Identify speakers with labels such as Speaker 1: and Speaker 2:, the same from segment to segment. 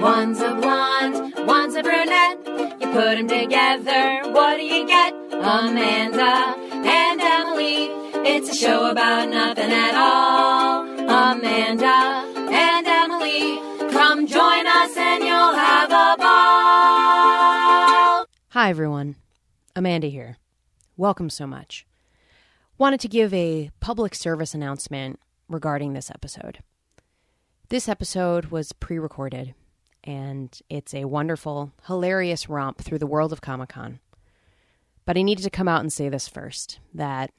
Speaker 1: One's a blonde, one's a brunette. You put 'em together, what do you get? Amanda and Emily. It's a show about nothing at all. Amanda and Emily, come join us and you'll have a ball. Hi, everyone. Amanda here. Welcome so much. Wanted to give a public service announcement regarding this episode. This episode was pre recorded, and it's a wonderful, hilarious romp through the world of Comic Con. But I needed to come out and say this first that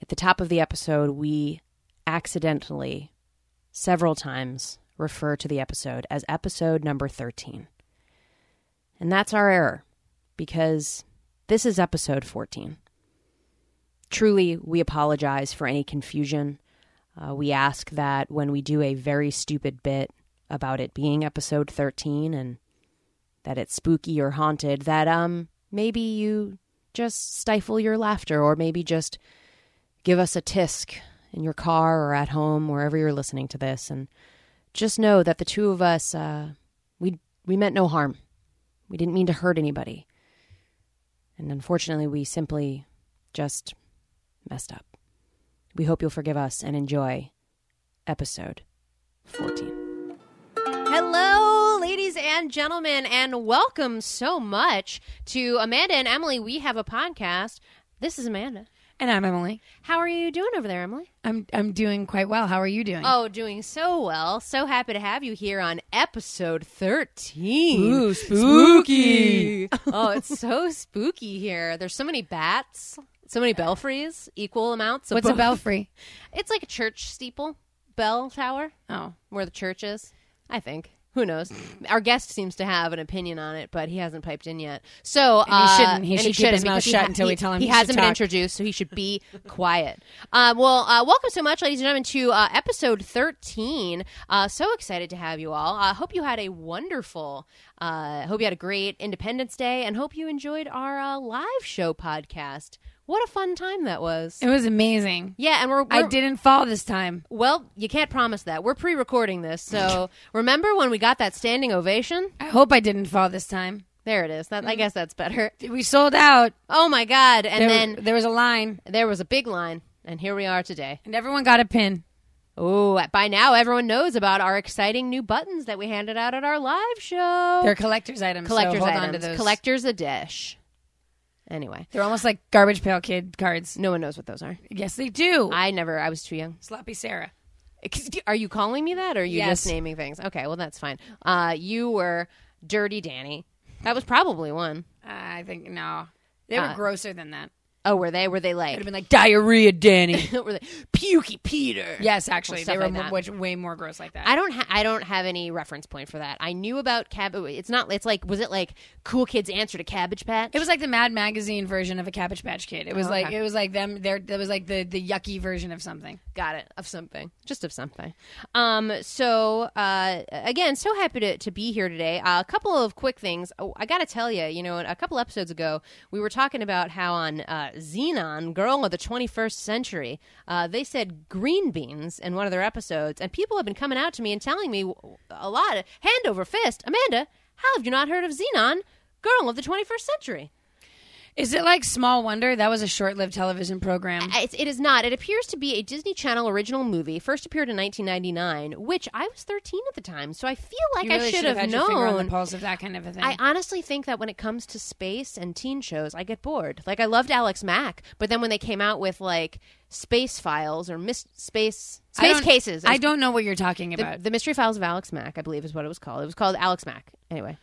Speaker 1: at the top of the episode, we accidentally, several times, refer to the episode as episode number 13. And that's our error, because this is episode 14. Truly, we apologize for any confusion. Uh, we ask that when we do a very stupid bit about it being episode 13 and that it's spooky or haunted, that um maybe you just stifle your laughter or maybe just give us a tisk in your car or at home wherever you're listening to this and just know that the two of us uh, we we meant no harm. We didn't mean to hurt anybody. And unfortunately, we simply just messed up. We hope you'll forgive us and enjoy episode 14. Hello, ladies and gentlemen, and welcome so much to Amanda and Emily. We have a podcast. This is Amanda.
Speaker 2: And I'm Emily.
Speaker 1: How are you doing over there, Emily?
Speaker 2: I'm I'm doing quite well. How are you doing?
Speaker 1: Oh, doing so well. So happy to have you here on episode 13.
Speaker 2: Ooh, spooky.
Speaker 1: oh, it's so spooky here. There's so many bats, so many belfries, equal amounts. Of
Speaker 2: What's a
Speaker 1: both.
Speaker 2: belfry?
Speaker 1: It's like a church steeple, bell tower,
Speaker 2: Oh,
Speaker 1: where the church is. I think. Who knows? Our guest seems to have an opinion on it, but he hasn't piped in yet. So
Speaker 2: he
Speaker 1: uh,
Speaker 2: shouldn't. He
Speaker 1: and
Speaker 2: should keep his mouth
Speaker 1: because he
Speaker 2: shut until we tell him
Speaker 1: He,
Speaker 2: he should
Speaker 1: hasn't been
Speaker 2: talk.
Speaker 1: introduced, so he should be quiet. Um, well, uh, welcome so much, ladies and gentlemen, to uh, episode thirteen. Uh, so excited to have you all. uh, hope you had a wonderful. Uh, hope you had a great Independence Day, and hope you enjoyed our uh, live show podcast. What a fun time that was!
Speaker 2: it was amazing.
Speaker 1: Yeah, and we're,
Speaker 2: I
Speaker 1: we're
Speaker 2: didn't fall this time.
Speaker 1: well, you can't promise that. We're pre-recording this, so remember when we got that standing ovation?
Speaker 2: I hope I didn't fall this time.
Speaker 1: There it is. That, I guess that's better.
Speaker 2: We sold out.
Speaker 1: Oh my god! And
Speaker 2: Mm-hmm. There,
Speaker 1: then
Speaker 2: there was a line,
Speaker 1: there was a big line, and here we are today.
Speaker 2: and everyone got a pin.
Speaker 1: Oh, by now everyone knows about our exciting new buttons that we handed out at our live show.
Speaker 2: They're collector's items. so
Speaker 1: collectors'
Speaker 2: hold
Speaker 1: items.
Speaker 2: on to those.
Speaker 1: Collectors a dish. Anyway,
Speaker 2: They're almost like garbage pail kid cards.
Speaker 1: no one knows what those are.
Speaker 2: Yes, they do.
Speaker 1: I never. I was too young.
Speaker 2: Sloppy Sarah.
Speaker 1: Are you calling me that, or are you just
Speaker 2: Yes.
Speaker 1: naming things? Okay, well that's fine. Uh, you were Dirty Danny. That was probably one.
Speaker 2: I think no. They were
Speaker 1: Uh,
Speaker 2: grosser than that.
Speaker 1: Oh, were they? Were they
Speaker 2: It'd have
Speaker 1: like?
Speaker 2: been like diarrhea, Danny.
Speaker 1: were they pukey Peter?
Speaker 2: yes, actually,
Speaker 1: stuff
Speaker 2: they were
Speaker 1: like
Speaker 2: mo-
Speaker 1: that.
Speaker 2: much, way more gross like that.
Speaker 1: I don't. Ha- I don't have any reference point for that. I knew about cabbage. It's not. It's like. Was it like Cool Kids Answer to Cabbage Patch?
Speaker 2: It was like the Mad Magazine version of a Cabbage Patch Kid. It was
Speaker 1: Oh,
Speaker 2: like
Speaker 1: okay.
Speaker 2: it was like them. There, that was like the the yucky version of something.
Speaker 1: got it of something just of something um so uh again so happy to, to be here today uh, a couple of quick things oh, i gotta tell you you know a couple episodes ago we were talking about how on uh, xenon girl of the 21st century uh, they said green beans in one of their episodes and people have been coming out to me and telling me a lot hand over fist amanda how have you not heard of xenon girl of the 21st century
Speaker 2: Is it like Small Wonder? That was a short lived television program.
Speaker 1: Uh, It's, it is not. It appears to be a Disney Channel original movie. First appeared in 1999, which I was 13 at the time, so I feel like
Speaker 2: You really
Speaker 1: I should have
Speaker 2: had your finger on the
Speaker 1: known.
Speaker 2: pulse of that kind of a thing.
Speaker 1: I honestly think that when it comes to space and teen shows, I get bored. Like I loved Alex Mack, but then when they came out with like Space Files or Mis- Space
Speaker 2: I
Speaker 1: Space
Speaker 2: don't-
Speaker 1: Cases,
Speaker 2: I don't know what you're talking
Speaker 1: the,
Speaker 2: about.
Speaker 1: the Mystery Files of Alex Mack, I believe, is what it was called. It was called Alex Mack. Anyway,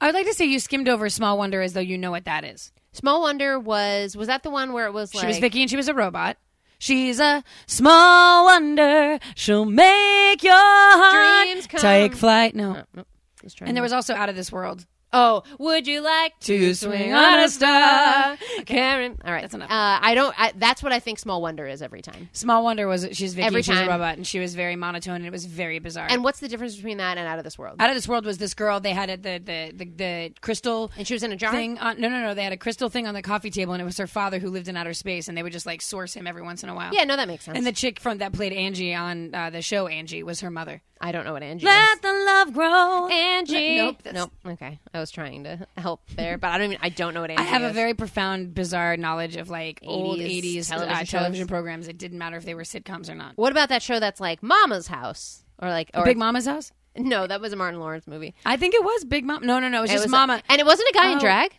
Speaker 2: I would like to say you skimmed over Small Wonder as though you know what that is.
Speaker 1: Small Wonder was was that the one where it was like
Speaker 2: She was Vicky and she was a robot. She's a small wonder. She'll make your heart
Speaker 1: Dreams come-
Speaker 2: take flight. No,
Speaker 1: Oh, no, I was trying
Speaker 2: and there
Speaker 1: to-
Speaker 2: was also Out of This World.
Speaker 1: Oh, would you like
Speaker 2: To swing on a star.
Speaker 1: Karen? All right, that's
Speaker 2: enough.
Speaker 1: Uh, I don't. I, that's what I think Small Wonder is every time.
Speaker 2: Small Wonder was she's Vicky,
Speaker 1: Every
Speaker 2: she's
Speaker 1: time.
Speaker 2: a robot, and she was very monotone, and it was very bizarre.
Speaker 1: And what's the difference between that and Out of This World?
Speaker 2: out of this world was this girl. They had it the the the, the crystal
Speaker 1: and she was in a jar.
Speaker 2: thing on no no no they had a crystal thing on the coffee table and it was her father who lived in outer space and they would just like source him every once in a while
Speaker 1: Yeah, no, that makes sense.
Speaker 2: and the chick from that played angie on uh, the show angie was her mother
Speaker 1: I don't know what Angie. is.
Speaker 2: the love grow
Speaker 1: Angie.
Speaker 2: nope that's-
Speaker 1: nope. Okay, I was trying to help there, but I don't even. I don't know what Angie.
Speaker 2: I have a
Speaker 1: is.
Speaker 2: very profound, bizarre knowledge of like old 80s
Speaker 1: 80s television
Speaker 2: television, uh,
Speaker 1: shows.
Speaker 2: television programs. It didn't matter if they were sitcoms or not.
Speaker 1: What about that show that's like Mama's House or like or
Speaker 2: Big Mama's House?
Speaker 1: no, that was a Martin Lawrence movie.
Speaker 2: I think it was Big Mom. No, no, no. It was
Speaker 1: It
Speaker 2: just
Speaker 1: was-
Speaker 2: Mama.
Speaker 1: and it wasn't a guy in
Speaker 2: Oh.
Speaker 1: drag,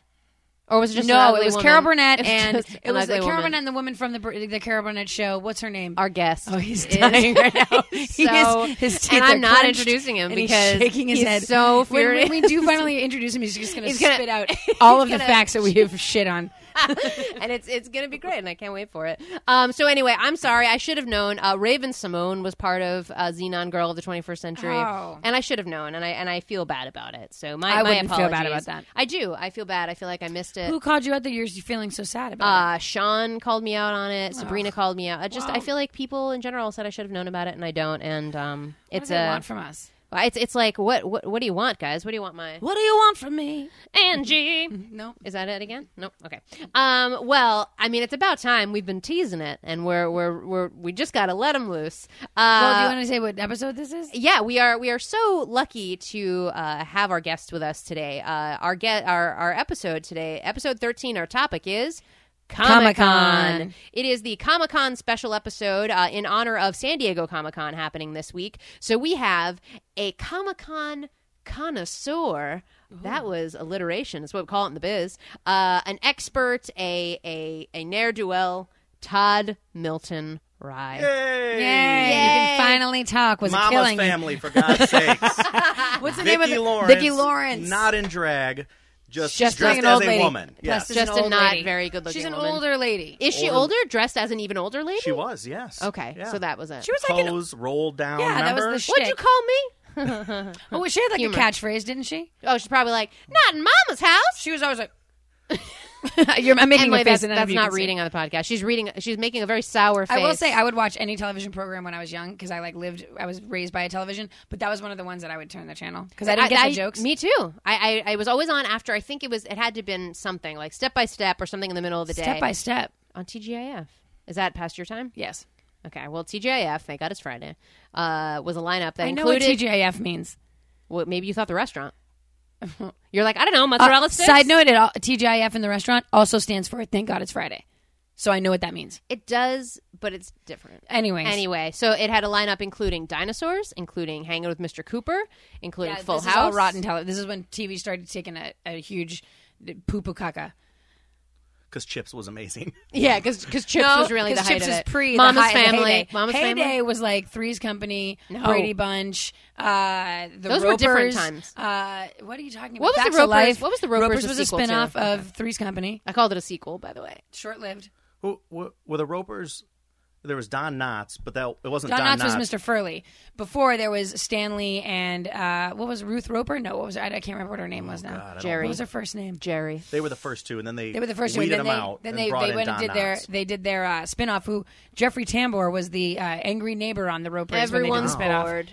Speaker 1: or was it just an
Speaker 2: no,
Speaker 1: ugly
Speaker 2: it was
Speaker 1: woman?
Speaker 2: Carol Burnett
Speaker 1: It was
Speaker 2: and
Speaker 1: just
Speaker 2: it
Speaker 1: an
Speaker 2: was the
Speaker 1: ugly
Speaker 2: Carol
Speaker 1: woman.
Speaker 2: Burnett and the woman from the Br- the Carol Burnett show. What's her name?
Speaker 1: Our guest.
Speaker 2: Oh, he's
Speaker 1: is-
Speaker 2: dying right now. He
Speaker 1: so-
Speaker 2: is, his teeth
Speaker 1: and
Speaker 2: are
Speaker 1: I'm not
Speaker 2: clenched,
Speaker 1: introducing him
Speaker 2: and he's
Speaker 1: because
Speaker 2: shaking his
Speaker 1: he's
Speaker 2: head.
Speaker 1: so
Speaker 2: When-
Speaker 1: furious.
Speaker 2: When, we do finally introduce him, he's just going to
Speaker 1: He's gonna-
Speaker 2: spit out all of the
Speaker 1: gonna-
Speaker 2: facts that we have shit on.
Speaker 1: and it's it's gonna be great, and I can't wait for it. Um, so anyway, I'm sorry. I should have known. Uh, Raven Simone was part of uh, Xenon Girl of the 21st Century,
Speaker 2: Oh.
Speaker 1: and I should have known. And I and I feel bad about it. So my
Speaker 2: I
Speaker 1: my
Speaker 2: wouldn't feel bad
Speaker 1: apologies.
Speaker 2: about that.
Speaker 1: I do. I feel bad. I feel like I missed it.
Speaker 2: Who called you out that you're feeling so sad about?
Speaker 1: Uh, Sean called me out on
Speaker 2: Oh.
Speaker 1: it. Sabrina called me out. I just I feel like people in general said I should have known about it, and I don't. And um,
Speaker 2: it? What
Speaker 1: it's
Speaker 2: do they
Speaker 1: a
Speaker 2: want from us?
Speaker 1: it's it's like what what what do you want, guys? What do you want, my Mm-hmm.
Speaker 2: What do you want from me?
Speaker 1: Angie?
Speaker 2: No.
Speaker 1: Is that it again? No. Okay. Um, well, I mean, it's about time we've been teasing it, and we're we're we're we just got to let them loose. Uh,
Speaker 2: Well, do you want to say what episode this is?
Speaker 1: yeah, we are we are so lucky to uh, have our guest with us today. Uh, our get our our episode today, episode thirteen. Our topic is. Comic Con.
Speaker 2: Comic-Con.
Speaker 1: It is the Comic Con special episode uh, in honor of San Diego Comic Con happening this week. So we have a Comic Con connoisseur. That was alliteration. It's what we call it in the biz. Uh, an expert, a a a ne'er do well, Todd Milton Rye.
Speaker 2: Yay!
Speaker 3: Yay!
Speaker 2: You can finally talk. Was it
Speaker 3: Mama's
Speaker 2: killing?
Speaker 3: family, for God's sakes.
Speaker 2: What's the name of
Speaker 3: Vicki
Speaker 2: the
Speaker 3: Lawrence.
Speaker 2: Vicki Lawrence?
Speaker 3: Not in drag, just,
Speaker 2: Just like
Speaker 3: dressed
Speaker 2: an
Speaker 3: as
Speaker 2: old
Speaker 3: a
Speaker 2: lady.
Speaker 3: woman.
Speaker 2: Plus
Speaker 3: Yes.
Speaker 1: Just
Speaker 2: an
Speaker 1: a
Speaker 2: old
Speaker 1: not
Speaker 2: lady.
Speaker 1: very good-looking
Speaker 2: She's an
Speaker 1: woman.
Speaker 2: older lady.
Speaker 1: Is she
Speaker 3: Or-
Speaker 1: older, dressed as an even older lady?
Speaker 3: She was, yes.
Speaker 1: Okay,
Speaker 3: Yeah.
Speaker 1: so that was it.
Speaker 2: she was like an
Speaker 3: Toes rolled down.
Speaker 2: Yeah, that was
Speaker 3: remember?
Speaker 2: the sh-
Speaker 1: What'd you
Speaker 2: shtick.
Speaker 1: call me?
Speaker 2: Oh, she had like
Speaker 1: Humor.
Speaker 2: a catchphrase, didn't she?
Speaker 1: Oh, she's probably like, not in mama's house.
Speaker 2: She was always like, You're, I'm making
Speaker 1: Anyway,
Speaker 2: a face.
Speaker 1: that's,
Speaker 2: and none
Speaker 1: that's
Speaker 2: of you
Speaker 1: not
Speaker 2: can see.
Speaker 1: reading on the podcast. She's reading. She's making a very sour face.
Speaker 2: I will say I would watch any television program when I was young because I like lived. I was raised by a television, but that was one of the ones that I would turn the channel because I didn't get the jokes.
Speaker 1: Me too. I, I I was always on after. I think it was. It had to have been something like step by step or something in the middle of the day.
Speaker 2: step by step.
Speaker 1: on TGIF. Is that past your time?
Speaker 2: Yes,
Speaker 1: Okay. Well, TGIF. Thank God it's Friday. Uh, was a lineup that
Speaker 2: I know
Speaker 1: included.
Speaker 2: what TGIF means.
Speaker 1: well, maybe you thought the restaurant. You're like I don't know mozzarella
Speaker 2: Uh,
Speaker 1: sticks.
Speaker 2: side note: it all, TGIF in the restaurant also stands for Thank God It's Friday, so I know what that means.
Speaker 1: It does, but it's different.
Speaker 2: Anyways,
Speaker 1: Anyway, so it had a lineup including dinosaurs, including Hanging with Mr. Cooper, including
Speaker 2: Yeah,
Speaker 1: Full
Speaker 2: this
Speaker 1: House.
Speaker 2: is all rotten tele- This is when TV started taking a, a huge poo poo caca.
Speaker 3: Because Chips was amazing.
Speaker 1: Yeah, because Chips was really the
Speaker 2: 'cause
Speaker 1: height
Speaker 2: Chips
Speaker 1: of
Speaker 2: is
Speaker 1: it.
Speaker 2: pre the
Speaker 1: Mama's
Speaker 2: hi- the
Speaker 1: Family.
Speaker 2: heyday.
Speaker 1: Mama's
Speaker 2: heyday
Speaker 1: Family.
Speaker 2: was like Three's Company, Brady Bunch. Uh, the
Speaker 1: Those were
Speaker 2: Ropers,
Speaker 1: different times.
Speaker 2: Uh, what are you talking about?
Speaker 1: What was the
Speaker 2: Facts of
Speaker 1: Ropers-
Speaker 2: Life.
Speaker 1: what was the Ropers
Speaker 2: Ropers
Speaker 1: a
Speaker 2: was a
Speaker 1: sequel to?
Speaker 2: spin-off of Three's Company.
Speaker 1: I called it a sequel, by the way.
Speaker 2: Short lived.
Speaker 3: Who, wh- were the Ropers? There was Don Knotts, but that it wasn't
Speaker 2: Don
Speaker 3: Don,
Speaker 2: Knotts was Mr. Furley. Before there was Stanley and uh, what was Ruth Roper? No, what was I, I can't remember what her name was now.
Speaker 1: Jerry.
Speaker 2: What was her first name?
Speaker 1: Jerry.
Speaker 3: They were the first two, and then they
Speaker 2: They were the first two.
Speaker 3: weeded
Speaker 2: Then
Speaker 3: them
Speaker 2: they,
Speaker 3: out.
Speaker 2: then
Speaker 3: and
Speaker 2: they,
Speaker 3: brought
Speaker 2: they
Speaker 3: in
Speaker 2: went and
Speaker 3: Don
Speaker 2: did their
Speaker 3: Knotts.
Speaker 2: they did their uh, spinoff. Who Jeffrey Tambor was the uh, angry neighbor on the Ropers. when they
Speaker 1: Everyone's
Speaker 2: did the spinoff.
Speaker 1: bored.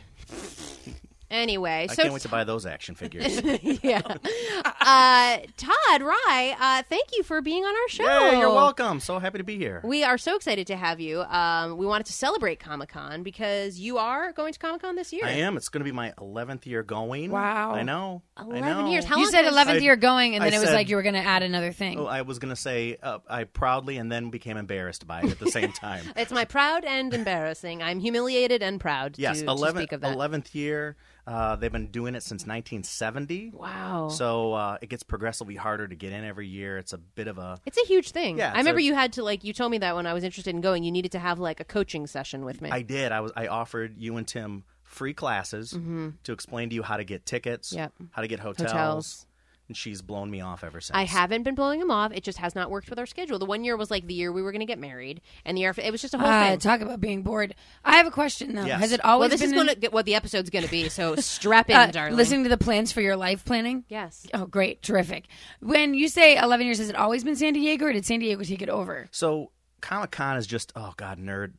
Speaker 1: Anyway,
Speaker 3: I
Speaker 1: so
Speaker 3: can't wait to buy those action figures.
Speaker 1: yeah, uh, Todd Rye, uh, thank you for being on our show.
Speaker 3: Yay, you're welcome. So happy to be here.
Speaker 1: We are so excited to have you. Um, we wanted to celebrate Comic Con because you are going to Comic Con this year.
Speaker 3: I am. It's going to be my 11th year going.
Speaker 2: Wow.
Speaker 3: I know. I
Speaker 1: 11
Speaker 3: know.
Speaker 1: years. How
Speaker 2: you
Speaker 1: long
Speaker 2: said
Speaker 1: was-
Speaker 2: 11th
Speaker 3: I-
Speaker 2: year going, and
Speaker 3: I
Speaker 2: then it was
Speaker 3: said-
Speaker 2: like you were going to add another thing.
Speaker 3: Oh, I was going to say uh, I proudly and then became embarrassed by it at the same time.
Speaker 1: It's my proud and embarrassing. I'm humiliated and proud.
Speaker 3: yes,
Speaker 1: to, to
Speaker 3: 11,
Speaker 1: speak of that.
Speaker 3: 11th year. Uh, they've been doing it since 1970.
Speaker 1: Wow.
Speaker 3: So uh, it gets progressively harder to get in every year. It's a bit of a.
Speaker 1: It's a huge thing.
Speaker 3: Yeah,
Speaker 1: I
Speaker 3: it's
Speaker 1: remember
Speaker 3: a-
Speaker 1: you had to like you told me that when I was interested in going, you needed to have like a coaching session with me.
Speaker 3: I did. I was. I offered you and Tim free classes to explain to you how to get tickets,
Speaker 1: Mm-hmm. Yep.
Speaker 3: how to get hotels,
Speaker 1: Hotels.
Speaker 3: and she's blown me off ever since.
Speaker 1: I haven't been blowing him off. It just has not worked with our schedule. The one year was like the year we were going to get married, and the year after, it was just a whole
Speaker 2: Ah,
Speaker 1: thing.
Speaker 2: talk about being bored. I have a question though.
Speaker 3: Yes.
Speaker 2: Has it
Speaker 1: well,
Speaker 2: always
Speaker 1: this
Speaker 2: been
Speaker 1: is
Speaker 2: in-
Speaker 1: gonna, get what the episode's going to be. So strap in,
Speaker 2: uh,
Speaker 1: darling.
Speaker 2: listening to the plans for your life planning?
Speaker 1: Yes.
Speaker 2: Oh, great, terrific. When you say 11 years, has it always been San Diego, or did San Diego take it over?
Speaker 3: So Comic Con is just oh god, nerd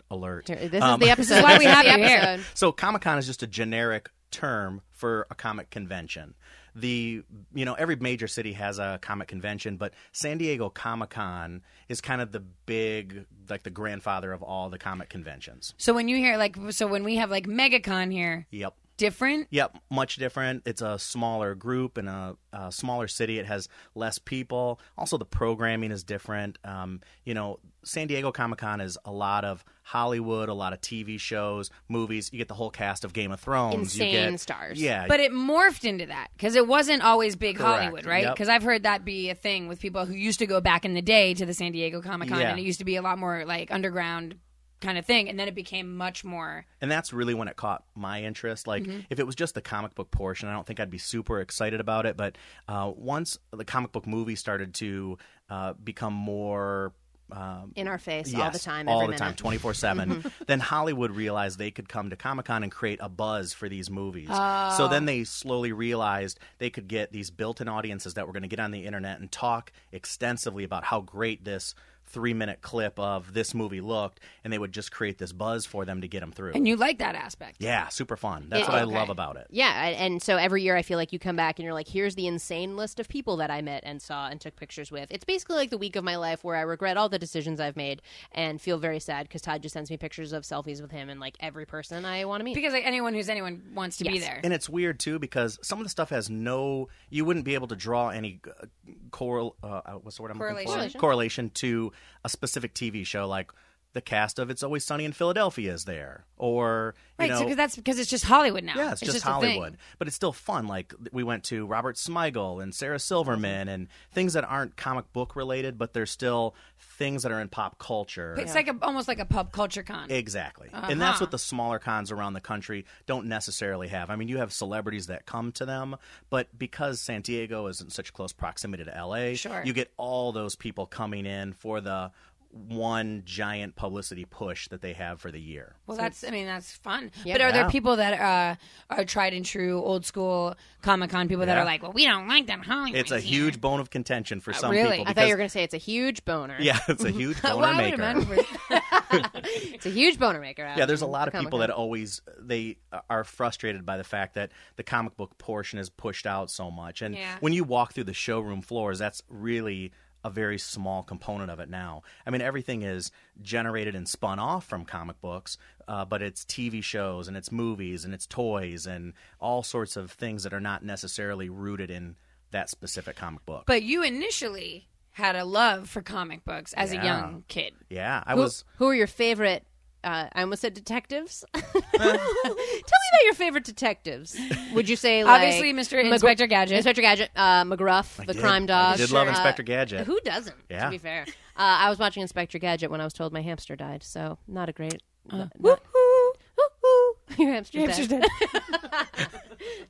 Speaker 3: alert.
Speaker 1: This
Speaker 3: Um,
Speaker 1: is the episode.
Speaker 2: is why we
Speaker 1: This
Speaker 2: have
Speaker 1: the
Speaker 2: you here.
Speaker 1: episode.
Speaker 3: So Comic Con is just a generic term for a comic convention. The you know every major city has a comic convention, but San Diego Comic Con is kind of the big like the grandfather of all the comic conventions.
Speaker 2: So when you hear like, so when we have like MegaCon here,
Speaker 3: Yep.
Speaker 2: different.
Speaker 3: Yep, much different. It's a smaller group in a, a smaller city. It has less people. Also, the programming is different. Um, you know, San Diego Comic Con is a lot of Hollywood, a lot of TV shows, movies. You get the whole cast of Game of Thrones. you
Speaker 1: Insane
Speaker 3: get,
Speaker 1: stars.
Speaker 3: Yeah,
Speaker 2: But it morphed into that because it wasn't always big
Speaker 3: Correct.
Speaker 2: Hollywood, right?
Speaker 3: Yep.
Speaker 2: Because I've heard that be a thing with people who used to go back in the day to the San Diego Comic Con,
Speaker 3: Yeah.
Speaker 2: and it used to be a lot more like underground kind of thing, and then it became much more.
Speaker 3: and that's really when it caught my interest. Like,
Speaker 1: Mm-hmm.
Speaker 3: if it was just the comic book portion, I don't think I'd be super excited about it. But uh, once the comic book movie started to uh, become more um,
Speaker 1: in our face all
Speaker 3: Yes,
Speaker 1: the time,
Speaker 3: all
Speaker 1: every
Speaker 3: the time,
Speaker 1: minute. Mm-hmm.
Speaker 3: twenty four seven. Then Hollywood realized they could come to Comic Con and create a buzz for these movies. So
Speaker 1: Oh.
Speaker 3: then they slowly realized they could get these built in audiences that were going to get on the internet and talk extensively about how great this three minute clip of this movie looked, and they would just create this buzz for them to get them through.
Speaker 2: And you like that aspect.
Speaker 3: yeah, super fun. That's
Speaker 1: It-
Speaker 3: what I
Speaker 2: okay.
Speaker 3: love about it.
Speaker 1: Yeah, I- and so every year I feel like you come back and you're like, here's the insane list of people that I met and saw and took pictures with. It's basically like the week of my life where I regret all the decisions I've made and feel very sad because Todd just sends me pictures of selfies with him and like every person I want to meet.
Speaker 2: Because like anyone who's anyone wants to be
Speaker 1: Yes.
Speaker 2: there.
Speaker 3: And it's weird too because some of the stuff has no. You wouldn't be able to draw any uh, coral. Uh, uh, what's the word I'm looking for?
Speaker 2: Correlation.
Speaker 3: Correlation to a specific TV show, like the cast of "It's Always Sunny in Philadelphia" is there, or you
Speaker 2: Right,
Speaker 3: know,
Speaker 2: so 'cause that's because it's just Hollywood now.
Speaker 3: yeah, it's, just,
Speaker 2: a thing.
Speaker 3: Hollywood. But it's still fun. Like th- we went to Robert Smigel and Sarah Silverman and things that aren't comic book related, but they're still things that are in pop culture.
Speaker 2: It's like a, almost like a pub culture con.
Speaker 3: Exactly. And that's what the smaller cons around the country don't necessarily have. I mean, you have celebrities that come to them, but because San Diego is in such close proximity to LA,
Speaker 2: Sure.
Speaker 3: you get all those people coming in for the one giant publicity push that they have for the year.
Speaker 2: well, that's I mean that's fun. But are there
Speaker 3: Yeah.
Speaker 2: people that uh, are tried and true old school Comic Con people that
Speaker 3: Yeah.
Speaker 2: are like, well, we don't like them Hollywood.
Speaker 3: It's a
Speaker 2: here."
Speaker 3: huge bone of contention for some
Speaker 2: really?
Speaker 3: people.
Speaker 1: I
Speaker 3: Because,
Speaker 1: thought you were going to say it's a huge boner.
Speaker 3: yeah, it's a huge boner
Speaker 2: Well, I would
Speaker 3: maker.
Speaker 2: imagine.
Speaker 1: It's a huge boner maker. out
Speaker 3: Yeah, there's a
Speaker 1: in
Speaker 3: lot of
Speaker 1: Comic-Con.
Speaker 3: people that always they are frustrated by the fact that the comic book portion is pushed out so much. And
Speaker 2: Yeah.
Speaker 3: when you walk through the showroom floors, that's really a very small component of it now. I mean, everything is generated and spun off from comic books, uh, but it's TV shows and it's movies and it's toys and all sorts of things that are not necessarily rooted in that specific comic book.
Speaker 2: But you initially had a love for comic books as a
Speaker 3: Yeah.
Speaker 2: young kid.
Speaker 3: yeah, I
Speaker 1: Who,
Speaker 3: was.
Speaker 1: who are your favorite? Uh, I almost said detectives. Tell me about your favorite detectives. Would you say like,
Speaker 2: Obviously, Mr. Inspector Gadget.
Speaker 1: Inspector Gadget, uh, McGruff, the
Speaker 3: did-
Speaker 1: crime
Speaker 3: I
Speaker 1: dog.
Speaker 3: did love
Speaker 1: Uh,
Speaker 3: Inspector Gadget.
Speaker 1: Who doesn't? To
Speaker 3: Yeah.
Speaker 1: be fair, uh, I was watching Inspector Gadget when I was told my hamster died. So not a great.
Speaker 2: Uh,
Speaker 1: not- Woo-hoo. your hamster's dead.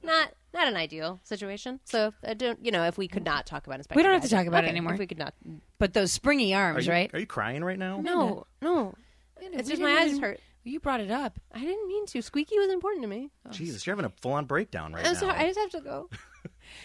Speaker 1: Not not an ideal situation. So I don't. You know, if we could not talk about Inspector,
Speaker 2: We don't have to
Speaker 1: Gadget.
Speaker 2: talk about it
Speaker 1: Okay,
Speaker 2: anymore.
Speaker 1: If we could not.
Speaker 2: But those springy
Speaker 3: Are
Speaker 2: arms,
Speaker 3: you,
Speaker 2: right?
Speaker 3: are you crying right now?
Speaker 1: No, no. It's
Speaker 2: we
Speaker 1: just my
Speaker 2: didn't
Speaker 1: eyes
Speaker 2: even-
Speaker 1: hurt.
Speaker 2: Mm-hmm. You brought it up.
Speaker 1: I didn't mean to. Squeaky was important to me.
Speaker 2: Oh,
Speaker 3: Jesus, you're having a full on breakdown right
Speaker 1: I'm
Speaker 3: now.
Speaker 1: sorry. I just have to go.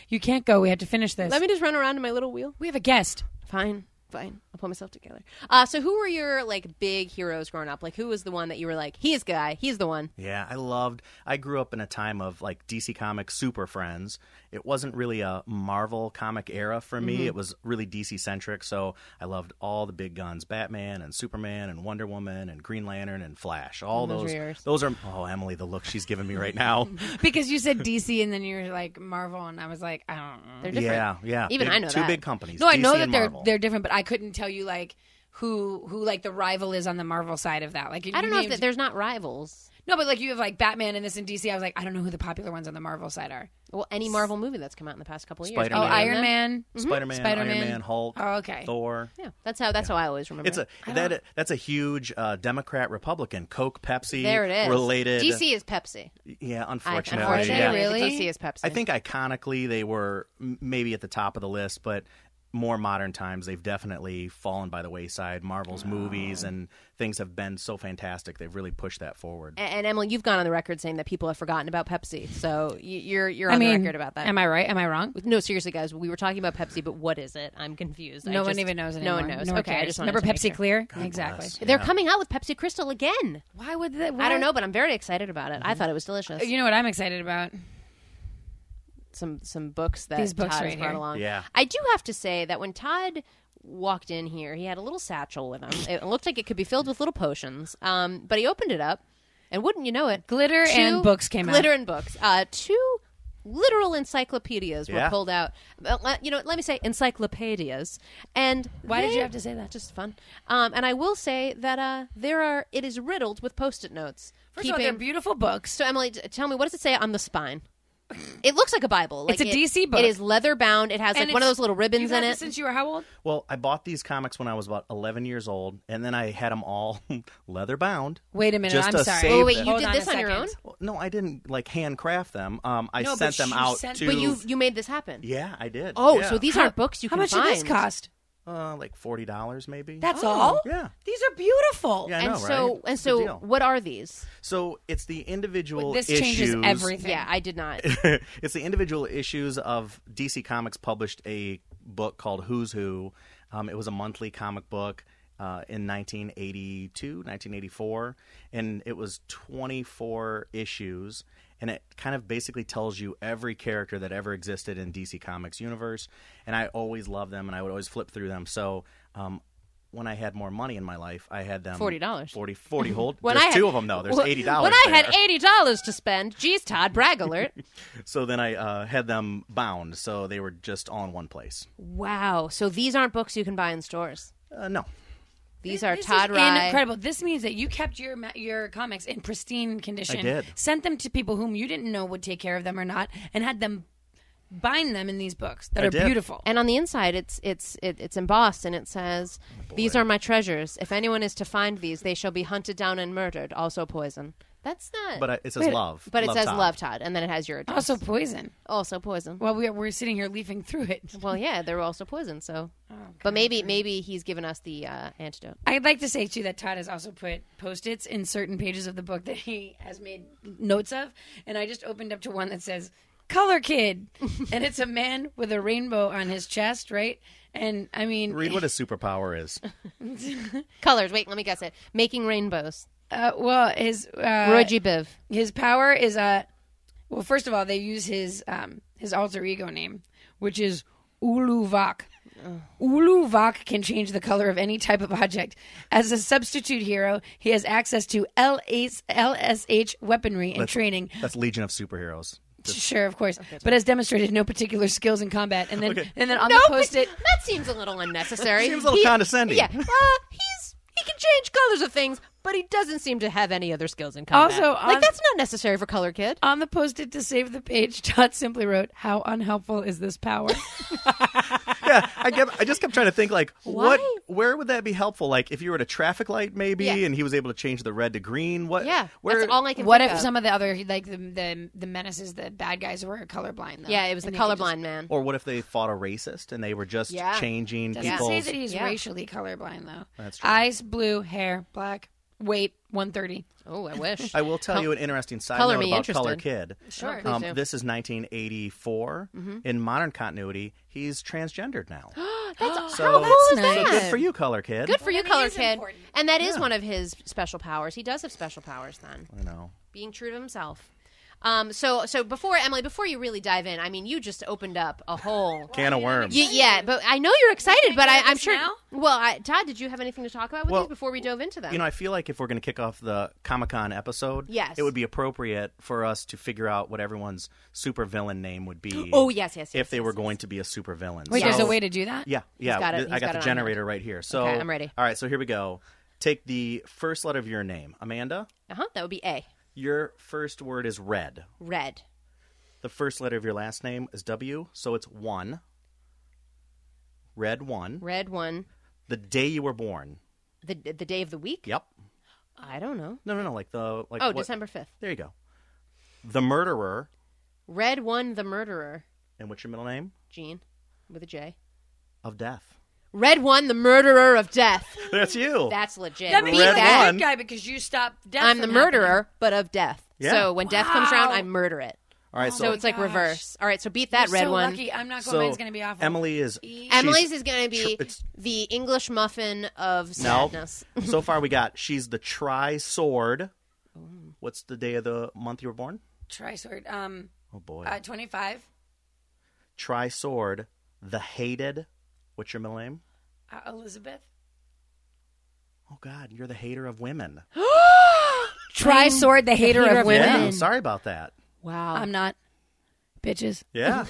Speaker 2: You can't go. We have to finish this.
Speaker 1: Let me just run around in my little wheel.
Speaker 2: we have a guest.
Speaker 1: Fine. Fine. I'll pull myself together. Uh, so, who were your like big heroes growing up? Like, who was the one that you were like, he is guy, he's the one.
Speaker 3: Yeah, I loved. I grew up in a time of like DC Comics Super Friends. It wasn't really a Marvel comic era for me.
Speaker 1: Mm-hmm.
Speaker 3: It was really DC centric. So I loved all the big guns: Batman and Superman and Wonder Woman and Green Lantern and Flash. All
Speaker 1: those
Speaker 3: those.
Speaker 1: were yours.
Speaker 3: Those are. Oh, Emily, the look she's giving me right now.
Speaker 2: Because you said DC and then you were like Marvel, and I was like, I don't know.
Speaker 1: They're different.
Speaker 3: yeah, yeah.
Speaker 1: Even
Speaker 3: Big-
Speaker 1: I know
Speaker 3: two
Speaker 1: that.
Speaker 3: big companies.
Speaker 2: No, I
Speaker 3: DC
Speaker 2: know that
Speaker 3: and
Speaker 2: they're
Speaker 3: Marvel.
Speaker 2: they're different, but I couldn't tell you like who who like the rival is on the Marvel side of that. Like
Speaker 1: I don't know if
Speaker 2: named,
Speaker 1: that there's not rivals.
Speaker 2: No, but like you have like Batman and this in DC. I was like, I don't know who the popular ones on the Marvel side are.
Speaker 1: Well, any Marvel movie that's come out in the past couple of years.
Speaker 3: Spider-Man.
Speaker 2: Oh,
Speaker 1: other than
Speaker 2: Iron
Speaker 1: that.
Speaker 2: Man.
Speaker 1: mm-hmm.
Speaker 3: Spider-Man,
Speaker 2: Spider-Man.
Speaker 3: Iron Man, Hulk,
Speaker 2: Oh, okay.
Speaker 3: Thor.
Speaker 1: Yeah, that's how that's how I always remember.
Speaker 3: It's a
Speaker 1: it.
Speaker 3: that that's a huge uh, Democrat Republican Coke Pepsi
Speaker 1: there it is
Speaker 3: related.
Speaker 1: DC is Pepsi.
Speaker 3: yeah,
Speaker 1: I-
Speaker 3: unfortunately,
Speaker 1: unfortunately,
Speaker 3: yeah.
Speaker 1: I think
Speaker 2: Really?
Speaker 1: DC is Pepsi.
Speaker 3: I think iconically they were m- maybe at the top of the list, but more modern times they've definitely fallen by the wayside. Marvel's movies and things have been so fantastic; they've really pushed that forward.
Speaker 1: A- And Emily, you've gone on the record saying that people have forgotten about Pepsi, so y- you're you're on
Speaker 2: I mean,
Speaker 1: the record about that.
Speaker 2: Am I right? Am I wrong?
Speaker 1: no, seriously, guys, we were talking about Pepsi, but what is it? I'm confused. I
Speaker 2: No one
Speaker 1: just-
Speaker 2: even knows anymore.
Speaker 1: No one knows. okay, I
Speaker 2: cares.
Speaker 1: just wanted
Speaker 2: remember
Speaker 1: to make
Speaker 2: Pepsi
Speaker 1: sure.
Speaker 2: Clear. exactly.
Speaker 3: bless.
Speaker 1: They're
Speaker 3: Yeah.
Speaker 1: coming out with Pepsi Crystal again.
Speaker 2: Why Mm-hmm. would that?
Speaker 1: I don't know, but I'm very excited about it. I thought it was delicious.
Speaker 2: You know what I'm excited about?
Speaker 1: some some books that
Speaker 2: These books
Speaker 1: Todd
Speaker 2: right
Speaker 1: has brought
Speaker 2: here.
Speaker 1: along.
Speaker 3: Yeah.
Speaker 1: I do have to say that when Todd walked in here, he had a little satchel with him. It looked like it could be filled with little potions. Um, but he opened it up, and wouldn't you know it,
Speaker 2: Glitter and books came out.
Speaker 1: glitter and books. Uh, two literal encyclopedias were
Speaker 3: Yeah.
Speaker 1: pulled out. Uh, le- You know, let me say encyclopedias. And
Speaker 2: Why did
Speaker 1: they-
Speaker 2: you have to say that?
Speaker 1: Just fun. Um, and I will say that uh, there are. It is riddled with post-it notes.
Speaker 2: First of all, they're beautiful books.
Speaker 1: So Emily, t- tell me, what does it say on the spine? It looks like a Bible. Like
Speaker 2: It's a
Speaker 1: it-
Speaker 2: DC book.
Speaker 1: It is leather bound. It has like one of those little ribbons
Speaker 2: You've
Speaker 1: in
Speaker 2: had this
Speaker 1: it.
Speaker 2: Since you were how old?
Speaker 3: Well, I bought these comics when I was about 11 years old, and then I had them all leather bound.
Speaker 2: Wait a minute.
Speaker 3: Just
Speaker 2: I'm
Speaker 3: to
Speaker 2: sorry.
Speaker 3: save
Speaker 1: Oh wait,
Speaker 3: them.
Speaker 1: you
Speaker 2: Hold
Speaker 1: did
Speaker 2: on
Speaker 1: this
Speaker 2: a
Speaker 1: on your
Speaker 2: second.
Speaker 1: own?
Speaker 3: Well, no, I didn't like handcraft them. Um, I
Speaker 2: No, but
Speaker 3: sent them
Speaker 2: you
Speaker 3: out
Speaker 2: sent-
Speaker 3: to.
Speaker 1: But you you made this happen.
Speaker 3: yeah, I did.
Speaker 1: Oh,
Speaker 3: Yeah.
Speaker 1: so these aren't books you
Speaker 2: How
Speaker 1: can
Speaker 2: much
Speaker 1: find.
Speaker 2: did this cost?
Speaker 3: uh, like forty dollars maybe.
Speaker 2: That's all.
Speaker 3: Yeah.
Speaker 2: These are beautiful.
Speaker 3: Yeah, I
Speaker 1: Oh. And
Speaker 3: know,
Speaker 1: so
Speaker 3: right?
Speaker 1: and
Speaker 3: It's a good
Speaker 1: so
Speaker 3: deal.
Speaker 1: what are these?
Speaker 3: So it's the individual
Speaker 2: This
Speaker 3: issues.
Speaker 2: changes everything.
Speaker 1: Yeah, I did not.
Speaker 3: it's the individual issues of DC Comics published a book called Who's Who. Um, it was a monthly comic book uh, in 1982, 1984, and it was 24 issues. And it kind of basically tells you every character that ever existed in DC Comics universe. And I always loved them, and I would always flip through them. So um, when I had more money in my life, I had them
Speaker 1: $40.
Speaker 3: 40, 40 hold.
Speaker 1: When
Speaker 3: There's
Speaker 1: I had,
Speaker 3: two of them though. There's
Speaker 1: wh-
Speaker 3: eighty dollars.
Speaker 1: When I had eighty dollars to spend, geez, Todd, brag alert!
Speaker 3: So then I uh, had them bound, so they were just all in one place.
Speaker 1: wow, so these aren't books you can buy in stores.
Speaker 3: Uh, no,
Speaker 1: These are
Speaker 2: This is
Speaker 1: Todd Rye.
Speaker 2: Incredible. This means that you kept your ma- your comics in pristine condition.
Speaker 3: I did.
Speaker 2: Sent them to people whom you didn't know would take care of them or not, and had them bind them in these books that
Speaker 3: I
Speaker 2: are
Speaker 3: did.
Speaker 2: beautiful.
Speaker 1: And on the inside, it's it's it, it's embossed, and it says, "These are my treasures. If anyone is to find these, they shall be hunted down and murdered. Also poison." That's not.
Speaker 3: but I, it says love.
Speaker 1: but it
Speaker 3: love
Speaker 1: says
Speaker 3: Tom.
Speaker 1: love, Todd, and then it has your address.
Speaker 2: also poison.
Speaker 1: also poison.
Speaker 2: Well, we're we're sitting here leafing through it.
Speaker 1: Well, yeah, they're also poison. So, but maybe maybe he's given us the uh, antidote.
Speaker 2: I'd like to say too that Todd has also put post-its in certain pages of the book that he has made notes of, and I just opened up to one that says "Color Kid," and it's a man with a rainbow on his chest, right? And I mean,
Speaker 3: Read what a superpower is.
Speaker 1: Colors. Wait, let me guess it. Making rainbows.
Speaker 2: uh, well, his uh,
Speaker 1: Roy G. Biv.
Speaker 2: his power is a well first of all they use his um his alter ego name which is uluvak uluvak can change the color of any type of object as a substitute hero he has access to LS- lsh weaponry and training
Speaker 3: That's Legion of Superheroes.
Speaker 2: sure of course but has demonstrated no particular skills in combat and then and then on
Speaker 1: No,
Speaker 2: the
Speaker 1: but
Speaker 2: post-it
Speaker 1: That seems a little unnecessary.
Speaker 3: Seems a little
Speaker 1: He-
Speaker 3: condescending.
Speaker 1: Yeah, uh, he's he can change colors of things, but he doesn't seem to have any other skills in combat.
Speaker 2: Also,
Speaker 1: like
Speaker 2: on-
Speaker 1: that's not necessary for color kid.
Speaker 3: Uh,
Speaker 2: on the post-it to save the page todd simply wrote how unhelpful is this power
Speaker 3: yeah, I kept, I just kept trying to think like what
Speaker 1: Why?
Speaker 3: where would that be helpful? Like if you were at a traffic light maybe,
Speaker 1: Yeah.
Speaker 3: and he was able to change the red to green. What?
Speaker 1: Yeah,
Speaker 3: Where?
Speaker 1: that's all I can.
Speaker 2: what
Speaker 1: think
Speaker 2: if
Speaker 1: of.
Speaker 2: some of the other like the the, the menaces the bad guys were colorblind though
Speaker 1: Yeah, it was the
Speaker 2: And they could
Speaker 1: colorblind
Speaker 2: just-
Speaker 1: man.
Speaker 3: or what if they fought a racist and they were just
Speaker 1: Yeah.
Speaker 3: changing
Speaker 2: Doesn't
Speaker 3: people's?
Speaker 2: say that he's
Speaker 1: Yeah.
Speaker 2: racially colorblind though.
Speaker 3: That's true.
Speaker 2: Eyes blue, hair black, weight one thirty.
Speaker 1: Oh, I wish.
Speaker 3: I will tell you an interesting side
Speaker 1: Color
Speaker 3: note
Speaker 1: me
Speaker 3: about Color Kid.
Speaker 1: interested.
Speaker 2: Sure.
Speaker 1: Please
Speaker 3: Um,
Speaker 1: do. Mm-hmm.
Speaker 3: this is 1984. In modern continuity, he's transgendered now.
Speaker 1: That's
Speaker 3: So,
Speaker 1: how cool
Speaker 2: That's
Speaker 1: is that?
Speaker 2: nice.
Speaker 3: so good for you, Color Kid.
Speaker 1: Good for you,
Speaker 2: then it
Speaker 1: color
Speaker 2: is
Speaker 1: kid.
Speaker 2: important.
Speaker 1: And that is one of his special powers. He does have special powers then,
Speaker 3: You know.
Speaker 1: being true to himself. Um, so, so before Emily, before you really dive in, I mean, you just opened up a whole.
Speaker 3: Can of worms.
Speaker 1: Y- yeah, but I know you're excited,
Speaker 2: can't
Speaker 1: but
Speaker 2: go
Speaker 1: I,
Speaker 2: into
Speaker 1: I'm
Speaker 2: this
Speaker 1: sure.
Speaker 2: now?
Speaker 1: Well, I, Todd, did you have anything to talk about with
Speaker 3: Well,
Speaker 1: these before we dove into them?
Speaker 3: You know, I feel like if we're going to kick off the Comic Con episode,
Speaker 1: Yes.
Speaker 3: it would be appropriate for us to figure out what everyone's supervillain name would be.
Speaker 1: Oh, yes, yes, yes,
Speaker 3: If they
Speaker 1: yes,
Speaker 3: were
Speaker 1: yes.
Speaker 3: going to be a supervillain.
Speaker 2: Wait,
Speaker 1: Yeah.
Speaker 2: there's a
Speaker 1: So-
Speaker 2: way to do that.
Speaker 3: Yeah, yeah.
Speaker 1: got it,
Speaker 3: th-
Speaker 1: he's got
Speaker 3: I got,
Speaker 1: it on
Speaker 3: the generator right here. So
Speaker 1: Okay, I'm ready.
Speaker 3: All right, so here we go. Take the first letter of your name, Amanda.
Speaker 1: uh huh. That would be A.
Speaker 3: Your first word is red.
Speaker 1: Red.
Speaker 3: The first letter of your last name is W, so it's one. Red one.
Speaker 1: Red one.
Speaker 3: The day you were born.
Speaker 1: The the day of the week?
Speaker 3: Yep.
Speaker 1: I don't know.
Speaker 3: No, no, no. Like the like.
Speaker 1: oh,
Speaker 3: what-
Speaker 1: December 5th.
Speaker 3: There you go. The murderer.
Speaker 1: Red one, the murderer.
Speaker 3: And what's your middle name?
Speaker 1: Gene with a J.
Speaker 3: Of death.
Speaker 1: Red one, the murderer of death.
Speaker 3: That's you.
Speaker 1: That's legit.
Speaker 2: That means
Speaker 1: Beat
Speaker 2: you're
Speaker 3: Red
Speaker 2: the
Speaker 1: that.
Speaker 3: one.
Speaker 2: bad guy because you stopped death.
Speaker 1: I'm the
Speaker 2: from
Speaker 1: murderer, but of death.
Speaker 3: Yeah.
Speaker 1: So when death comes around,
Speaker 2: Wow.
Speaker 1: I murder it.
Speaker 3: All right.
Speaker 1: So
Speaker 3: So,
Speaker 1: it's like
Speaker 2: gosh.
Speaker 1: reverse. All right, so beat that
Speaker 2: happening. You're
Speaker 1: red
Speaker 2: so
Speaker 1: one.
Speaker 2: Lucky. I'm not going.
Speaker 3: so
Speaker 2: mine's going to be awful.
Speaker 3: Emily is.
Speaker 1: Emily's
Speaker 3: she's
Speaker 1: is going to be
Speaker 3: tr- it's-
Speaker 1: the English muffin of
Speaker 3: No.
Speaker 1: sadness.
Speaker 3: so far we got. She's the tri sword. What's the day of the month you were born?
Speaker 2: Trisword. Um,
Speaker 3: Oh boy.
Speaker 2: uh, 25.
Speaker 3: tri sword. The hated. What's your middle name?
Speaker 2: Uh, Elizabeth.
Speaker 3: Oh God, you're the hater of women.
Speaker 2: Try sword, the hater,
Speaker 1: hater of
Speaker 2: of
Speaker 1: women.
Speaker 2: women.
Speaker 3: Yeah, I'm sorry about that.
Speaker 1: Wow.
Speaker 2: I'm not. Bitches.
Speaker 3: Yeah.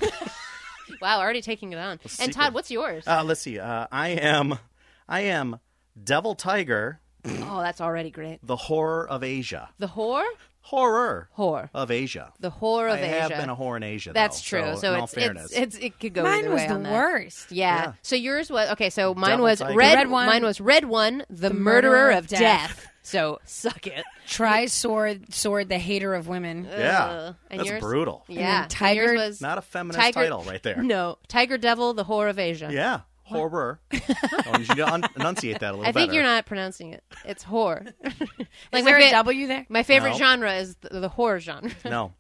Speaker 1: wow, already taking it on. And
Speaker 3: secret.
Speaker 1: Todd, what's yours?
Speaker 3: uh, let's see. Uh, I am. I am. Devil Tiger,
Speaker 1: oh, that's already great.
Speaker 3: the horror of Asia.
Speaker 1: The whore?
Speaker 3: Horror
Speaker 1: Whore.
Speaker 3: of Asia.
Speaker 1: The whore of
Speaker 3: I
Speaker 1: Asia.
Speaker 3: have been a whore in Asia.
Speaker 1: That's
Speaker 3: though,
Speaker 1: true. So,
Speaker 3: in all
Speaker 1: it's,
Speaker 3: fairness,
Speaker 1: it's it's it could go
Speaker 2: Mine
Speaker 1: either
Speaker 2: was
Speaker 1: way
Speaker 2: the
Speaker 1: on that.
Speaker 2: worst.
Speaker 1: Yeah.
Speaker 3: Yeah.
Speaker 1: So yours was okay. So mine
Speaker 3: Double
Speaker 1: was
Speaker 3: tiger.
Speaker 1: red,
Speaker 2: Red one.
Speaker 1: Mine was red one. The, murderer, of death. So suck it.
Speaker 2: Try sword, sword, the hater of women.
Speaker 3: yeah,
Speaker 1: Ugh. uh, And
Speaker 3: that's
Speaker 1: yours?
Speaker 3: brutal.
Speaker 1: Yeah.
Speaker 2: then tiger-
Speaker 1: Yours was
Speaker 3: Not a feminist
Speaker 1: Tiger-
Speaker 3: title right there.
Speaker 1: no tiger devil, the whore of Asia.
Speaker 3: Yeah, horror. oh, you should un- enunciate that a little
Speaker 1: I think
Speaker 3: better.
Speaker 1: you're not pronouncing it. It's whore. like
Speaker 2: Like Is
Speaker 1: my
Speaker 2: there
Speaker 1: fa-
Speaker 2: a W there?
Speaker 1: my favorite
Speaker 3: No.
Speaker 1: genre is the, the horror genre.
Speaker 3: No.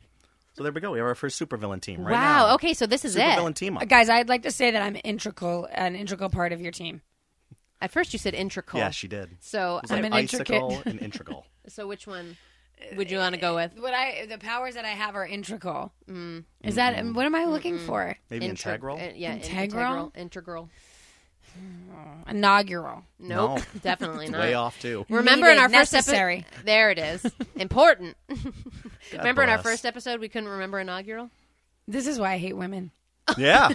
Speaker 3: So there we go. We have our first supervillain team right now.
Speaker 1: wow. Okay. So this is it.
Speaker 3: Supervillain team up.
Speaker 2: Uh, guys, I'd like to say that I'm integral, an integral part of your team.
Speaker 1: At first you said integral.
Speaker 3: Yeah, she did. It
Speaker 1: so
Speaker 3: was
Speaker 1: I-
Speaker 3: like
Speaker 2: I'm an intricate-
Speaker 3: icicle and integral.
Speaker 1: so which one
Speaker 2: Uh,
Speaker 1: would you want to go with?
Speaker 2: What I, the powers that I have are integral. Mm. Is that what am I looking for?
Speaker 3: Maybe
Speaker 1: Intra-
Speaker 3: integral.
Speaker 1: uh, yeah. in-
Speaker 2: Integral?
Speaker 1: Integral. Integral.
Speaker 2: Inaugural.
Speaker 1: Nope.
Speaker 3: No.
Speaker 1: Definitely
Speaker 3: It's
Speaker 1: not.
Speaker 3: way off too.
Speaker 1: Remember in
Speaker 2: Needed,
Speaker 1: our first episode,
Speaker 2: necessary.
Speaker 1: there it is. Important. Remember in our
Speaker 3: bless.
Speaker 1: first episode, we couldn't remember inaugural.
Speaker 2: This is why I hate women.
Speaker 3: Yeah.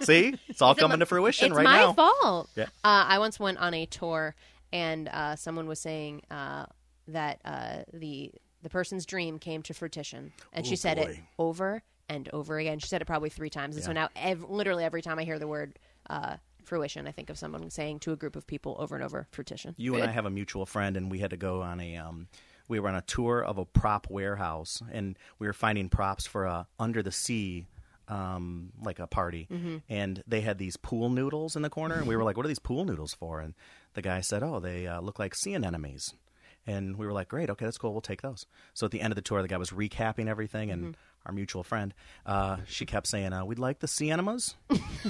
Speaker 3: See, it's all coming to fruition
Speaker 1: It's
Speaker 3: right
Speaker 1: my
Speaker 3: now.
Speaker 1: fault.
Speaker 3: Yeah.
Speaker 1: Uh, I once went on a tour, and uh, someone was saying uh, that uh, the the person's dream came to fruition, and she
Speaker 3: Oh,
Speaker 1: said it
Speaker 3: boy.
Speaker 1: over and over again. She said it probably three times, and so now ev- literally every time I hear the word uh, fruition, I think of someone saying to a group of people over and over, fruition.
Speaker 3: You and I have a mutual friend, and we had to go on a. Um, we were on a tour of a prop warehouse, and we were finding props for a under the sea, um, like a party.
Speaker 1: Mm-hmm.
Speaker 3: And they had these pool noodles in the corner, and we were like, "What are these pool noodles for?" And the guy said, "Oh, they uh, look like sea anemones." And we were like, "Great, okay, that's cool. We'll take those." So at the end of the tour, the guy was recapping everything, and
Speaker 1: Mm-hmm.
Speaker 3: our mutual friend, uh, she kept saying, uh, "We'd like the sea enemas,"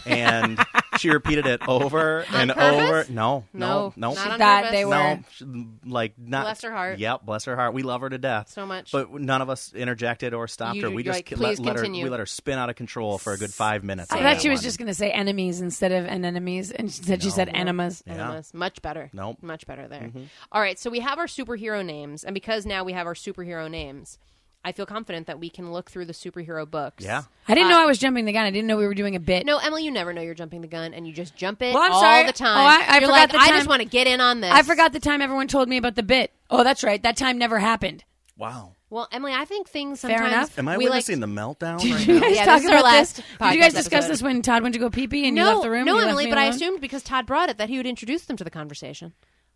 Speaker 3: and she repeated it over and
Speaker 1: purpose?
Speaker 3: over. No,
Speaker 1: No,
Speaker 3: no, no.
Speaker 1: not on
Speaker 2: thought
Speaker 1: purpose.
Speaker 2: they were-
Speaker 3: No, sh- like not.
Speaker 1: Bless her heart.
Speaker 3: Yep, bless her heart. We love her to death.
Speaker 1: So much.
Speaker 3: But none of us interjected or stopped
Speaker 1: You-
Speaker 3: her. We
Speaker 1: you're
Speaker 3: just
Speaker 1: like,
Speaker 3: ki-
Speaker 1: "Please
Speaker 3: let, let her.
Speaker 1: continue."
Speaker 3: We let her spin out of control for a good five minutes.
Speaker 2: I
Speaker 3: on
Speaker 2: thought
Speaker 3: that
Speaker 2: she was
Speaker 3: one.
Speaker 2: just going to say enemies instead of anemones, and she said she said enemas.
Speaker 3: Yeah.
Speaker 1: Animus. Much better.
Speaker 3: Nope. Mm-hmm.
Speaker 1: Much better there. All right. So we have our superhero names. And because now we have our superhero names, I feel confident that we can look through the superhero books.
Speaker 3: Yeah.
Speaker 2: I didn't know I was jumping the gun. I didn't know we were doing a bit.
Speaker 1: No, Emily, you never know you're jumping the gun and you just jump it
Speaker 2: Well, I'm
Speaker 1: all
Speaker 2: sorry.
Speaker 1: the
Speaker 2: Oh,
Speaker 1: time.
Speaker 2: I- I
Speaker 1: you're
Speaker 2: forgot
Speaker 1: like,
Speaker 2: the
Speaker 1: I just
Speaker 2: time.
Speaker 1: want to get in on this.
Speaker 2: I forgot the time everyone told me about the bit. Oh, that's right. That time never happened.
Speaker 3: Wow.
Speaker 1: Well, Emily, I think things sometimes.
Speaker 2: enough.
Speaker 3: Am I
Speaker 1: we like-
Speaker 3: witnessing the meltdown right
Speaker 2: Did you
Speaker 3: now?
Speaker 2: guys
Speaker 1: Yeah,
Speaker 2: talk
Speaker 1: this is our
Speaker 2: about
Speaker 1: last
Speaker 2: this? Did you guys
Speaker 1: podcast
Speaker 2: discuss
Speaker 1: episode.
Speaker 2: this when Todd went to go pee pee and
Speaker 1: No,
Speaker 2: you left the room?
Speaker 1: no,
Speaker 2: and you left
Speaker 1: Emily,
Speaker 2: me
Speaker 1: but I
Speaker 2: alone?
Speaker 1: assumed because Todd brought it that he would introduce them to the conversation.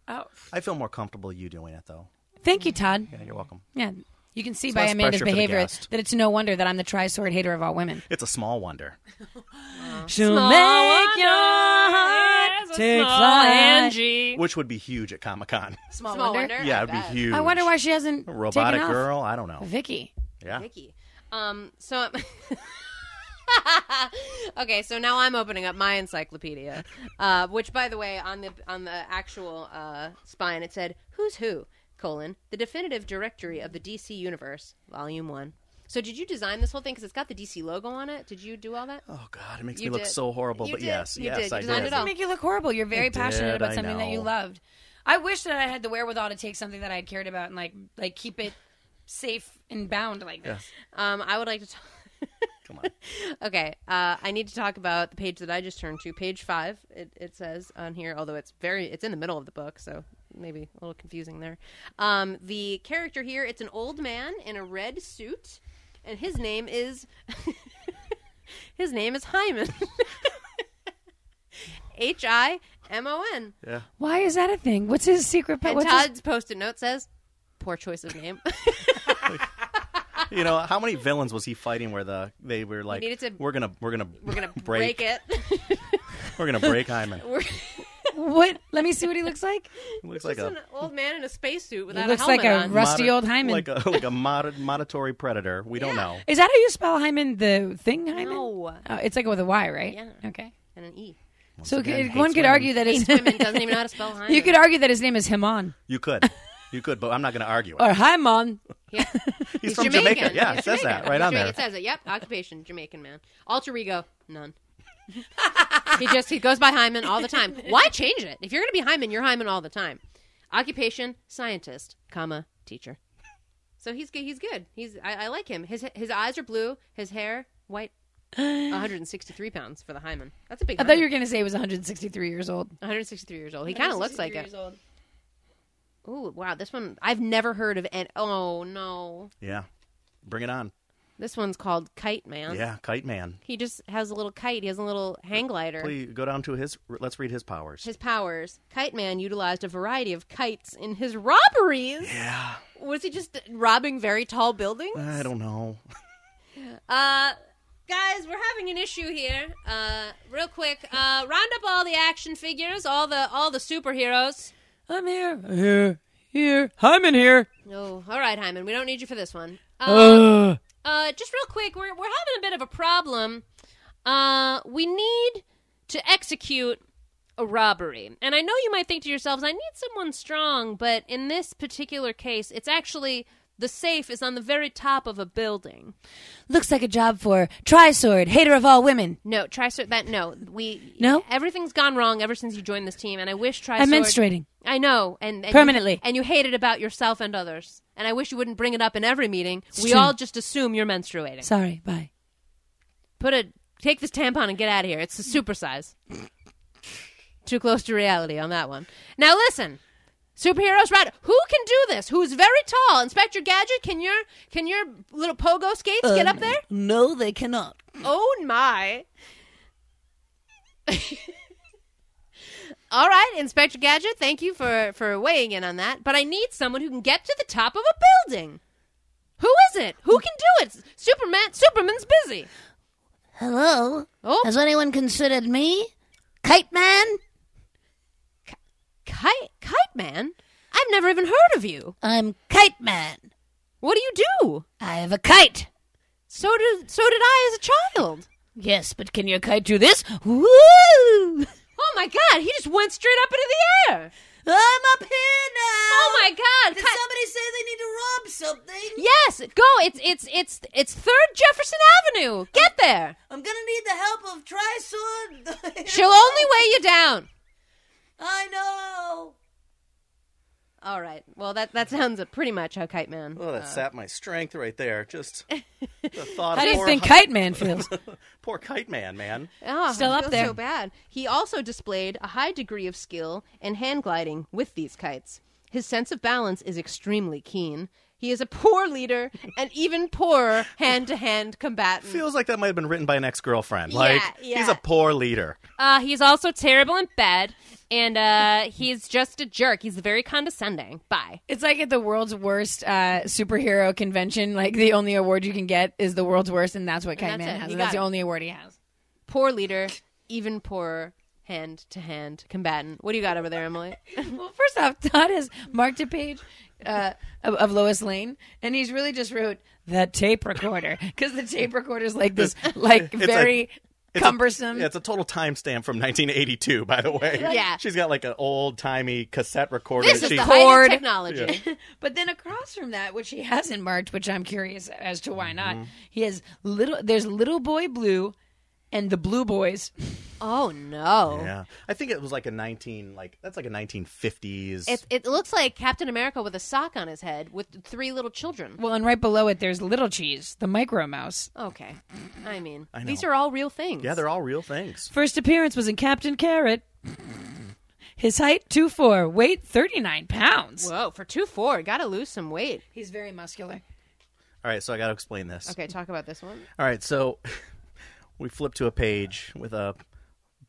Speaker 2: Oh,
Speaker 3: I feel more comfortable you doing it though.
Speaker 2: thank you, Todd.
Speaker 3: Yeah, you're welcome.
Speaker 2: Yeah, you can see by
Speaker 3: less
Speaker 2: Amanda's
Speaker 3: pressure for the
Speaker 2: behavior
Speaker 3: guest.
Speaker 2: that it's no wonder that I'm the tri-sword hater of all women.
Speaker 3: It's a small wonder.
Speaker 2: She'll
Speaker 1: Small
Speaker 2: make your heart take flight.
Speaker 3: Which would be huge at Comic Con.
Speaker 1: Small,
Speaker 2: wonder.
Speaker 3: yeah, it'd be huge.
Speaker 2: I wonder why she hasn't
Speaker 3: Robotic
Speaker 2: taken off.
Speaker 3: girl? I don't know.
Speaker 2: Vicky.
Speaker 3: Yeah.
Speaker 1: Vicky. Um, so okay, so now I'm opening up my encyclopedia, uh, which, by the way, on the on the actual uh, spine it said "Who's Who: colon the definitive directory of the DC universe, Volume One." So, did you design this whole thing? Because it's got the DC logo on it. Did you do all that?
Speaker 3: Oh God, it makes
Speaker 1: You
Speaker 3: me look
Speaker 1: did.
Speaker 3: so horrible.
Speaker 1: You
Speaker 3: but
Speaker 1: did.
Speaker 3: yes,
Speaker 1: You
Speaker 3: yes,
Speaker 1: did. You
Speaker 3: I
Speaker 1: designed
Speaker 3: did.
Speaker 1: it all.
Speaker 2: make you look horrible. You're very passionate
Speaker 3: did,
Speaker 2: about
Speaker 3: I
Speaker 2: something that you
Speaker 3: know.
Speaker 2: loved. I wish that I had the wherewithal to take something that I'd cared about and like like keep it safe and bound like this.
Speaker 1: Um, I would like to. Talk-
Speaker 3: Come on.
Speaker 1: Okay, uh, I need to talk about the page that I just turned to, page five. It, it says on here, although it's very, it's in the middle of the book, so maybe a little confusing there. Um, the character here, it's an old man in a red suit, and his name is his name is Hyman. H I M O N.
Speaker 3: Yeah.
Speaker 2: Why is that a thing? What's his secret? pet?
Speaker 1: And
Speaker 2: What's his-
Speaker 1: Todd's post-it note says, "Poor choice of name."
Speaker 3: You know, how many villains was he fighting where the they were like
Speaker 1: needed to-
Speaker 3: we're going to we're going to
Speaker 1: We're gonna break, it.
Speaker 3: We're going to break Hyman.
Speaker 1: We're,
Speaker 2: what? Let me see what he looks like.
Speaker 3: looks
Speaker 1: like
Speaker 3: like a
Speaker 1: an old man in a spacesuit
Speaker 2: He
Speaker 1: without
Speaker 2: looks
Speaker 1: a
Speaker 2: like
Speaker 1: helmet
Speaker 2: a
Speaker 1: on.
Speaker 2: rusty
Speaker 3: moder-
Speaker 2: old Hyman.
Speaker 3: Like a like a mod- monitory predator. We don't know.
Speaker 2: is that how you spell Hyman? The thing Hyman?
Speaker 1: No.
Speaker 2: Oh, it's like with a Y, right?
Speaker 1: Yeah.
Speaker 2: Okay.
Speaker 1: and an E.
Speaker 2: so
Speaker 3: again,
Speaker 2: it-
Speaker 3: hates
Speaker 2: one could
Speaker 3: women.
Speaker 2: argue that his
Speaker 1: Women doesn't even know how to spell Hyman.
Speaker 2: you could argue that his name is Himon
Speaker 3: You could. You could, but I'm not going to argue it.
Speaker 2: or Hymon.
Speaker 1: Yeah.
Speaker 3: He's, from Jamaica.
Speaker 1: Jamaican.
Speaker 3: Yeah,
Speaker 1: He's
Speaker 3: it says
Speaker 1: Jamaican.
Speaker 3: that right
Speaker 1: He's
Speaker 3: on
Speaker 1: Jamaican.
Speaker 3: there.
Speaker 1: It says it. Yep. Occupation Jamaican man. Alter ego none. he just he goes by Hyman all the time. Why change it? If you're going to be Hyman, you're Hyman all the time. Occupation scientist, comma teacher. So he's good. He's good. He's I, I like him. His his eyes are blue. His hair white. 163 pounds for the Hyman. That's a big.
Speaker 2: I thought you
Speaker 1: Hyman.
Speaker 2: were going to say he was 163 years old.
Speaker 1: 163 years old. He kind of looks like it. Ooh, wow. This one I've never heard of. And oh no,
Speaker 3: Yeah. Bring it on.
Speaker 1: this one's called Kite Man.
Speaker 3: Yeah, Kite Man.
Speaker 1: He just has a little kite. He has a little hang glider.
Speaker 3: Please go down to his let's read his powers.
Speaker 1: His powers. Kite Man utilized a variety of kites in his robberies.
Speaker 3: yeah. Uh-huh.
Speaker 1: Was he just robbing very tall buildings?
Speaker 3: I don't know.
Speaker 1: Uh, guys, we're having an issue here. Uh, real quick, uh, round up all the action figures, all the all the superheroes.
Speaker 2: I'm here. Here. Here. Hyman here.
Speaker 1: No, Oh, all right, Hyman, we don't need you for this one.
Speaker 2: Uh,
Speaker 1: Uh, uh, just real quick, we're we're having a bit of a problem. Uh, we need to execute a robbery. And I know you might think to yourselves, I need someone strong, but in this particular case, it's actually the safe is on the very top of a building.
Speaker 2: looks like a job for Trisword, hater of all women.
Speaker 1: No, Trisort that no, we
Speaker 2: No?
Speaker 1: everything's gone wrong ever since you joined this team and I wish Trisort
Speaker 2: I'm menstruating.
Speaker 1: I know, and, and
Speaker 2: Permanently.
Speaker 1: you, and you hate it about yourself and others. And I wish you wouldn't bring it up in every meeting. we
Speaker 2: true.
Speaker 1: all just assume you're menstruating.
Speaker 2: Sorry. Bye.
Speaker 1: Put a take this tampon and get out of here. It's a supersize. Too close to reality on that one. Now listen, superheroes, right? Who can do this? Who's very tall? Inspector Gadget, can your can your little pogo skates get up there?
Speaker 2: Uh, No, they cannot.
Speaker 1: Oh my! All right, Inspector Gadget, thank you for for weighing in on that. But I need someone who can get to the top of a building. Who is it? Who can do it? Superman. Superman's busy.
Speaker 4: Hello?
Speaker 1: Oh,
Speaker 4: Has anyone considered me? Kite Man?
Speaker 1: Kite, Kite Man? I've never even heard of you.
Speaker 4: I'm Kite Man.
Speaker 1: What do you do?
Speaker 4: I have a kite.
Speaker 1: So did so did I as a child.
Speaker 4: Yes, but can your kite do this? Woo!
Speaker 1: Oh my god, he just went straight up into the air.
Speaker 4: I'm up here now!
Speaker 1: Oh my god.
Speaker 4: Did
Speaker 1: Ki-
Speaker 4: somebody say they need to rob something?
Speaker 1: yes, go. It's it's it's it's 3rd Jefferson Avenue. Get there.
Speaker 4: I'm gonna need the help of Trisword.
Speaker 1: She'll only weigh you down.
Speaker 4: I know!
Speaker 1: All right. Well, that that sounds pretty much how Kite Man.
Speaker 3: Oh, that sapped my strength right there. Just the thought
Speaker 2: How do
Speaker 3: of
Speaker 2: you
Speaker 3: poor,
Speaker 2: think Kite Man feels?
Speaker 3: poor Kite Man, man.
Speaker 1: Oh,
Speaker 2: Still
Speaker 1: I
Speaker 2: up
Speaker 1: feel
Speaker 2: there.
Speaker 1: So bad. He also displayed a high degree of skill in hand gliding with these kites. His sense of balance is extremely keen. He is a poor leader and even poorer hand to hand combatant.
Speaker 3: Feels like that might have been written by an ex-girlfriend.
Speaker 1: Yeah,
Speaker 3: Like he's
Speaker 1: yeah.
Speaker 3: a poor leader.
Speaker 1: Uh, he's also terrible in bed, and uh, he's just a jerk. He's very condescending. Bye.
Speaker 2: It's like at the world's worst uh, superhero convention. Like the only award you can get is the world's worst, and that's what Kite
Speaker 1: that's
Speaker 2: Man
Speaker 1: it.
Speaker 2: has.
Speaker 1: You
Speaker 2: And that's
Speaker 1: got
Speaker 2: the
Speaker 1: it.
Speaker 2: only award he has.
Speaker 1: Poor leader, even poorer hand to hand combatant. What do you got over there, Emily?
Speaker 2: Well, first off, Todd has marked a page uh, of, of Lois Lane, and he's really just wrote the tape recorder because the tape recorder is like this, like
Speaker 3: It's
Speaker 2: very
Speaker 3: It's a-
Speaker 2: cumbersome.
Speaker 3: yeah, it's a total timestamp from 1982, by the way.
Speaker 1: Yeah.
Speaker 3: she's got like an old timey cassette recorder.
Speaker 1: This
Speaker 3: that
Speaker 1: is
Speaker 3: she,
Speaker 1: the height
Speaker 2: Cord.
Speaker 1: of technology.
Speaker 2: but then across from that, which he hasn't marked, which I'm curious as to why not,
Speaker 3: Mm-hmm.
Speaker 2: he has little. There's Little Boy Blue, and the Blue Boys.
Speaker 1: Oh no!
Speaker 3: yeah, I think it was like a 19 like that's like a 1950s.
Speaker 1: It it looks like Captain America with a sock on his head with three little children.
Speaker 2: Well, and right below it, there's Little Cheese, the Micro Mouse.
Speaker 1: Okay, I mean
Speaker 3: I know.
Speaker 1: these are all real things.
Speaker 3: yeah, they're all real things.
Speaker 2: First appearance was in Captain Carrot. His height, 2'4, weight, 39 pounds.
Speaker 1: Whoa, for two four, gotta lose some weight.
Speaker 2: He's very muscular.
Speaker 3: All right, so I got to explain this.
Speaker 1: Okay, talk about this one.
Speaker 3: All right, so we flip to a page with a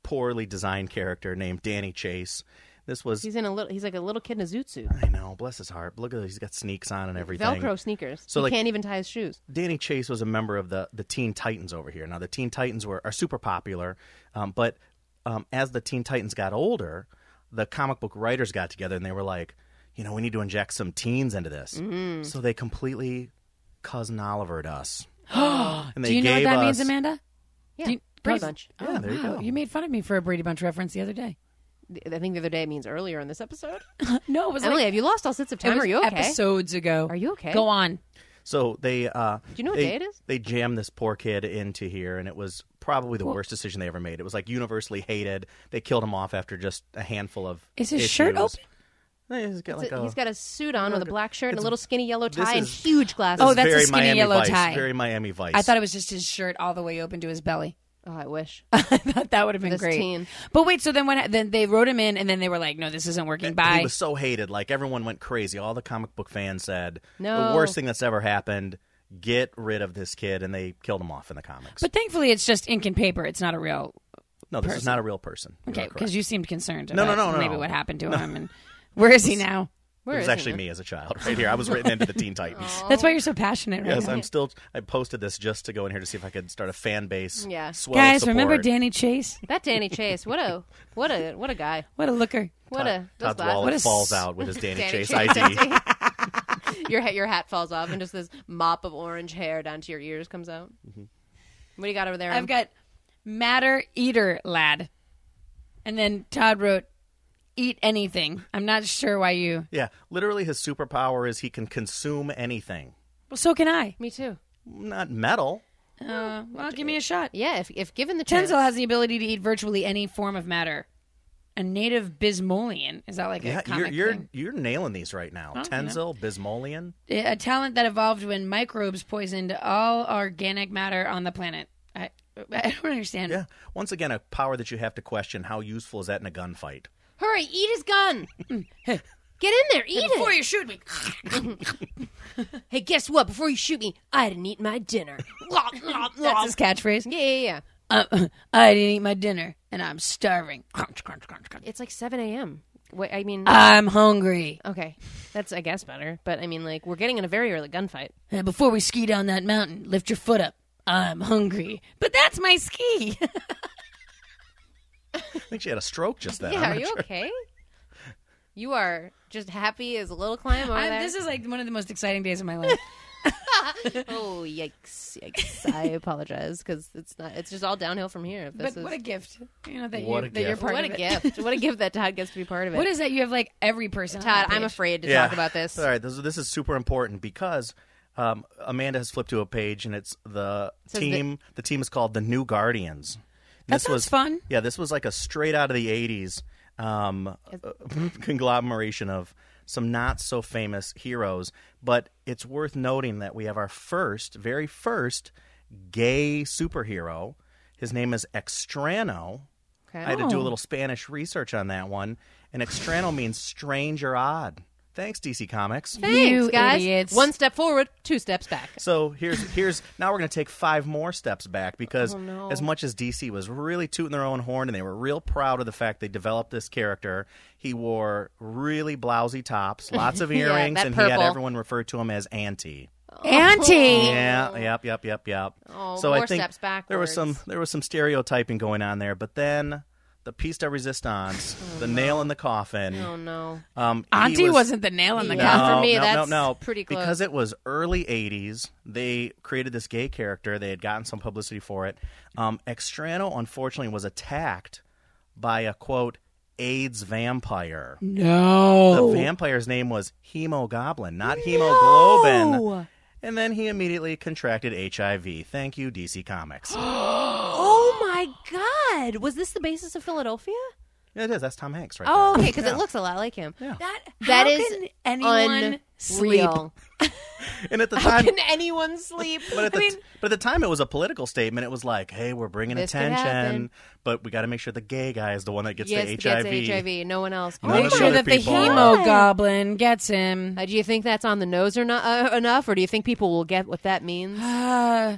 Speaker 3: poorly designed character named Danny Chase. This was
Speaker 1: He's in a little. He's like a little kid in a zoot suit,
Speaker 3: I know, bless his heart. Look at he's got sneaks on and everything.
Speaker 1: Velcro sneakers.
Speaker 3: So,
Speaker 1: he
Speaker 3: like-
Speaker 1: can't even tie his shoes.
Speaker 3: Danny Chase was a member of the the Teen Titans over here. Now the Teen Titans were are super popular, um, but um, as the Teen Titans got older, the comic book writers got together and they were like, you know, we need to inject some teens into this. So they completely cousin Olivered us. and they
Speaker 2: Do you know what
Speaker 3: gave
Speaker 2: that
Speaker 3: us,
Speaker 2: means, Amanda?
Speaker 1: Yeah,
Speaker 2: Do you-
Speaker 1: Brady
Speaker 2: Brady-
Speaker 1: Bunch.
Speaker 2: Oh,
Speaker 3: Yeah, there you
Speaker 2: wow.
Speaker 3: go.
Speaker 2: You made fun of me for a Brady Bunch reference the other day.
Speaker 1: I think the other day it means earlier in this episode.
Speaker 2: No, it was
Speaker 1: Emily,
Speaker 2: like
Speaker 1: have you lost all sense of time?
Speaker 2: it was
Speaker 1: Are you okay?
Speaker 2: episodes ago.
Speaker 1: Are you okay?
Speaker 2: Go on.
Speaker 3: So they. Uh, Do
Speaker 1: you know what
Speaker 3: they,
Speaker 1: day it is?
Speaker 3: They jammed this poor kid into here, and it was probably the worst decision they ever made. It was like universally hated. They killed him off after just a handful of.
Speaker 2: Is his
Speaker 3: issues.
Speaker 2: shirt open?
Speaker 3: Yeah, He's got like
Speaker 1: So
Speaker 3: a.
Speaker 1: he's got a suit on with a black shirt and a little skinny yellow
Speaker 3: this
Speaker 1: tie and
Speaker 3: is-
Speaker 1: huge glasses.
Speaker 2: Oh,
Speaker 3: this is
Speaker 2: that's a
Speaker 3: very
Speaker 2: skinny
Speaker 3: Miami
Speaker 2: yellow
Speaker 3: Vice,
Speaker 2: tie.
Speaker 3: Very Miami Vice.
Speaker 2: I thought it was just his shirt all the way open to his belly.
Speaker 1: Oh, I wish.
Speaker 2: I thought that would have been
Speaker 1: This
Speaker 2: great.
Speaker 1: teen.
Speaker 2: But wait, so then when then they wrote him in, and then they were like, "No, this isn't working." Bye.
Speaker 3: He was so hated. Like everyone went crazy. All the comic book fans said
Speaker 1: No.
Speaker 3: the worst thing that's ever happened. Get rid of this kid, and they killed him off in the comics.
Speaker 2: but thankfully, it's just ink and paper. It's not a real
Speaker 3: no, this is not a real person. You are
Speaker 2: okay
Speaker 3: correct.
Speaker 2: because you seemed concerned.
Speaker 3: No, no,
Speaker 2: about
Speaker 3: no, no,
Speaker 2: Maybe
Speaker 3: no.
Speaker 2: what happened to him, and where is he now?
Speaker 1: Where
Speaker 3: it was
Speaker 1: is he
Speaker 3: actually
Speaker 1: now?
Speaker 3: me as a child, right here. I was written into the Teen Titans.
Speaker 2: That's why you're so passionate, right?
Speaker 3: Yes,
Speaker 2: now.
Speaker 3: I'm still. I posted this just to go in here to see if I could start a fan base.
Speaker 1: Yeah.
Speaker 3: swell
Speaker 2: Guys,
Speaker 3: support.
Speaker 2: remember Danny Chase?
Speaker 1: That Danny Chase, what a what a what a guy.
Speaker 2: What a looker!
Speaker 1: What a those
Speaker 3: Todd's
Speaker 1: glasses.
Speaker 3: wallet
Speaker 2: What a s-
Speaker 3: falls out with his Danny,
Speaker 1: Danny
Speaker 3: Chase,
Speaker 1: Chase
Speaker 3: ID.
Speaker 1: your hat your hat falls off and just this mop of orange hair down to your ears comes out. What do you got over there?
Speaker 2: I've got matter eater lad, and then Todd wrote, "Eat anything." I'm not sure why you.
Speaker 3: Yeah, literally, his superpower is he can consume anything.
Speaker 2: Well, so can I.
Speaker 1: me too.
Speaker 3: Not metal.
Speaker 1: Oh.
Speaker 2: Uh, well, give me a shot.
Speaker 1: Yeah, if if given the chance,
Speaker 2: Tenzel has the ability to eat virtually any form of matter. A native Bismolian is that like a
Speaker 3: Yeah, you're
Speaker 2: comic
Speaker 3: you're
Speaker 2: thing? Oh,
Speaker 3: you're nailing these right now. Tenzel, Bismolian.
Speaker 2: A talent that evolved when microbes poisoned all organic matter on the planet. I, I don't understand.
Speaker 3: Yeah. Once again, a power that you have to question how useful is that in a gunfight?
Speaker 1: hurry, eat his gun. Get in there, eat
Speaker 2: Before
Speaker 1: it.
Speaker 2: you shoot me,
Speaker 1: Hey, guess what? Before you shoot me, I didn't eat my dinner.
Speaker 2: that's his catchphrase.
Speaker 1: yeah, yeah, yeah.
Speaker 2: Uh, I didn't eat my dinner and I'm starving. Crunch, crunch, crunch, crunch.
Speaker 1: It's like seven a.m. What I mean,
Speaker 2: I'm hungry.
Speaker 1: okay, that's I guess better. But I mean, like we're getting in a very early gunfight.
Speaker 2: And Uh, before we ski down that mountain, lift your foot up. I'm hungry. But that's my ski.
Speaker 3: I think she had a stroke just then.
Speaker 1: Yeah,
Speaker 3: I'm
Speaker 1: are
Speaker 3: not
Speaker 1: you
Speaker 3: sure.
Speaker 1: okay? You are just happy as a little clam over
Speaker 2: I'm-
Speaker 1: there.
Speaker 2: this is like one of the most exciting days of my life.
Speaker 1: oh yikes, yikes! I apologize because it's not. It's just all downhill from here. If
Speaker 2: But
Speaker 1: This is
Speaker 2: what a gift! You know that,
Speaker 3: What
Speaker 2: you,
Speaker 3: a
Speaker 2: that you're
Speaker 3: gift.
Speaker 2: part
Speaker 1: what
Speaker 2: of
Speaker 1: a
Speaker 2: it.
Speaker 1: gift! What a gift that Todd gets to be part of it.
Speaker 2: What is that? You have like every person. on
Speaker 1: Todd?
Speaker 2: that
Speaker 1: I'm
Speaker 2: page.
Speaker 1: afraid to
Speaker 3: Yeah.
Speaker 1: talk about this.
Speaker 3: All right, this, this is super important because um, Amanda has flipped to a page and it's the
Speaker 1: Says
Speaker 3: team. The, team is called the New Guardians.
Speaker 2: That
Speaker 3: This
Speaker 2: sounds
Speaker 3: was
Speaker 2: fun.
Speaker 3: Yeah, this was like a straight out of the '80s um, conglomeration of some not so famous heroes. But it's worth noting that we have our first, very first, gay superhero. His name is Extrano.
Speaker 1: Okay.
Speaker 3: I had to do a little Spanish research on that one, and extrano means strange or odd. Thanks, DC Comics.
Speaker 1: Thanks,
Speaker 2: You
Speaker 1: guys.
Speaker 2: idiots.
Speaker 1: One step forward, two steps back.
Speaker 3: So here's here's now we're gonna take five more steps back because
Speaker 1: Oh,
Speaker 3: as much as DC was really tooting their own horn and they were real proud of the fact they developed this character, he wore really blousy tops, lots of earrings,
Speaker 1: that
Speaker 3: and he had
Speaker 1: purple.
Speaker 3: everyone refer to him as Auntie. Oh.
Speaker 2: Auntie.
Speaker 3: Yeah, yep, yep, yep, yep.
Speaker 1: Oh,
Speaker 3: so
Speaker 1: more
Speaker 3: I think
Speaker 1: steps
Speaker 3: there was some
Speaker 1: backwards.
Speaker 3: there was some stereotyping going on there, but then the piece de resistance, the nail in the coffin.
Speaker 1: Oh no!
Speaker 3: Um, he
Speaker 2: Auntie
Speaker 3: was,
Speaker 2: was, not the nail in the
Speaker 1: No.
Speaker 2: coffin.
Speaker 1: Yeah, for me,
Speaker 3: no,
Speaker 1: that's
Speaker 3: no, no.
Speaker 1: pretty close.
Speaker 3: Because it was early 80s, they created this gay character. They had gotten some publicity for it. Um, Extrano, unfortunately, was attacked by a, quote, AIDS vampire.
Speaker 2: No.
Speaker 3: The vampire's name was Hemogoblin, not Hemoglobin. And then he immediately contracted HIV. Thank you, DC Comics.
Speaker 1: Oh my God! Was this the basis of Philadelphia?
Speaker 3: it is. That's Tom Hanks right
Speaker 1: Oh,
Speaker 3: there.
Speaker 1: okay, because it looks a lot like him.
Speaker 2: That,
Speaker 1: That
Speaker 2: how
Speaker 1: is
Speaker 2: can anyone sleep?
Speaker 1: unreal.
Speaker 3: And at the
Speaker 1: How
Speaker 3: time,
Speaker 1: can anyone sleep?
Speaker 3: but at,
Speaker 1: I
Speaker 3: the
Speaker 1: mean,
Speaker 3: t- but at the time, it was a political statement. It was like, "Hey, we're bringing
Speaker 1: This could
Speaker 3: attention,
Speaker 1: happen.
Speaker 3: but we got to make sure the gay guy is the one that gets
Speaker 1: yes,
Speaker 3: the
Speaker 1: it
Speaker 3: HIV."
Speaker 1: gets HIV. No one else.
Speaker 3: None
Speaker 2: Make
Speaker 3: of the
Speaker 2: sure
Speaker 3: other
Speaker 2: that the
Speaker 3: people-
Speaker 2: hemo goblin gets him.
Speaker 1: Uh, do you think that's on the nose or not uh, enough, or do you think people will get what that means?
Speaker 2: Uh,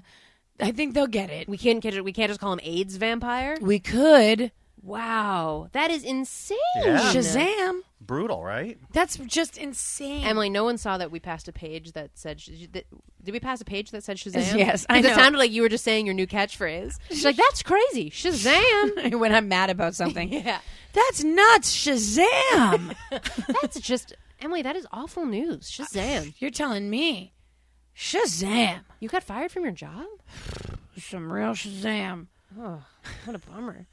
Speaker 2: I think they'll get it.
Speaker 1: We can't get it. We can't just call him AIDS vampire.
Speaker 2: We could
Speaker 1: Wow, that is insane.
Speaker 3: Yeah.
Speaker 2: Shazam.
Speaker 3: Brutal, right?
Speaker 2: That's just insane.
Speaker 1: Emily, no one saw that we passed a page that said. Sh- that, did we pass a page that said Shazam?
Speaker 2: Yes, I
Speaker 1: 'Cause It
Speaker 2: know.
Speaker 1: sounded like you were just saying your new catchphrase. She's like, "That's crazy, Shazam!
Speaker 2: when I'm mad about something.
Speaker 1: Yeah.
Speaker 2: That's nuts, Shazam.
Speaker 1: That's just Emily. That is awful news. Shazam!
Speaker 2: You're telling me. Shazam.
Speaker 1: You got fired from your job?
Speaker 2: Some real Shazam.
Speaker 1: Oh, what a bummer.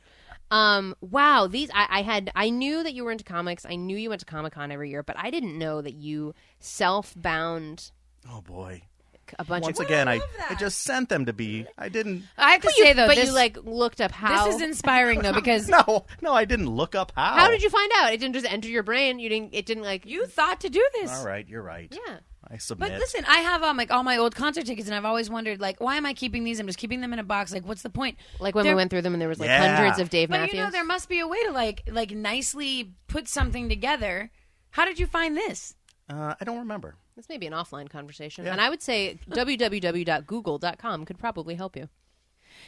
Speaker 1: Um, wow, these I, I had I knew that you were into comics. I knew you went to Comic Con every year, but I didn't know that you self bound
Speaker 3: Oh boy!
Speaker 1: a bunch
Speaker 3: Once
Speaker 1: of.
Speaker 3: again, I, I just sent them to be. I didn't.
Speaker 2: I have to
Speaker 1: you,
Speaker 2: say though,
Speaker 1: but
Speaker 2: this,
Speaker 1: you like looked up how. Oh.
Speaker 2: this is inspiring though because
Speaker 3: No, no, I didn't look up how.
Speaker 1: how did you find out? It didn't just enter your brain. You didn't. It didn't like
Speaker 2: you thought to do this.
Speaker 3: All right, you're right.
Speaker 1: Yeah.
Speaker 3: I submit.
Speaker 2: But listen, I have um like all my old concert tickets, and I've always wondered like why am I keeping these? I'm just keeping them in a box. Like what's the point?
Speaker 1: Like when
Speaker 2: They're-
Speaker 1: we went through them and there was like
Speaker 3: Yeah.
Speaker 1: hundreds of Dave
Speaker 2: But
Speaker 1: Matthews.
Speaker 2: you know, there must be a way to like like nicely put something together. How did you find this?
Speaker 3: uh, I don't remember.
Speaker 1: this may be an offline conversation.
Speaker 3: Yeah.
Speaker 1: And I would say www.google.com could probably help you.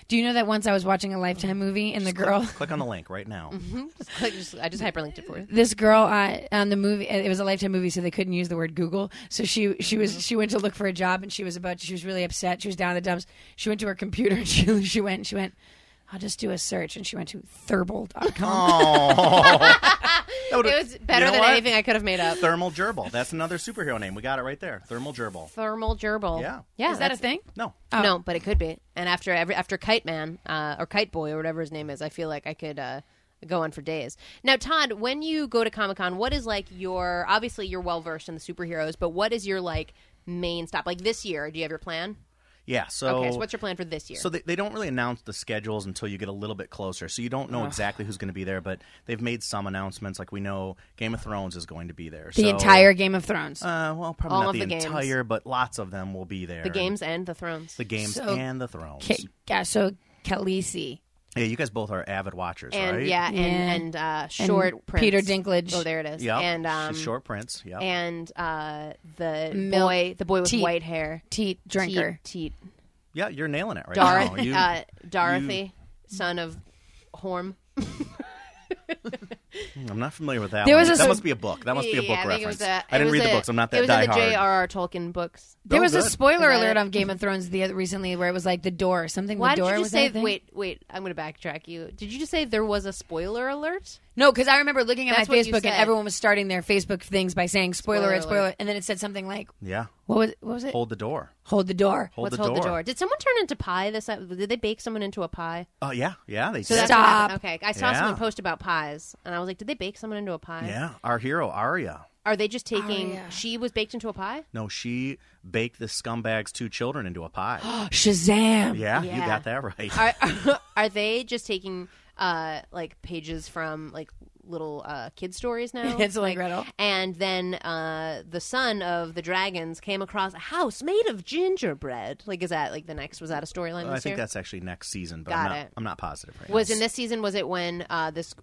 Speaker 2: Do you know that once I was watching a Lifetime movie and the girl,
Speaker 3: Click on the link right now.
Speaker 1: Mm-hmm. I just, I just hyperlinked it for you.
Speaker 2: this girl uh, on the movie, it was a Lifetime movie, so they couldn't use the word Google. So she she was she went to look for a job and she was about she was really upset. She was down in the dumps. She went to her computer and she she went and she went. I'll just do a search, and she went to thermal.com.
Speaker 3: That would've-
Speaker 1: It was better
Speaker 3: you know
Speaker 1: than
Speaker 3: what?
Speaker 1: anything I could have made up.
Speaker 3: Thermal gerbil. That's another superhero name. We got it right there. Thermal gerbil.
Speaker 1: Thermal gerbil.
Speaker 3: Yeah.
Speaker 1: Yeah.
Speaker 2: Is that a
Speaker 1: that's-
Speaker 2: thing?
Speaker 3: No.
Speaker 1: No, but it could be. And after every after Kite Man uh, or Kite Boy or whatever his name is, I feel like I could uh, go on for days. Now, Todd, when you go to Comic Con, what is like your obviously you're well versed in the superheroes, but what is your like main stop? Like this year, do you have your plan?
Speaker 3: Yeah. So.
Speaker 1: okay, so what's your plan for this year?
Speaker 3: So they, they don't really announce the schedules until you get a little bit closer. So you don't know exactly who's going to be there, but they've made some announcements. Like we know Game of Thrones is going to be there.
Speaker 2: The
Speaker 3: so,
Speaker 2: entire Game of Thrones.
Speaker 3: Uh, well, probably
Speaker 1: All
Speaker 3: not
Speaker 1: of
Speaker 3: the,
Speaker 1: the games.
Speaker 3: entire, but lots of them will be there.
Speaker 1: the games and the thrones.
Speaker 3: the games,
Speaker 2: So-
Speaker 3: and the thrones.
Speaker 2: Okay, yeah, so Khaleesi.
Speaker 3: Yeah, you guys both are avid watchers,
Speaker 1: and
Speaker 3: right?
Speaker 1: yeah,
Speaker 2: Yeah.
Speaker 1: and and uh, short Prince.
Speaker 2: Peter Dinklage.
Speaker 1: Oh, there it is.
Speaker 3: Yeah.
Speaker 1: and um,
Speaker 3: She's short prince. Yeah.
Speaker 1: and uh, the
Speaker 2: Milk
Speaker 1: boy, the boy with
Speaker 2: tea.
Speaker 1: white hair,
Speaker 2: Teat drinker.
Speaker 1: teat, teat.
Speaker 3: yeah, you're nailing it right
Speaker 1: Darth,
Speaker 3: now. You-
Speaker 1: uh, Dorothy, son of Horm.
Speaker 3: I'm not familiar with that.
Speaker 2: There
Speaker 3: one.
Speaker 2: was a
Speaker 3: that
Speaker 2: s-
Speaker 3: must be a book. That must be a book
Speaker 1: yeah, I
Speaker 3: reference.
Speaker 1: think it was a,
Speaker 3: I
Speaker 1: it
Speaker 3: didn't
Speaker 1: was
Speaker 3: read the
Speaker 1: a-
Speaker 3: books. I'm not that
Speaker 1: It was
Speaker 3: diehard.
Speaker 1: in the J.R.R. Tolkien books.
Speaker 2: There
Speaker 3: Oh,
Speaker 2: was a
Speaker 3: good.
Speaker 2: spoiler
Speaker 1: Is that
Speaker 2: alert
Speaker 1: it?
Speaker 2: on Game of Thrones the other, recently where it was like the door something.
Speaker 1: Why
Speaker 2: the
Speaker 1: did
Speaker 2: door
Speaker 1: you
Speaker 2: was
Speaker 1: just
Speaker 2: that
Speaker 1: say?
Speaker 2: a thing?
Speaker 1: Wait, wait. I'm going to backtrack you. Did you just say there was a spoiler alert?
Speaker 2: No, because I remember looking at
Speaker 1: That's
Speaker 2: my
Speaker 1: what you
Speaker 2: Facebook and
Speaker 1: said.
Speaker 2: everyone was starting their Facebook things by saying spoiler,
Speaker 1: Spoiler
Speaker 2: alert, spoiler,
Speaker 1: alert.
Speaker 2: alert," and then it said something like
Speaker 3: Yeah.
Speaker 2: what was what was it? Hold,
Speaker 3: Hold the door.
Speaker 2: the door.
Speaker 3: Hold,
Speaker 1: Let's
Speaker 3: Oh, the,
Speaker 1: hold
Speaker 3: door.
Speaker 1: the door. Did someone turn into pie? This did they bake someone into a pie?
Speaker 3: Oh yeah, yeah. They
Speaker 1: So
Speaker 3: did.
Speaker 1: that's what
Speaker 2: Stop.
Speaker 1: happened. Okay, I saw
Speaker 3: Yeah.
Speaker 1: someone post about pies, and I was like, did they bake someone into a pie?
Speaker 3: yeah. Our hero Arya.
Speaker 1: Are they just taking?
Speaker 2: Aria.
Speaker 1: She was baked into a pie.
Speaker 3: No, she baked the scumbag's two children into a pie.
Speaker 2: Oh, Shazam!
Speaker 3: yeah, you
Speaker 1: Yeah.
Speaker 3: got that right.
Speaker 1: Are are they just taking uh like pages from like little uh kid stories now?
Speaker 2: Hansel and Gretel.
Speaker 1: And then uh, the son of the dragons came across a house made of gingerbread. Like, is that like the next? Was that a storyline
Speaker 3: I
Speaker 1: this year?
Speaker 3: think that's actually next season, but
Speaker 1: Got
Speaker 3: I'm, not,
Speaker 1: it.
Speaker 3: I'm not positive right
Speaker 1: was
Speaker 3: now.
Speaker 1: in this season. Was it when uh, this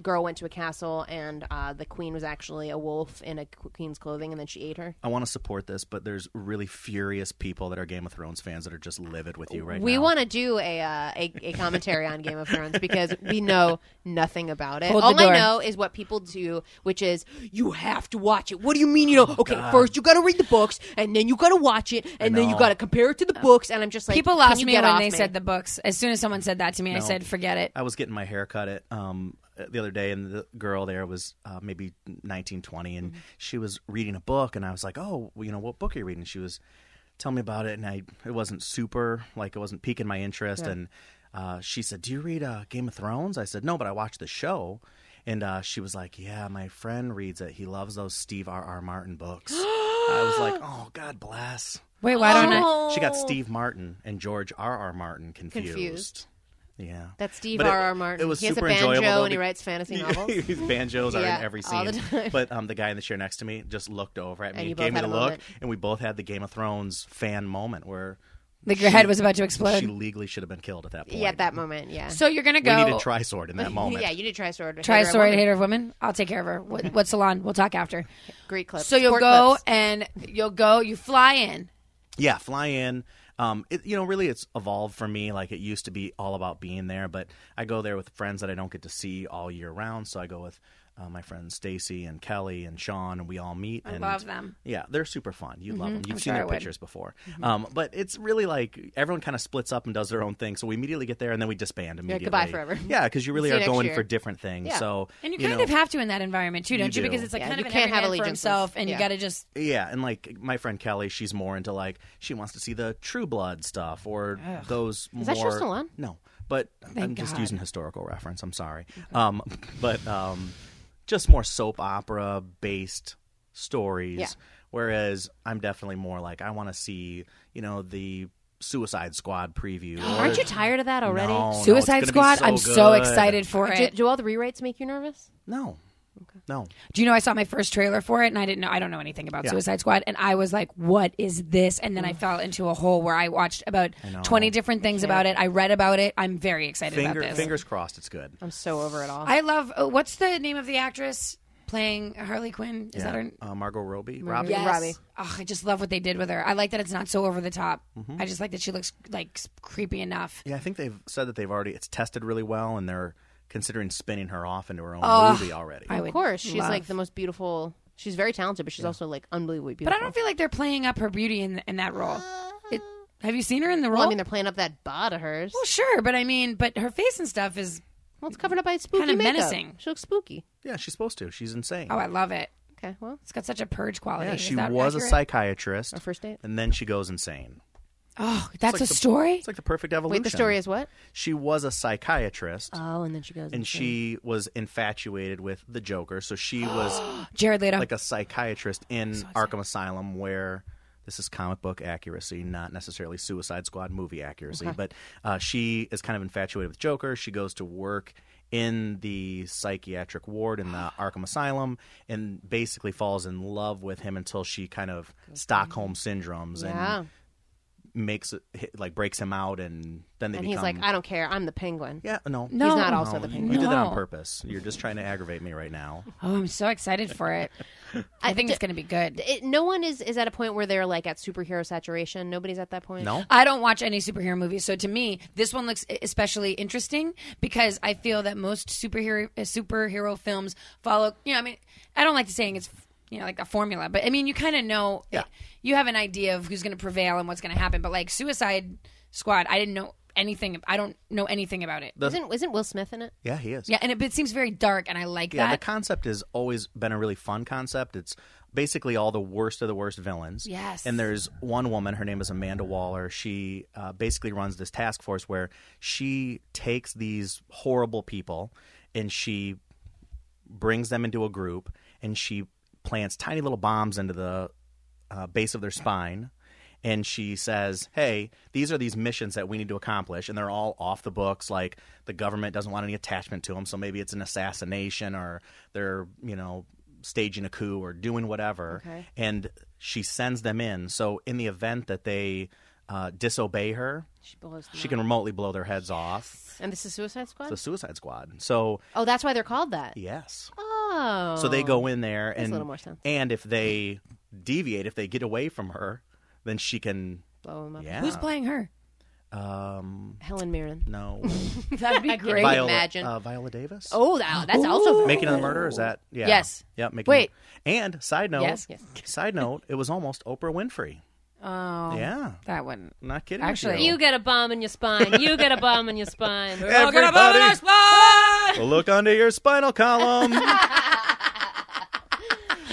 Speaker 1: girl went to a castle and uh, the queen was actually a wolf in a queen's clothing, and then she ate her?
Speaker 3: I want to support this, but there's really furious people that are Game of Thrones fans that are just livid with you right
Speaker 1: we
Speaker 3: now.
Speaker 1: want to do a, uh, a a commentary on Game of Thrones because we know nothing about it.
Speaker 2: Hold the
Speaker 1: All
Speaker 2: door.
Speaker 1: I know is what people do, which is you have to watch it. What do you mean you
Speaker 3: Oh,
Speaker 1: know? Okay, first you got to read the books, and then you got to watch it, and then you
Speaker 3: know.
Speaker 1: got to compare it to the books. And I'm just like,
Speaker 2: Oh. People
Speaker 1: can
Speaker 2: lost
Speaker 1: you
Speaker 2: me
Speaker 1: get
Speaker 2: when
Speaker 1: off
Speaker 2: they
Speaker 1: me? Uh,
Speaker 2: said the books. As soon as someone said that to me, I said, "Forget it."
Speaker 3: I was getting my hair cut at um, the other day, and the girl there was uh, maybe 19, 20, and she was reading a book, and I was like, "Oh, well, you know, what book are you reading?" She was, "Tell me about it," and I it wasn't super like it wasn't piquing my interest, and uh, she said, "Do you read uh, Game of Thrones?" I said, "No, but I watched the show." And uh, she was like, "Yeah, my friend reads it. He loves those Steve R. R. Martin books." I was like, "Oh, God bless."
Speaker 2: Wait, why don't I?
Speaker 1: Oh.
Speaker 3: She got Steve Martin and George R. R. Martin confused.
Speaker 1: Confused.
Speaker 3: Yeah.
Speaker 5: That's Steve
Speaker 3: But it-
Speaker 5: R. R. Martin.
Speaker 3: it was
Speaker 5: he has a
Speaker 3: super
Speaker 5: banjo
Speaker 3: enjoyable, though,
Speaker 5: and he
Speaker 3: be-
Speaker 5: writes fantasy novels.
Speaker 3: His banjos are
Speaker 5: Yeah,
Speaker 3: in every
Speaker 5: all the
Speaker 3: scene.
Speaker 5: time.
Speaker 3: But um, the guy in the chair next to me just looked over at
Speaker 5: And
Speaker 3: me,
Speaker 5: you both
Speaker 3: gave me
Speaker 5: had
Speaker 3: the
Speaker 5: a
Speaker 3: look,
Speaker 5: moment.
Speaker 3: and we both had the Game of Thrones fan moment where
Speaker 2: Like your head was about to explode.
Speaker 3: she legally should have been killed at that point.
Speaker 5: yeah, at that moment, yeah.
Speaker 2: so you're gonna
Speaker 3: we
Speaker 2: go.
Speaker 3: needed Trisword in that moment.
Speaker 5: yeah, you did try sword.
Speaker 2: Try sorry, hater of women. I'll take care of her. What, what salon? We'll talk after.
Speaker 5: Great clip.
Speaker 2: So you'll
Speaker 5: Sport
Speaker 2: go
Speaker 5: clips.
Speaker 2: and you'll go. You fly in.
Speaker 3: Yeah, fly in. Um, it, you know, really, it's evolved for me. Like it used to be all about being there, but I go there with friends that I don't get to see all year round. So I go with uh, my friends Stacy and Kelly and Sean, and we all meet.
Speaker 2: I
Speaker 3: and
Speaker 2: love them. Mm-hmm.
Speaker 3: Yeah, they're super fun. You love them. You've
Speaker 2: I'm sure
Speaker 3: seen
Speaker 2: I
Speaker 3: their
Speaker 2: would. Mm-hmm.
Speaker 3: pictures before. Um, but it's really like everyone kind of splits up and does their own thing. So we immediately get there and then we disband immediately.
Speaker 5: goodbye forever.
Speaker 3: Yeah, because you really
Speaker 5: See you
Speaker 3: are
Speaker 5: next
Speaker 3: going
Speaker 5: year.
Speaker 3: for different things.
Speaker 5: Yeah.
Speaker 3: So
Speaker 2: And you,
Speaker 3: you
Speaker 2: kind
Speaker 3: know,
Speaker 2: of have to in that environment too, don't you?
Speaker 3: do.
Speaker 2: Because it's like
Speaker 5: Yeah,
Speaker 2: kind
Speaker 5: you
Speaker 2: of an
Speaker 5: can't have
Speaker 2: everyman for
Speaker 5: allegiances.
Speaker 2: himself, and
Speaker 5: Yeah.
Speaker 2: you got to just
Speaker 3: Yeah, and like my friend Kelly, she's more into like she wants to see the True Blood stuff or those more.
Speaker 5: that show still on?
Speaker 3: No, but I'm just
Speaker 2: God.
Speaker 3: using historical reference. I'm sorry, um, but um, just more soap opera based stories.
Speaker 5: Yeah.
Speaker 3: Whereas I'm definitely more like I want to see you know the Suicide Squad preview.
Speaker 5: Aren't
Speaker 3: or-
Speaker 5: you tired of that
Speaker 3: No,
Speaker 5: already?
Speaker 3: Oh, no, it's gonna
Speaker 2: Suicide
Speaker 3: be
Speaker 2: Squad.
Speaker 3: so
Speaker 2: I'm so
Speaker 3: good.
Speaker 2: excited for
Speaker 5: do,
Speaker 2: it.
Speaker 5: do all the rewrites make you nervous?
Speaker 3: No, no.
Speaker 2: Do you know I saw my first trailer for it and I didn't know I don't know anything about
Speaker 3: Yeah.
Speaker 2: Suicide Squad and I was like, what is this? And then I fell into a hole where I watched about
Speaker 3: know.
Speaker 2: twenty different things about it. I read about it. I'm very excited
Speaker 3: Finger,
Speaker 2: about this.
Speaker 3: fingers crossed, it's good.
Speaker 5: I'm so over it all.
Speaker 2: I love uh, what's the name of the actress playing Harley Quinn? Is that her?
Speaker 3: uh, Margot Robbie? Robbie?
Speaker 5: Yes. Robbie.
Speaker 2: Oh, I just love what they did with her. I like that it's not so over the top.
Speaker 3: Mm-hmm.
Speaker 2: I just like that she looks like creepy enough.
Speaker 3: Yeah, I think they've said that they've already it's tested really well, and they're considering spinning her off into her own movie already.
Speaker 2: I
Speaker 5: of
Speaker 2: would
Speaker 5: course, she's
Speaker 2: love-
Speaker 5: like the most beautiful. She's very talented, but she's also like unbelievably
Speaker 2: But
Speaker 5: beautiful.
Speaker 2: I don't feel like they're playing up her beauty in in that role. It, have you seen her in the role?
Speaker 5: Uh-huh. Well, I mean, they're playing up that bod of hers.
Speaker 2: Well, sure, but I mean, but her face and stuff is.
Speaker 5: Well, it's covered up by spooky
Speaker 2: Kinda
Speaker 5: makeup.
Speaker 2: menacing.
Speaker 5: She looks spooky.
Speaker 3: yeah, she's supposed to. She's insane.
Speaker 2: Oh, I love it.
Speaker 5: Okay, well,
Speaker 2: It's got such a purge quality.
Speaker 3: yeah,
Speaker 2: Is
Speaker 3: she
Speaker 2: that
Speaker 3: was a
Speaker 2: accurate?
Speaker 3: psychiatrist,
Speaker 5: our first date.
Speaker 3: and then she goes insane.
Speaker 2: Oh, that's
Speaker 3: like
Speaker 2: a
Speaker 3: the-
Speaker 2: story.
Speaker 3: It's like the perfect evolution.
Speaker 5: Wait, the story is what?
Speaker 3: she was a psychiatrist,
Speaker 5: Oh, and then she goes
Speaker 3: and she was infatuated with the Joker, so she was
Speaker 2: Jared Leto.
Speaker 3: like a psychiatrist in Arkham Asylum, where this is comic book accuracy, not necessarily Suicide Squad movie accuracy. But uh, she is kind of infatuated with Joker. She goes to work in the psychiatric ward in the Arkham Asylum and basically falls in love with him until she kind of Stockholm syndromes
Speaker 5: Yeah.
Speaker 3: and makes it hit- like breaks him out, and then they
Speaker 5: and he's
Speaker 3: become
Speaker 5: like, I don't care. I'm the penguin.
Speaker 3: yeah no
Speaker 2: no,
Speaker 5: He's not also the
Speaker 3: you,
Speaker 5: penguin.
Speaker 3: you did that on
Speaker 2: No.
Speaker 3: purpose. You're just trying to aggravate me right now.
Speaker 2: oh, I'm so excited for it. I think it's going to be good.
Speaker 5: It, no one is is at a point where they're like at superhero saturation. Nobody's at that point.
Speaker 3: No,
Speaker 2: I don't watch any superhero movies, so to me, this one looks especially interesting because I feel that most superhero uh, superhero films follow. You know, I mean, I don't like to saying it's you know like a formula, but I mean, you kind of know.
Speaker 3: Yeah.
Speaker 2: You have an idea of who's going to prevail and what's going to happen, but like Suicide Squad, I didn't know anything. I don't know anything about it.
Speaker 5: Isn't isn't Will Smith in it?
Speaker 3: yeah, he is.
Speaker 2: yeah, and it, but it seems very dark, and I like
Speaker 3: Yeah,
Speaker 2: that.
Speaker 3: the concept has always been a really fun concept. It's basically all the worst of the worst villains.
Speaker 2: Yes.
Speaker 3: And there's one woman, her name is Amanda Waller. She uh, basically runs this task force where she takes these horrible people and she brings them into a group and she plants tiny little bombs into the uh, base of their spine. And she says, Hey, these are these missions that we need to accomplish. And they're all off the books. Like the government doesn't want any attachment to them. So maybe it's an assassination or they're, you know, staging a coup or doing whatever.
Speaker 5: Okay.
Speaker 3: And she sends them in. So in the event that they uh, disobey her,
Speaker 5: She blows. them
Speaker 3: she
Speaker 5: up.
Speaker 3: can remotely blow their heads off.
Speaker 5: And this is Suicide Squad.
Speaker 3: The Suicide Squad. So,
Speaker 5: oh, that's why they're called that.
Speaker 3: yes.
Speaker 5: Oh,
Speaker 3: So they go in there and
Speaker 5: a little more sense.
Speaker 3: and if they deviate, if they get away from her, then she can
Speaker 5: blow him up.
Speaker 3: yeah.
Speaker 2: Who's playing her?
Speaker 3: Um
Speaker 5: Helen Mirren.
Speaker 3: no.
Speaker 5: That'd be great.
Speaker 3: Viola,
Speaker 5: Imagine.
Speaker 3: uh, Viola Davis?
Speaker 5: oh, that, that's also
Speaker 3: Making of the Murder is that yeah.
Speaker 5: Yes.
Speaker 3: Yep, making
Speaker 5: Wait.
Speaker 3: And side note
Speaker 2: Yes.
Speaker 5: Yes.
Speaker 3: side note, it was almost Oprah Winfrey.
Speaker 2: Oh,
Speaker 3: Yeah.
Speaker 2: that one.
Speaker 3: Not kidding.
Speaker 2: Actually,
Speaker 3: you.
Speaker 5: You get a bomb in your spine. You get a bomb in your spine.
Speaker 3: Everybody, look under your spinal column.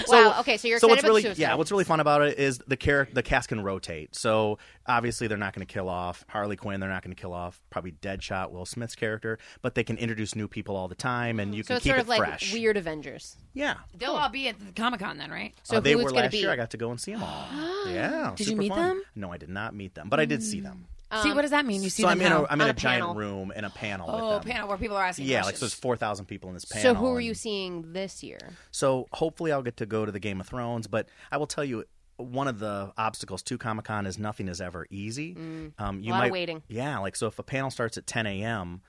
Speaker 5: wow. Okay, so you're
Speaker 3: so
Speaker 5: excited
Speaker 3: what's
Speaker 5: about
Speaker 3: really
Speaker 5: Suicide.
Speaker 3: yeah what's really fun about it is the character the cast can rotate so obviously they're not going to kill off harley quinn they're not going to kill off probably deadshot will smith's character but they can introduce new people all the time and you
Speaker 5: so
Speaker 3: can
Speaker 5: it's
Speaker 3: keep
Speaker 5: sort
Speaker 3: it
Speaker 5: of like
Speaker 3: fresh
Speaker 5: weird Avengers.
Speaker 3: yeah
Speaker 2: They'll all be at the Comic Con then, right?
Speaker 5: So
Speaker 3: Uh, they
Speaker 5: who it's
Speaker 3: were
Speaker 5: gonna
Speaker 3: last
Speaker 5: be?
Speaker 3: year i got to go and see them all yeah
Speaker 2: Did you
Speaker 3: super
Speaker 2: meet
Speaker 3: fun.
Speaker 2: them?
Speaker 3: no i did not meet them but i did see them
Speaker 5: Oh,
Speaker 2: see, what does that mean? You see
Speaker 3: so
Speaker 2: them
Speaker 3: I'm in
Speaker 2: how?
Speaker 3: a I'm in
Speaker 5: On
Speaker 3: a,
Speaker 5: a
Speaker 3: giant
Speaker 5: panel.
Speaker 3: room in a panel.
Speaker 2: oh
Speaker 3: with them.
Speaker 2: panel where people are asking.
Speaker 3: Yeah, like so
Speaker 2: questions.
Speaker 3: there's four thousand people in this panel.
Speaker 5: So who are you
Speaker 3: and-
Speaker 5: seeing this year?
Speaker 3: So hopefully I'll get to go to the Game of Thrones, but I will tell you one of the obstacles to Comic Con is nothing is ever easy. um, you
Speaker 5: Mm. lot of
Speaker 3: might
Speaker 5: waiting.
Speaker 3: Yeah, like so if a panel starts at 10 a.m.,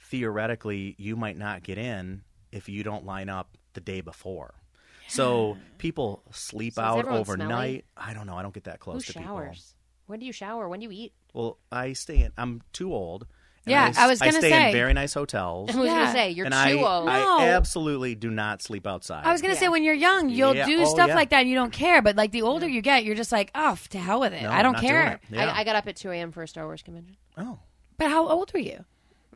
Speaker 3: theoretically you might not get in if you don't line up the day before. So people sleep
Speaker 5: So is
Speaker 3: out
Speaker 5: everyone
Speaker 3: overnight. I don't know. I don't get that
Speaker 5: Who
Speaker 3: close to
Speaker 5: showers? When do you shower? When do you eat?
Speaker 3: people. Well, I stay in. I'm too old. and
Speaker 2: Yeah,
Speaker 3: s-
Speaker 2: I was gonna
Speaker 3: I stay
Speaker 2: say.
Speaker 3: in very nice hotels.
Speaker 5: I was
Speaker 2: Yeah.
Speaker 5: gonna say you're
Speaker 3: and
Speaker 5: too
Speaker 3: I,
Speaker 5: old.
Speaker 2: No.
Speaker 3: I absolutely do not sleep outside.
Speaker 2: I was gonna say when you're young, you'll
Speaker 3: Yeah.
Speaker 2: do
Speaker 3: Oh,
Speaker 2: stuff
Speaker 3: yeah.
Speaker 2: like that. and You don't care, but like the older you get, you're just like, oh, f- to hell with it.
Speaker 3: No,
Speaker 2: I don't
Speaker 3: not doing
Speaker 2: care.
Speaker 3: it. Yeah.
Speaker 5: I, I got up at 2 a.m. for a Star Wars convention.
Speaker 3: oh.
Speaker 2: But how old were you?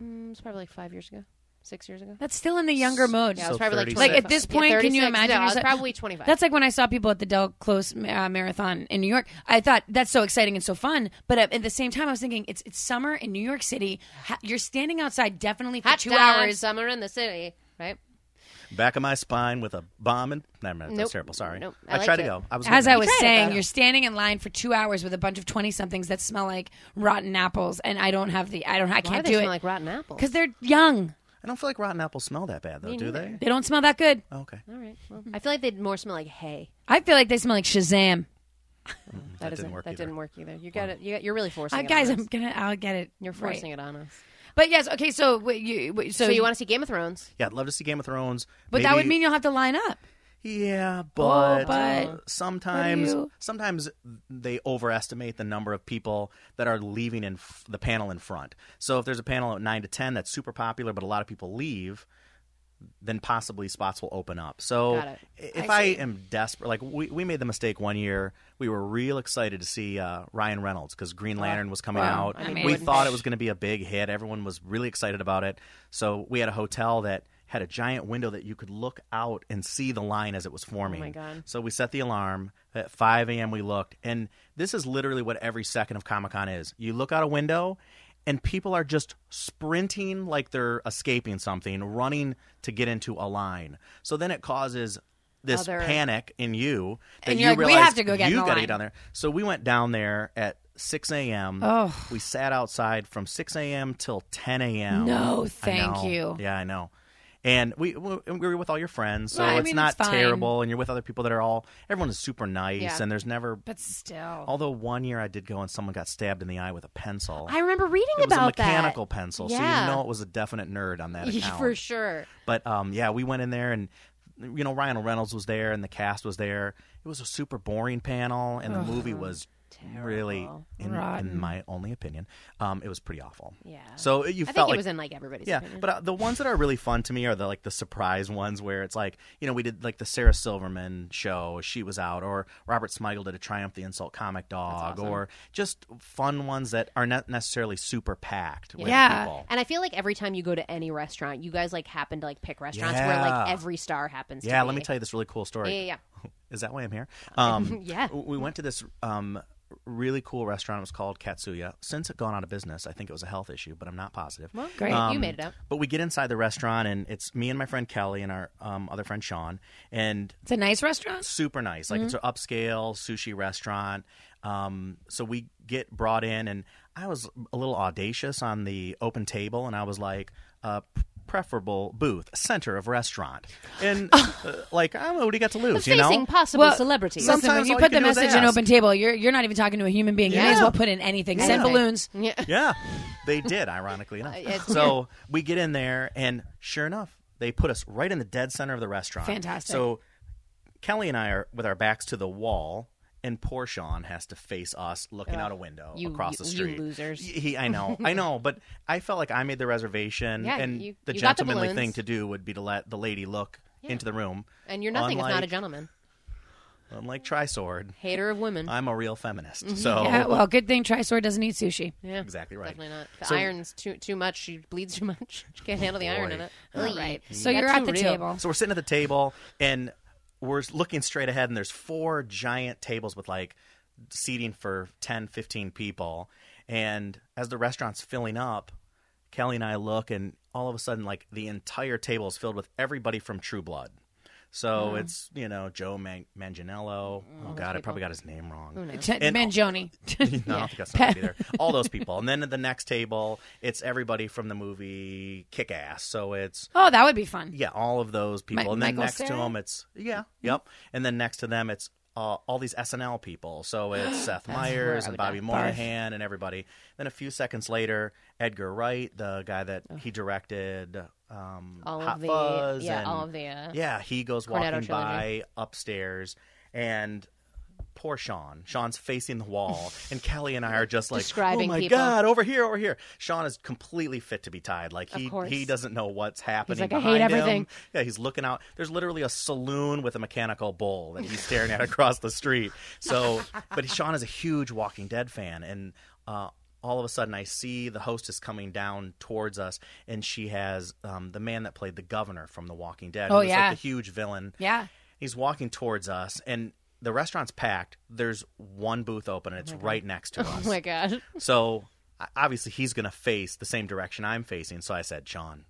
Speaker 5: Mm, it's probably like five years ago, six years ago.
Speaker 2: That's still in the younger mode.
Speaker 5: Yeah,
Speaker 3: So
Speaker 5: it's probably like
Speaker 3: 36.
Speaker 2: Like, at this
Speaker 5: 25.
Speaker 2: point, can you
Speaker 5: 36?
Speaker 2: imagine
Speaker 5: No, I was
Speaker 2: yourself-
Speaker 5: probably 25.
Speaker 2: That's like when I saw people at the Del Close uh, Marathon in New York. I thought that's so exciting and so fun, but at, at the same time, I was thinking it's it's summer in New York City. Ha- you're standing outside definitely for
Speaker 5: Hot
Speaker 2: two
Speaker 5: dog
Speaker 2: hours.
Speaker 5: Summer in the city, right?
Speaker 3: back of my spine with a bomb and never mind,
Speaker 5: Nope.
Speaker 3: that's terrible. Sorry,
Speaker 5: Nope.
Speaker 3: I,
Speaker 5: I liked
Speaker 3: tried to
Speaker 5: it.
Speaker 3: go. I was
Speaker 2: As
Speaker 3: looking
Speaker 2: I
Speaker 3: at
Speaker 2: was
Speaker 3: it.
Speaker 2: saying, you're standing in line for two hours with a bunch of twenty somethings that smell like rotten apples, and I don't have the I don't I
Speaker 5: Why
Speaker 2: can't
Speaker 5: do they
Speaker 2: do
Speaker 5: smell
Speaker 2: it
Speaker 5: like rotten apples?
Speaker 2: because they're young.
Speaker 3: I don't feel like rotten apples smell that bad though, do they?
Speaker 2: They don't smell that good.
Speaker 3: Oh, okay,
Speaker 5: all right, well, I feel like they'd more smell like hay.
Speaker 2: I feel like they smell like Shazam.
Speaker 5: That, doesn't
Speaker 3: didn't work
Speaker 5: That
Speaker 3: either.
Speaker 5: didn't work either. You got it. You got, you're really forcing
Speaker 2: Uh,
Speaker 5: it,
Speaker 2: guys,
Speaker 5: on us.
Speaker 2: I'm gonna I'll get it.
Speaker 5: You're forcing it on us.
Speaker 2: But yes, okay. So wait, you wait, so,
Speaker 5: So, you want to see Game of Thrones?
Speaker 3: yeah, I'd love to see Game of Thrones.
Speaker 2: But that would
Speaker 3: Maybe-
Speaker 2: mean you'll have to line up.
Speaker 3: yeah, but,
Speaker 2: Oh, but-
Speaker 3: uh, sometimes
Speaker 2: you-
Speaker 3: sometimes they overestimate the number of people that are leaving in f- the panel in front. So if there's a panel at nine to ten that's super popular, but a lot of people leave. Then possibly spots will open up. So
Speaker 5: Got it.
Speaker 3: if I, am desperate, like we, we made the mistake one year, we were real excited to see uh, Ryan Reynolds because Green Lantern was coming
Speaker 2: Oh, wow.
Speaker 3: out.
Speaker 2: I mean,
Speaker 3: we
Speaker 2: wouldn't
Speaker 3: thought
Speaker 2: they?
Speaker 3: it was going to be a big hit. Everyone was really excited about it. So we had a hotel that had a giant window that you could look out and see the line as it was forming.
Speaker 2: Oh
Speaker 5: my God.
Speaker 3: So we set the alarm at 5 a.m. We looked, and this is literally what every second of Comic Con is. You look out a window, and people are just sprinting like they're escaping something, running to get into a line. So then it causes this
Speaker 5: Other-
Speaker 3: panic in you that
Speaker 2: And
Speaker 3: you
Speaker 2: you're like, "We
Speaker 3: realize
Speaker 2: have to go get in
Speaker 3: you
Speaker 2: the
Speaker 3: gotta
Speaker 2: line."
Speaker 3: get down there. So we went down there at 6 a.m.
Speaker 2: Oh.
Speaker 3: We sat outside from 6 a.m. till 10 a.m.
Speaker 2: No,
Speaker 3: I
Speaker 2: thank
Speaker 3: know.
Speaker 2: you.
Speaker 3: Yeah, I know. And we, we we were with all your friends, so
Speaker 2: Yeah, I
Speaker 3: it's
Speaker 2: mean,
Speaker 3: not
Speaker 2: it's fine.
Speaker 3: terrible. And you're with other people that are all everyone is super nice,
Speaker 5: Yeah.
Speaker 3: and there's never.
Speaker 2: But still,
Speaker 3: Although one year I did go and someone got stabbed in the eye with a pencil.
Speaker 5: I remember reading
Speaker 3: it was
Speaker 5: about
Speaker 3: a mechanical pencil, so
Speaker 5: Yeah.
Speaker 3: you know it was a definite nerd on that
Speaker 5: that.
Speaker 3: account.
Speaker 5: For sure.
Speaker 3: But um, yeah, we went in there and you know Ryan Reynolds was there and the cast was there. It was a super boring panel, and the movie was really, in, in
Speaker 2: Rotten.
Speaker 3: my only opinion, um, it was pretty awful.
Speaker 5: Yeah.
Speaker 3: So uh, you
Speaker 5: I
Speaker 3: felt
Speaker 5: think
Speaker 3: like
Speaker 5: it was in like everybody's
Speaker 3: yeah,
Speaker 5: opinion.
Speaker 3: but uh, the ones that are really fun to me are the like the surprise ones where it's like you know we did like the Sarah Silverman show, she was out, or Robert Smigel did a Triumph the Insult comic dog, or just fun ones that are not necessarily super packed with
Speaker 2: Yeah.
Speaker 3: people.
Speaker 5: and I feel like every time you go to any restaurant, you guys like happen to like pick restaurants where like
Speaker 3: Yeah.
Speaker 5: every star happens.
Speaker 3: Yeah,
Speaker 5: to
Speaker 3: let
Speaker 5: be.
Speaker 3: me tell you this really cool story.
Speaker 5: Yeah, yeah,
Speaker 3: Is that why I'm here? Um,
Speaker 5: Uh, Yeah.
Speaker 3: We went to this um, really cool restaurant. It was called Katsuya. Since it gone out of business, I think it was a health issue, but I'm not positive.
Speaker 5: Well,
Speaker 2: Great.
Speaker 5: you
Speaker 3: Um,
Speaker 5: made it up.
Speaker 3: But we get inside the restaurant, and it's me and my friend Kelly and our um, other friend Sean, and
Speaker 2: it's a nice restaurant.
Speaker 3: super nice. Like
Speaker 5: Mm-hmm.
Speaker 3: it's an upscale sushi restaurant. Um, so we get brought in, and I was a little audacious on the open table, and I was like, uh, p- preferable booth, center of restaurant, and uh, like, I don't know, what do you got to lose? you know,
Speaker 5: Facing possible
Speaker 2: Well,
Speaker 5: celebrities.
Speaker 3: some-
Speaker 2: Listen, when
Speaker 3: Sometimes
Speaker 2: you
Speaker 3: all
Speaker 2: put
Speaker 3: you
Speaker 2: the
Speaker 3: can do is
Speaker 2: message in
Speaker 3: ask.
Speaker 2: open table, you're you're not even talking to a human being. You may as well put in anything. Send
Speaker 5: Anything.
Speaker 2: balloons.
Speaker 5: Yeah.
Speaker 3: Yeah, they did. Ironically enough, so we get in there, and sure enough, they put us right in the dead center of the restaurant.
Speaker 2: Fantastic.
Speaker 3: So Kelly and I are with our backs to the wall, and poor Sean has to face us, looking out a window
Speaker 5: You-
Speaker 3: across the
Speaker 5: you- you
Speaker 3: street.
Speaker 5: losers.
Speaker 3: Y- He, I know, I know, but I felt like I made the reservation,
Speaker 5: Yeah,
Speaker 3: and
Speaker 5: you-
Speaker 3: the
Speaker 5: you got the
Speaker 3: gentlemanly
Speaker 5: balloons.
Speaker 3: thing to do would be to let the lady look into the room.
Speaker 5: And you're nothing if not a
Speaker 3: Unlike-
Speaker 5: gentleman.
Speaker 3: Unlike Trisword,
Speaker 5: Hater of women.
Speaker 3: I'm a real
Speaker 5: Mm-hmm.
Speaker 3: feminist. So
Speaker 2: Yeah, well, good thing Trisor doesn't eat sushi.
Speaker 5: yeah.
Speaker 3: exactly right.
Speaker 5: Definitely not. The
Speaker 3: So-
Speaker 5: iron's too too much. She bleeds too much. She can't handle the iron in
Speaker 3: boy.
Speaker 5: it.
Speaker 2: All
Speaker 5: Ugh.
Speaker 2: right. So
Speaker 5: Got
Speaker 2: you're at
Speaker 5: too
Speaker 2: the
Speaker 5: real.
Speaker 2: table.
Speaker 3: So we're sitting at the table and we're looking straight ahead, and there's four giant tables with like seating for 10, 15 people. And as the restaurant's filling up, Kelly and I look, and all of a sudden, like the entire table is filled with everybody from True Blood. So it's you know Joe Man- Manganiello. Oh God, I probably got his name wrong.
Speaker 2: T-
Speaker 3: And-
Speaker 2: Mangione.
Speaker 3: no, I don't think that's not either. All those people, and then at the next table, it's everybody from the movie Kick Ass. So it's
Speaker 2: oh, that would be fun.
Speaker 3: yeah, all of those people, and then
Speaker 2: Michael
Speaker 3: next to
Speaker 2: Cera?
Speaker 3: them, it's yeah,
Speaker 1: Mm-hmm.
Speaker 3: yep, and then next to them, it's uh, all these SNL people. So it's Seth Meyers and Bobby Moynihan and everybody. Then a few seconds later, Edgar Wright, the guy that he directed um,
Speaker 1: All
Speaker 3: Hot
Speaker 1: of the
Speaker 3: Fuzz,
Speaker 1: yeah,
Speaker 3: and-
Speaker 1: all of the uh,
Speaker 3: yeah, he goes walking
Speaker 1: Cornetto
Speaker 3: by upstairs and poor Sean. Sean's facing the wall and Kelly and I are just like
Speaker 1: Describing
Speaker 3: oh my
Speaker 1: people.
Speaker 3: god, over here, over here. Sean is completely fit to be tied. Like he
Speaker 1: course.
Speaker 3: he doesn't know what's happening
Speaker 2: like, "I
Speaker 3: behind
Speaker 2: hate everything."
Speaker 3: him. Yeah, he's looking out. There's literally a saloon with a mechanical bull that he's staring at across the street. So, but Sean is a huge Walking Dead fan and uh all of a sudden, I see the hostess coming down towards us, and she has um, the man that played the governor from The Walking Dead. who
Speaker 2: Oh,
Speaker 3: was, like,
Speaker 2: yeah.
Speaker 3: the huge villain.
Speaker 2: Yeah.
Speaker 3: He's walking towards us, and the restaurant's packed. There's one booth open, and it's right next to us.
Speaker 1: Oh my god.
Speaker 3: So o- obviously, he's going to face the same direction I'm facing. So I said, Sean,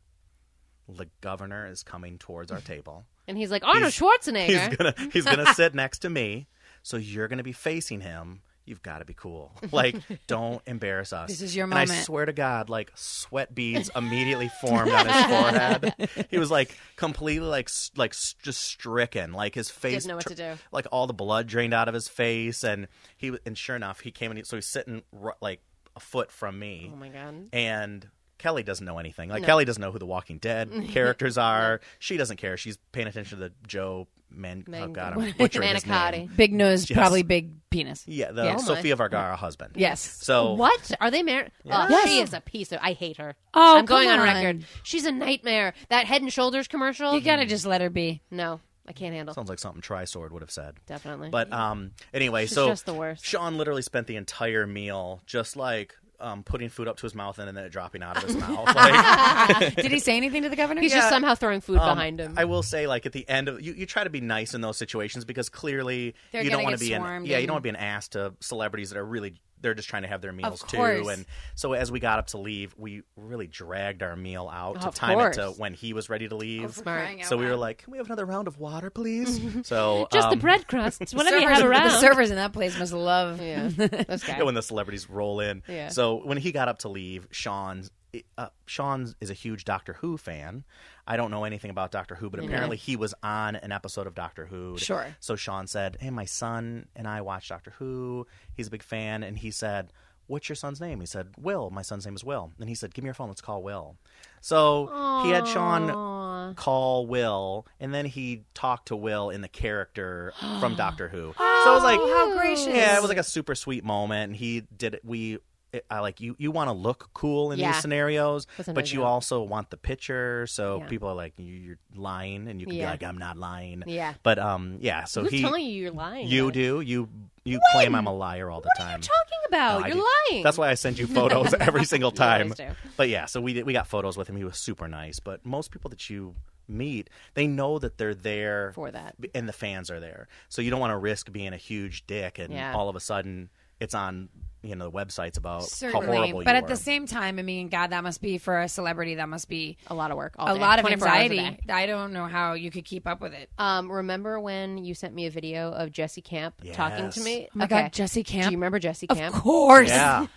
Speaker 3: the governor is coming towards our table.
Speaker 1: And he's like Arnold Schwarzenegger.
Speaker 3: He's gonna he's gonna sit next to me, so you're gonna be facing him. You've got to be cool. Like, don't embarrass us.
Speaker 2: This is your
Speaker 3: and I
Speaker 2: moment.
Speaker 3: swear to God, like sweat beads immediately formed on his forehead. He was like completely like s- like s- just stricken. Like his face
Speaker 1: know what to
Speaker 3: tr-
Speaker 1: do.
Speaker 3: Like all the blood drained out of his face, and he w- and sure enough, he came and he, so he's sitting ru- like a foot from me
Speaker 1: Oh my god.
Speaker 3: and Kelly doesn't know anything. Like Kelly doesn't know who the Walking Dead characters are. She doesn't care. She's paying attention to the Joe Man. oh God, I'm butchering his name.
Speaker 1: Manicotti.
Speaker 2: Big nose,
Speaker 3: Yes.
Speaker 2: probably big penis.
Speaker 3: Yeah, the
Speaker 2: Yeah. Oh, my.
Speaker 3: Sofia Vergara husband.
Speaker 2: Yes.
Speaker 3: So
Speaker 1: Oh, What are they married? Oh, She is a piece of. I hate her.
Speaker 2: Oh,
Speaker 1: I'm going
Speaker 2: come
Speaker 1: on
Speaker 2: on.
Speaker 1: record. She's a nightmare. That Head and Shoulders commercial.
Speaker 2: You
Speaker 3: Mm.
Speaker 2: gotta just let her be.
Speaker 1: no, I can't handle.
Speaker 3: sounds like something Trisword would have said.
Speaker 1: Definitely.
Speaker 3: But um, anyway, so
Speaker 1: just the worst.
Speaker 3: Sean literally spent the entire meal just like um, putting food up to his mouth and then it dropping out of his mouth. Like,
Speaker 2: Did he say anything to the governor?
Speaker 1: he's just somehow throwing food behind him.
Speaker 3: Um, I will say, like at the end of you, you try to be nice in those situations because clearly
Speaker 2: They're
Speaker 3: you don't
Speaker 2: gonna
Speaker 3: want to
Speaker 2: get
Speaker 3: be an
Speaker 2: swarmed
Speaker 3: yeah, you
Speaker 2: and-
Speaker 3: don't want to be an ass to celebrities that are really they're just trying to have their meals too.
Speaker 2: course.
Speaker 3: And so as we got up to leave, we really dragged our meal out to
Speaker 1: Of
Speaker 3: time it to
Speaker 1: course.
Speaker 3: when he was ready to leave.
Speaker 2: Smart.
Speaker 3: so we were like, "Can we have another round of water, please?" so
Speaker 1: just the
Speaker 3: um,
Speaker 1: bread crusts. Whatever you
Speaker 2: servers-
Speaker 1: have around.
Speaker 2: The servers in that place must love.
Speaker 1: yeah. Those guys.
Speaker 3: Yeah, when the celebrities roll in.
Speaker 1: Yeah.
Speaker 3: So when he got up to leave, Sean's uh, Sean is a huge Doctor Who fan. I don't know anything about Doctor Who, but apparently he was on an episode of Doctor Who.
Speaker 2: Sure.
Speaker 3: So Sean said, "Hey, my son and I watch Doctor Who. He's a big fan." And he said, "What's your son's name?" He said, "Will. My son's name is Will." And he said, "Give me your phone. Let's call Will." So he had Sean call Will, and then he talked to Will in the character from Doctor Who. so it
Speaker 1: Oh,
Speaker 3: was like,
Speaker 2: Oh, How gracious.
Speaker 3: yeah, it was like a super sweet moment. And he did it. We, it, I like you. You want to look cool in
Speaker 1: Yeah.
Speaker 3: these scenarios,
Speaker 1: That's
Speaker 3: but you
Speaker 1: amazing.
Speaker 3: also want the picture. So people are like, you, you're lying, and you can
Speaker 1: Yeah.
Speaker 3: be like, I'm not lying.
Speaker 1: Yeah.
Speaker 3: But um, yeah. So
Speaker 1: Who's
Speaker 3: he,
Speaker 1: telling you you're lying?
Speaker 3: you
Speaker 1: though?
Speaker 3: do. You you claim I'm a liar all the time.
Speaker 1: Talking about
Speaker 2: Oh,
Speaker 3: No, I
Speaker 1: you're
Speaker 3: do.
Speaker 1: lying.
Speaker 3: That's why I send you photos every single time.
Speaker 1: always do.
Speaker 3: But yeah, so we did, we got photos with him. He was super nice. But most people that you meet, they know that they're there
Speaker 1: For that.
Speaker 3: b- and the fans are there. So you don't want to risk being a huge dick, and
Speaker 1: Yeah.
Speaker 3: all of a sudden it's on you know the websites about how
Speaker 2: Certainly.
Speaker 3: horrible.
Speaker 2: But
Speaker 3: you
Speaker 2: at
Speaker 3: were.
Speaker 2: the same time, I mean, God, that must be for a celebrity, that must be
Speaker 1: a lot of work. All
Speaker 2: a
Speaker 1: day.
Speaker 2: lot of
Speaker 1: 24 hours a
Speaker 2: anxiety.
Speaker 1: day.
Speaker 2: I don't know how you could keep up with it.
Speaker 1: Um, remember when you sent me a video of Jesse Camp talking to
Speaker 3: Yes.
Speaker 1: me?
Speaker 2: Oh my
Speaker 1: okay.
Speaker 2: God, Jesse
Speaker 1: Do you
Speaker 2: Camp.
Speaker 1: remember Jesse
Speaker 2: Of
Speaker 1: Camp?
Speaker 2: course.
Speaker 3: yeah,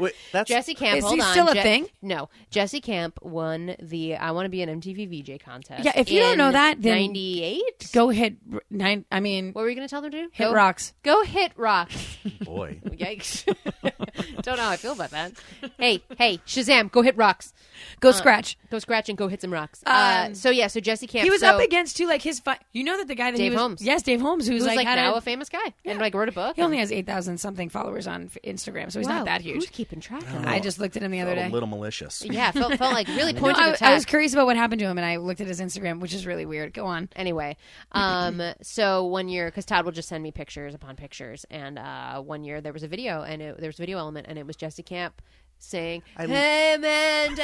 Speaker 3: Wait, that's
Speaker 1: Jesse Camp.
Speaker 2: Is
Speaker 1: hold
Speaker 2: he
Speaker 1: on.
Speaker 2: still a
Speaker 1: Je-
Speaker 2: thing?
Speaker 1: No, Jesse Camp won the I want to be an MTV VJ contest.
Speaker 2: Yeah, if you don't
Speaker 1: in
Speaker 2: know that, then
Speaker 1: '98.
Speaker 2: Go hit r- nine. I mean,
Speaker 1: What were you going to tell them to do?
Speaker 2: hit
Speaker 1: go,
Speaker 2: rocks.
Speaker 1: Go hit rock.
Speaker 3: boy.
Speaker 1: Yikes! don't know how I feel about that. Hey, hey, Shazam! Go hit rocks. uh,
Speaker 2: Go scratch.
Speaker 1: Go scratch and go hit some rocks. uh, so yeah, so Jesse Camp.
Speaker 2: He was
Speaker 1: so,
Speaker 2: up against too, like his. Fi- you know that the guy that he
Speaker 1: Dave
Speaker 2: was,
Speaker 1: Holmes.
Speaker 2: Yes, Dave Holmes, who's,
Speaker 1: Who's like,
Speaker 2: had
Speaker 1: now
Speaker 2: a-
Speaker 1: a famous guy and like wrote a book.
Speaker 2: He only has eight thousand something followers on f- Instagram, so he's
Speaker 1: Wow,
Speaker 2: not that huge.
Speaker 1: Who's keeping track? Of that?
Speaker 2: I just looked at him the other
Speaker 3: A
Speaker 2: day.
Speaker 3: little malicious.
Speaker 1: Yeah, felt felt like really
Speaker 2: No,
Speaker 1: pointed
Speaker 2: I,
Speaker 1: attack.
Speaker 2: I was curious about what happened to him, and I looked at his Instagram, which is really weird. Go on.
Speaker 1: Anyway, um, so one year, because Todd will just send me pictures upon pictures, and uh, one year there was a video, and it, there was a video element, and it was Jesse Camp saying, "Hey man,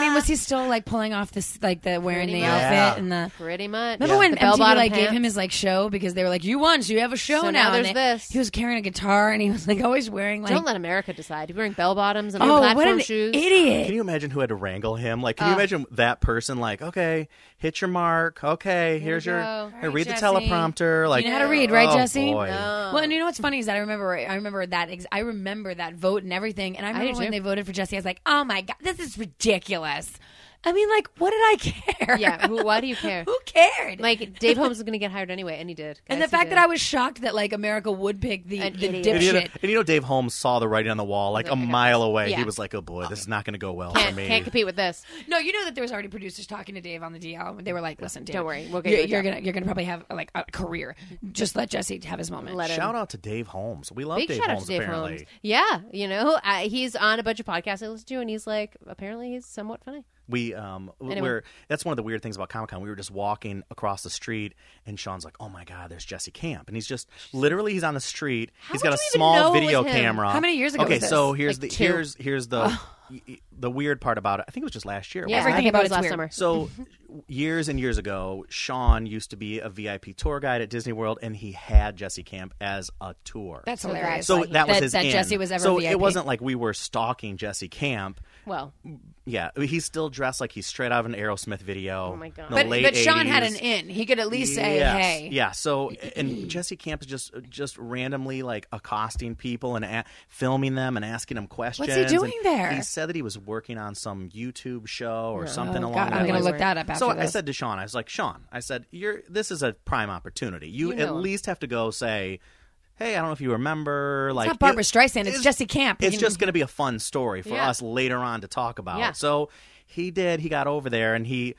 Speaker 2: mean, was he still like pulling off this like the wearing the
Speaker 5: Pretty much.
Speaker 3: Yeah.
Speaker 2: outfit and the?
Speaker 5: Pretty much.
Speaker 2: Remember when
Speaker 5: The
Speaker 2: MTV
Speaker 5: bell-bottom
Speaker 2: like gave
Speaker 5: pants.
Speaker 2: him his like show because they were like, "You won, so you have a show
Speaker 5: So
Speaker 2: now."
Speaker 5: now
Speaker 2: and
Speaker 5: there's
Speaker 2: they-
Speaker 5: this.
Speaker 2: He was carrying a guitar and he was like always wearing like,
Speaker 5: Don't let America decide. You're wearing bell bottoms and
Speaker 2: "Oh,
Speaker 5: platform
Speaker 2: what an
Speaker 5: shoes.
Speaker 2: idiot!"
Speaker 3: Can you imagine who had to wrangle him? Like,
Speaker 5: Ah.
Speaker 3: can you imagine that person? Like, okay, hit your mark. Okay, here's your.
Speaker 5: go.
Speaker 3: Hey, read
Speaker 2: Jesse.
Speaker 3: the teleprompter. Like,
Speaker 2: know how to read, right,
Speaker 3: oh,
Speaker 2: Jesse?
Speaker 3: boy.
Speaker 2: Well, and you know what's funny is that I remember I remember that ex- I remember that vote and everything, and I remember
Speaker 5: do
Speaker 2: when
Speaker 5: too.
Speaker 2: they voted for Jesse. I was like, "Oh my god, this is ridiculous." I mean, like, what did I care?
Speaker 5: Yeah, who- why do you care?
Speaker 2: who cared?
Speaker 5: Like Dave Holmes was going to get hired anyway, and he did.
Speaker 2: and the
Speaker 5: Guys, he
Speaker 2: fact
Speaker 5: did.
Speaker 2: that I was shocked that like America would pick the,
Speaker 5: An
Speaker 2: the
Speaker 5: idiot.
Speaker 3: And you, know,
Speaker 2: dipshit.
Speaker 3: and you know, Dave Holmes saw the writing on the wall, like a mile away.
Speaker 5: Yeah.
Speaker 3: He was like, "Oh boy, this is not going to go well for
Speaker 5: can't,
Speaker 3: me."
Speaker 5: can't compete with this.
Speaker 2: No, you know that there was already producers talking to Dave on the DL. They were like, "Listen, Dave,
Speaker 5: Don't worry, we'll get
Speaker 2: you're,
Speaker 5: you a
Speaker 2: you're
Speaker 5: job."
Speaker 2: gonna you're gonna probably have like a career. Just let Jesse have his moment."
Speaker 5: Let him.
Speaker 3: Shout out to Dave Holmes. We love
Speaker 5: Big
Speaker 3: Dave
Speaker 5: shout
Speaker 3: Holmes.
Speaker 5: out to Dave
Speaker 3: apparently,
Speaker 5: Holmes. Yeah, you know, I, he's on a bunch of podcasts I listen to, and he's like, apparently, he's somewhat funny.
Speaker 3: we um w-
Speaker 5: Anyway.
Speaker 3: we're that's one of the weird things about Comic Con. We were just walking across the street, and Sean's like, "Oh my God, there's Jesse Camp," and he's just literally he's on the street. he's
Speaker 5: would
Speaker 3: got a
Speaker 5: you even know
Speaker 3: small
Speaker 5: it was
Speaker 3: video
Speaker 5: him?
Speaker 3: camera.
Speaker 2: How many years ago
Speaker 3: Okay,
Speaker 2: was this? Oh.
Speaker 3: so here's
Speaker 5: Like
Speaker 3: the
Speaker 5: two.
Speaker 3: here's here's the y- y- the weird part about it. I think it was just last year.
Speaker 5: Yeah,
Speaker 3: wasn't it?
Speaker 5: I think
Speaker 2: about
Speaker 5: it was
Speaker 2: it's
Speaker 5: last
Speaker 2: weird.
Speaker 5: summer.
Speaker 3: So years and years ago, Sean used to be a VIP tour guide at Disney World, and he had Jesse Camp as a tour.
Speaker 2: That's
Speaker 5: So
Speaker 2: hilarious.
Speaker 5: that's
Speaker 3: so
Speaker 5: why he-
Speaker 3: that was
Speaker 2: That-
Speaker 3: his
Speaker 2: that
Speaker 3: in.
Speaker 2: Jesse was ever
Speaker 3: so
Speaker 2: VIP.
Speaker 3: it wasn't like we were stalking Jesse Camp.
Speaker 5: Well,
Speaker 3: Yeah, he's still dressed like he's straight out of an Aerosmith video. Oh
Speaker 5: my God.
Speaker 2: but but Sean had an in. He could at least say,
Speaker 3: Yes.
Speaker 2: "Hey,
Speaker 3: Yeah. So and Jesse Camp is just just randomly like accosting people and a- filming them and asking them questions. and
Speaker 2: doing there?
Speaker 3: He said that he was working on some YouTube show or something
Speaker 2: Oh,
Speaker 3: along
Speaker 2: God,
Speaker 3: that
Speaker 2: I'm gonna
Speaker 3: lines.
Speaker 2: look that up after
Speaker 3: So I
Speaker 2: this.
Speaker 3: said to Sean, I was like, Sean, I said, you're this is a prime opportunity. You,
Speaker 5: You know
Speaker 3: at
Speaker 5: him.
Speaker 3: least have to go say. Hey, I don't know if you remember. like
Speaker 2: not Barbara
Speaker 3: it-
Speaker 2: Streisand, it's Jesse Camp.
Speaker 3: It's
Speaker 2: You-
Speaker 3: just going to be a fun story for
Speaker 5: Yeah.
Speaker 3: us later on to talk about.
Speaker 5: Yeah.
Speaker 3: So he did. He got over there and he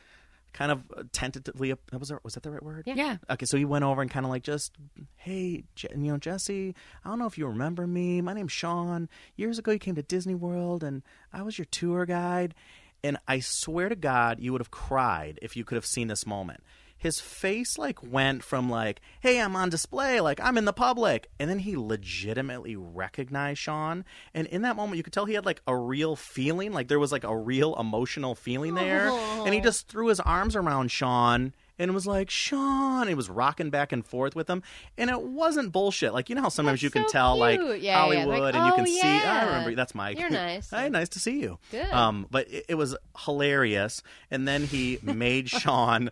Speaker 3: kind of tentatively that was was that the right word?
Speaker 2: Yeah.
Speaker 3: Okay, so he went over and kind of like just, hey, Je- you know, Jesse, I don't know if you remember me. My name's Sean. Years ago, you came to Disney World, and I was your tour guide. And I swear to God, you would have cried if you could have seen this moment. His face like went from like, hey, I'm on display, like I'm in the public, and then he legitimately recognized Sean. And in that moment, you could tell he had like a real feeling, like there was like a real emotional feeling there. And he just threw his arms around Sean and was like, Sean. He was rocking back and forth with him. And it wasn't bullshit. Like, you know how sometimes you can
Speaker 5: so
Speaker 3: tell, like,
Speaker 5: cute. Yeah, yeah, yeah. Like,
Speaker 3: Hollywood, and you
Speaker 5: "Oh,
Speaker 3: can see, "Ah, I
Speaker 5: yeah.
Speaker 3: remember, that's Mike.
Speaker 5: You're nice.
Speaker 3: hey, nice to see you.
Speaker 5: Good.
Speaker 3: Um, but it, it was hilarious. And then he made Sean.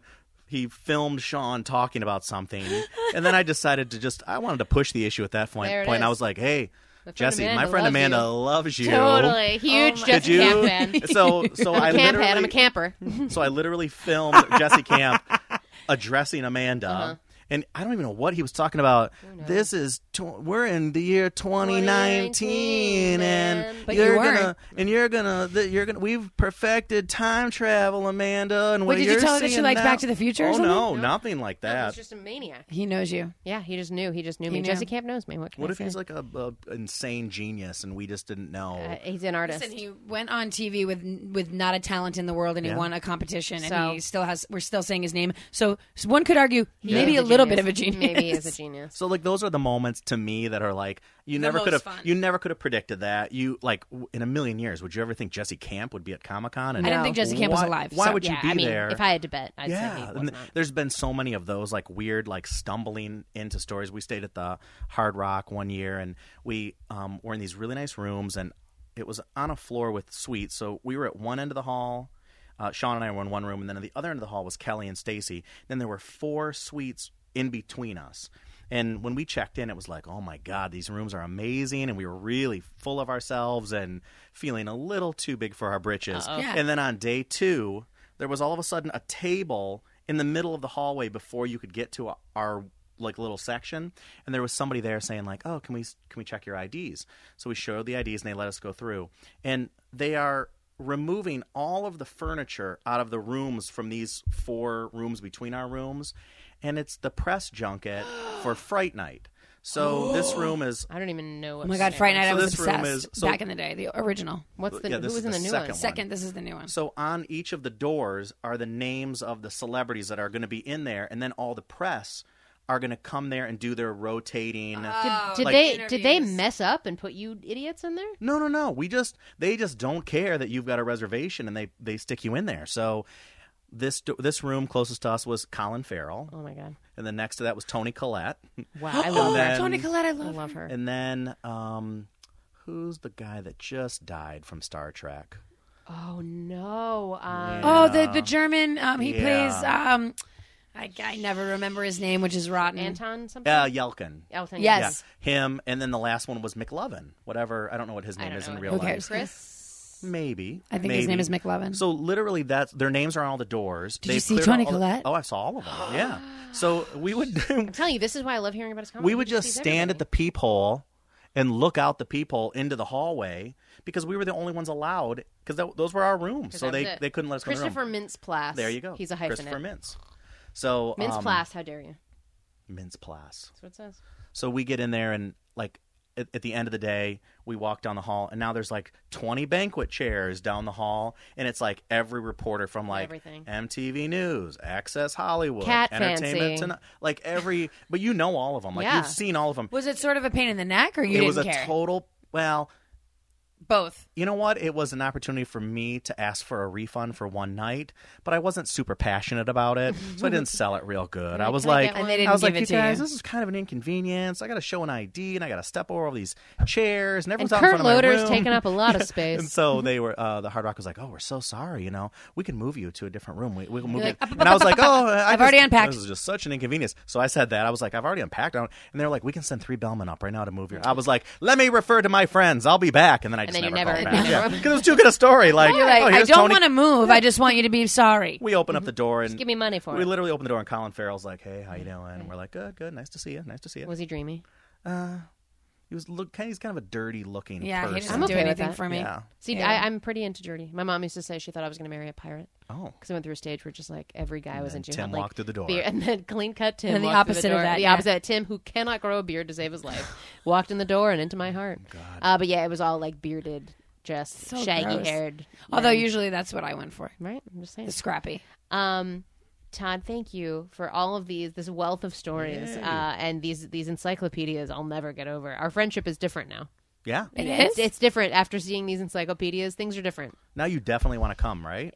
Speaker 3: He filmed Sean talking about something, and then I decided to just. I wanted to push the issue at that point.
Speaker 5: There it
Speaker 3: point, I
Speaker 5: is.
Speaker 3: was like, "Hey,
Speaker 5: friend
Speaker 3: Jesse, my
Speaker 5: Amanda
Speaker 3: friend
Speaker 5: loves
Speaker 3: Amanda
Speaker 5: you."
Speaker 3: loves you.
Speaker 5: totally huge
Speaker 2: Oh my
Speaker 5: Jesse Camp fan.
Speaker 3: Did you? So, so I
Speaker 5: Camp
Speaker 3: literally
Speaker 5: head. I'm a camper.
Speaker 3: so I literally filmed Jesse Camp addressing Amanda.
Speaker 2: Uh-huh.
Speaker 3: And I don't even know what he was talking about. This is tw- we're in the year 2019,
Speaker 5: 2019,
Speaker 3: and
Speaker 5: man. But
Speaker 2: you
Speaker 3: you're
Speaker 2: weren't.
Speaker 3: gonna and you're gonna th- you're gonna we've perfected time travel, Amanda. And what
Speaker 2: did you
Speaker 3: you're
Speaker 2: tell her that she
Speaker 3: seeing
Speaker 2: liked
Speaker 3: now-
Speaker 2: Back to the Future or
Speaker 3: Oh
Speaker 2: something?
Speaker 3: no, nothing like that.
Speaker 5: He's just a maniac.
Speaker 2: he knows you."
Speaker 5: Yeah, he just knew. He just knew me.
Speaker 2: knew.
Speaker 5: Jesse Camp knows me. What, can
Speaker 3: what
Speaker 5: I
Speaker 3: if
Speaker 5: say?
Speaker 3: he's like a, a insane genius and we just didn't know?
Speaker 5: Uh, he's an artist.
Speaker 2: Listen, he went on TV with with not a talent in the world, and he
Speaker 3: Yeah.
Speaker 2: won a competition, and
Speaker 5: So-
Speaker 2: he still has. We're still saying his name, so, so one could argue maybe
Speaker 5: He's
Speaker 2: a little bit of
Speaker 5: genius.
Speaker 2: a genius.
Speaker 5: Maybe he is a genius.
Speaker 3: So like those are the moments to me that are like you never
Speaker 2: most
Speaker 3: could have
Speaker 2: fun.
Speaker 3: you never could have predicted that you like w- in a million years would you ever think Jesse Camp would be at Comic Con and
Speaker 2: I didn't
Speaker 5: No.
Speaker 2: think Jesse Camp was
Speaker 3: Why-
Speaker 2: alive.
Speaker 3: why
Speaker 2: so-
Speaker 3: would you-
Speaker 5: yeah,
Speaker 3: be
Speaker 5: I mean,
Speaker 3: there.
Speaker 5: if I had to bet, I'd say he
Speaker 3: yeah,
Speaker 5: was
Speaker 3: and
Speaker 5: not.
Speaker 3: there's been so many of those like weird like stumbling into stories. We stayed at the Hard Rock one year, and we um, were in these really nice rooms, and it was on a floor with suites. So we were at one end of the hall. Uh, Sean and I were in one room, and then at the other end of the hall was Kelly and Stacy. Then there were four suites in between us. And when we checked in, it was like, oh my God, these rooms are amazing. And we were really full of ourselves and feeling a little too big for our britches.
Speaker 2: Yeah.
Speaker 3: And then on day two, there was all of a sudden a table in the middle of the hallway before you could get to our like little section and there was somebody there saying like oh can we can we check your IDs so we showed the IDs and they let us go through and they are removing all of the furniture out of the rooms from these four rooms between our rooms and it's the press junket for fright night so this room is
Speaker 5: I don't even know. What
Speaker 2: Oh my God, Friday Night! I
Speaker 3: So
Speaker 2: was
Speaker 3: this room
Speaker 2: obsessed
Speaker 3: is- so-
Speaker 2: back in the day, the original.
Speaker 5: What's the
Speaker 3: Yeah,
Speaker 5: who
Speaker 3: this
Speaker 5: was
Speaker 3: is
Speaker 5: in
Speaker 3: the
Speaker 5: the new
Speaker 3: second
Speaker 5: one?
Speaker 3: one.
Speaker 2: Second, this is the new one.
Speaker 3: So on each of the doors are the names of the celebrities that are going to be in there, and then all the press are going to come there and do their rotating.
Speaker 1: Did
Speaker 3: Like-
Speaker 1: they did they
Speaker 2: interviews.
Speaker 1: mess up and put you idiots in there?
Speaker 3: no, no, no. We just they just don't care that you've got a reservation and they they stick you in there. So this do- this room closest to us was Colin Farrell,
Speaker 1: Oh my god!
Speaker 3: and then next to that was Tony Collette,
Speaker 1: Wow, I love
Speaker 2: Oh,
Speaker 1: her.
Speaker 3: then-
Speaker 2: Tony Collette, I
Speaker 1: I
Speaker 2: love.
Speaker 1: love her.
Speaker 3: and then um, who's the guy that just died from Star Trek?
Speaker 1: Oh no! Um,
Speaker 2: Oh, the the German. Um, he
Speaker 3: Yeah.
Speaker 2: plays. Um, I, I never remember his name, which is rotten.
Speaker 1: Anton something.
Speaker 3: Uh, Yelkin.
Speaker 1: Elton.
Speaker 2: yes.
Speaker 3: Yeah, him, and then the last one was McLovin. Whatever, I don't know what his name
Speaker 1: don't
Speaker 3: is
Speaker 1: know
Speaker 3: in
Speaker 1: what
Speaker 3: real
Speaker 2: Who
Speaker 3: life.
Speaker 2: cares?
Speaker 1: Chris.
Speaker 3: Maybe.
Speaker 2: I think his name
Speaker 3: Maybe.
Speaker 2: is McLovin.
Speaker 3: So literally, that's their names are on all the doors. Did
Speaker 2: you see Tony Collette?
Speaker 3: oh, I saw all of them. Yeah. So we would
Speaker 1: I'm telling you, this is why I love hearing about his comedy.
Speaker 3: we
Speaker 1: He
Speaker 3: would just
Speaker 1: sees
Speaker 3: stand at the
Speaker 1: everybody.
Speaker 3: peephole and look out the peephole into the hallway because we were the only ones allowed because those were our rooms, so
Speaker 1: that
Speaker 3: they
Speaker 1: was it.
Speaker 3: they couldn't let us go in the room.
Speaker 1: Christopher Mintz Plasse.
Speaker 3: There you go.
Speaker 1: He's a hyphenate.
Speaker 3: Christopher Mintz. So
Speaker 1: Mintz
Speaker 3: um,
Speaker 1: Plasse. How dare you?
Speaker 3: Mintz Plasse.
Speaker 1: That's what it says.
Speaker 3: So we get in there and like at, at the end of the day, we walk down the hall and now there's like 20 banquet chairs down the hall and it's like every reporter from like
Speaker 1: Everything.
Speaker 3: MTV News, Access Hollywood,
Speaker 1: Cat
Speaker 3: Entertainment
Speaker 1: Fancy.
Speaker 3: Tonight, like every but you know all of them. Like
Speaker 1: Yeah.
Speaker 3: you've seen all of them.
Speaker 2: was it sort of a pain in the neck, or you
Speaker 3: it
Speaker 2: didn't
Speaker 3: was a
Speaker 2: care?
Speaker 3: total well,
Speaker 2: Both.
Speaker 3: you know what? It was an opportunity for me to ask for a refund for one night, but I wasn't super passionate about it, so I didn't sell it real good. I was
Speaker 1: "Can I
Speaker 3: like,
Speaker 1: get one?" And
Speaker 2: they didn't
Speaker 3: I was
Speaker 2: give
Speaker 3: like,
Speaker 2: it
Speaker 3: you
Speaker 2: to
Speaker 3: guys,
Speaker 2: you."
Speaker 3: this is kind of an inconvenience. I got to show an ID, and I got to step over all these chairs, and
Speaker 1: And
Speaker 3: everyone's out in
Speaker 1: Kurt
Speaker 3: front of my
Speaker 1: Loder's
Speaker 3: room.
Speaker 1: taking up a lot of
Speaker 3: And
Speaker 1: space.
Speaker 2: Mm-hmm.
Speaker 3: so they were. Uh, the Hard Rock was like, "Oh, we're so sorry. You know, we can move you to a different room. We, we'll move
Speaker 2: like,
Speaker 3: you."
Speaker 2: "Up, up,
Speaker 3: And I
Speaker 2: up,
Speaker 3: was
Speaker 2: up,
Speaker 3: like,
Speaker 2: up, up.
Speaker 3: "Oh, I
Speaker 2: I've
Speaker 3: just-
Speaker 2: already unpacked."
Speaker 3: This is just such an inconvenience." So I said that. I was like, "I've already unpacked." I don't- And they're like, "We can send three bellmen up right now to move you." I was like, "Let me refer to my friends. I'll be back." And then I just
Speaker 1: then you
Speaker 3: never
Speaker 1: never-
Speaker 3: called back. Yeah, because it was too good a story. Like,
Speaker 2: You're like,
Speaker 3: oh,
Speaker 2: I
Speaker 3: here's
Speaker 2: don't
Speaker 3: Tony
Speaker 2: want to move. I just want you to be sorry.
Speaker 3: we open up the door and
Speaker 1: Give me money for
Speaker 3: we
Speaker 1: it.
Speaker 3: literally open the door and Colin Farrell's like, "Hey, how you doing?" And we're like, "Good, good. Nice to see you. Nice to see you."
Speaker 1: Was he dreamy?
Speaker 3: he was look kind. He's kind of a dirty looking.
Speaker 2: Yeah, he
Speaker 3: person.
Speaker 2: doesn't
Speaker 1: I'm
Speaker 2: do
Speaker 1: okay with
Speaker 2: anything
Speaker 1: that.
Speaker 2: for me.
Speaker 3: Yeah.
Speaker 1: See, I, I'm pretty into dirty. My mom used to say she thought I was going to marry a pirate
Speaker 3: Oh,
Speaker 1: because I went through a stage where just like every guy was
Speaker 3: then
Speaker 1: into
Speaker 3: Tim
Speaker 1: had, like,
Speaker 3: walked through the door.
Speaker 1: beard- and then clean cut Tim
Speaker 2: And the
Speaker 1: walked through
Speaker 2: opposite of
Speaker 1: door.
Speaker 2: that,
Speaker 1: the
Speaker 2: yeah.
Speaker 1: opposite of Tim who cannot grow a beard to save his life walked in the door and into my heart.
Speaker 3: Oh,
Speaker 1: Uh, but yeah, it was all like bearded, just
Speaker 2: So
Speaker 1: shaggy
Speaker 2: gross.
Speaker 1: haired.
Speaker 2: Although usually that's what I went for.
Speaker 1: Right, I'm just saying.
Speaker 2: The scrappy.
Speaker 1: Um, Todd, thank you for all of these, this wealth of stories, uh, and these these encyclopedias. I'll never get over. Our friendship is different now.
Speaker 3: yeah.
Speaker 2: It
Speaker 1: It's, it's different after seeing these encyclopedias. Things are different.
Speaker 3: Now you definitely want to come, right?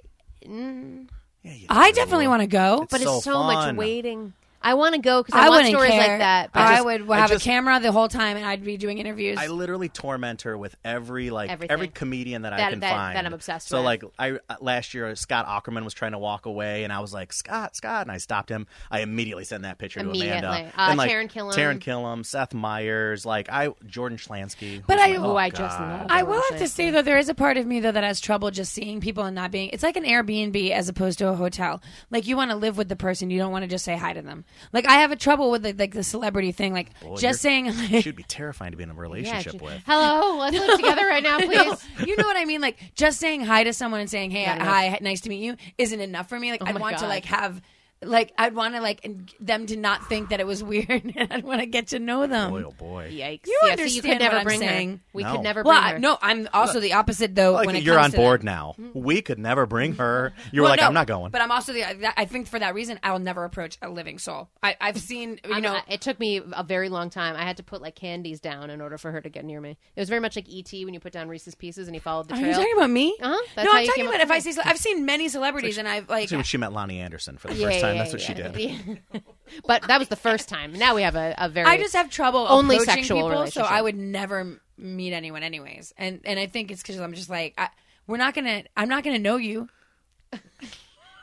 Speaker 3: Yeah, you
Speaker 2: I
Speaker 3: do.
Speaker 2: definitely want to go.
Speaker 1: But
Speaker 3: so
Speaker 1: it's so much
Speaker 3: fun.
Speaker 1: waiting. I want to go because I,
Speaker 2: I,
Speaker 1: want
Speaker 2: wouldn't
Speaker 1: stories
Speaker 2: care.
Speaker 1: like that. But
Speaker 2: I,
Speaker 1: just-
Speaker 2: would
Speaker 3: I
Speaker 2: have
Speaker 3: just-
Speaker 2: a camera the whole time, and I'd be doing interviews.
Speaker 3: I literally torment her with every like
Speaker 1: Everything.
Speaker 3: every comedian that, I
Speaker 1: That-
Speaker 3: can
Speaker 1: that-
Speaker 3: find
Speaker 1: that I'm obsessed
Speaker 3: so,
Speaker 1: with.
Speaker 3: like I uh, last year Scott Ackerman was trying to walk away and I was like Scott Scott and I stopped him. I immediately sent that picture to Amanda.
Speaker 1: Immediately. Uh,
Speaker 3: and, like,
Speaker 1: Taron Killam.
Speaker 3: Taron Killam, Seth Meyers, like I Jordan Schlansky.
Speaker 2: But
Speaker 3: who's
Speaker 2: I-
Speaker 3: my-
Speaker 1: who
Speaker 3: oh,
Speaker 1: I just
Speaker 3: God.
Speaker 1: love.
Speaker 2: I will have to say though, there is a part of me though that has trouble just seeing people and not being. It's like an Airbnb as opposed to a hotel. Like you want to live with the person, you don't want to just say hi to them. Like I have a trouble with the, like the celebrity thing. Like
Speaker 3: Boy,
Speaker 2: just saying,
Speaker 3: you're-
Speaker 2: hi.
Speaker 3: She'd be terrifying to be in a
Speaker 1: Yeah,
Speaker 3: relationship
Speaker 1: ju-
Speaker 3: with.
Speaker 1: Hello, let's live together right now, please.
Speaker 2: No, you know what I mean? Like just saying hi to someone and saying, "Hey,
Speaker 1: Not enough.
Speaker 2: hi, nice to meet you," isn't enough for me. Like I
Speaker 1: Oh my
Speaker 2: want to
Speaker 1: God.
Speaker 2: like have. Like I'd want to like and them to not think that it was weird, and I'd want to get to know them.
Speaker 3: Boy, oh boy.
Speaker 1: Yikes!
Speaker 2: You
Speaker 1: Um, yeah, see, you could
Speaker 2: understand
Speaker 1: never
Speaker 2: what I'm
Speaker 1: bring her.
Speaker 2: saying.
Speaker 1: We
Speaker 3: No.
Speaker 1: could never
Speaker 2: Well,
Speaker 1: bring
Speaker 2: I-
Speaker 1: her.
Speaker 2: no, I'm also the opposite though.
Speaker 3: Like,
Speaker 2: when it
Speaker 3: you're
Speaker 2: comes
Speaker 3: on
Speaker 2: to
Speaker 3: board
Speaker 2: that.
Speaker 3: now.
Speaker 1: Mm.
Speaker 3: We could never bring her. You were
Speaker 2: Well,
Speaker 3: like,
Speaker 2: no,
Speaker 3: I'm not going.
Speaker 2: But I'm also the. I I think for that reason, I will never approach a living soul. I, I've seen, you
Speaker 1: I'm-
Speaker 2: know,
Speaker 1: I- it took me a very long time. I had to put like candies down in order for her to get near me. It was very much like ET when you put down Reese's Pieces and he followed the
Speaker 2: Are
Speaker 1: trail.
Speaker 2: you talking about me?
Speaker 1: Uh-huh. That's
Speaker 2: No,
Speaker 1: how
Speaker 2: I'm
Speaker 1: you
Speaker 2: talking
Speaker 1: came up
Speaker 2: about if I see. I've seen many celebrities, and I've like.
Speaker 3: That's when she met Lonnie Anderson for the
Speaker 1: Yeah,
Speaker 3: first time.
Speaker 1: yeah,
Speaker 3: That's what she
Speaker 1: yeah.
Speaker 3: did.
Speaker 1: Yeah. but that was the first time. Now we have a, a very.
Speaker 2: I just have trouble
Speaker 1: Only
Speaker 2: approaching
Speaker 1: sexual
Speaker 2: people, so
Speaker 1: relationship.
Speaker 2: I would never m- meet anyone, anyways. And and I think it's because I'm just like, I, we're not gonna. I'm not gonna know you.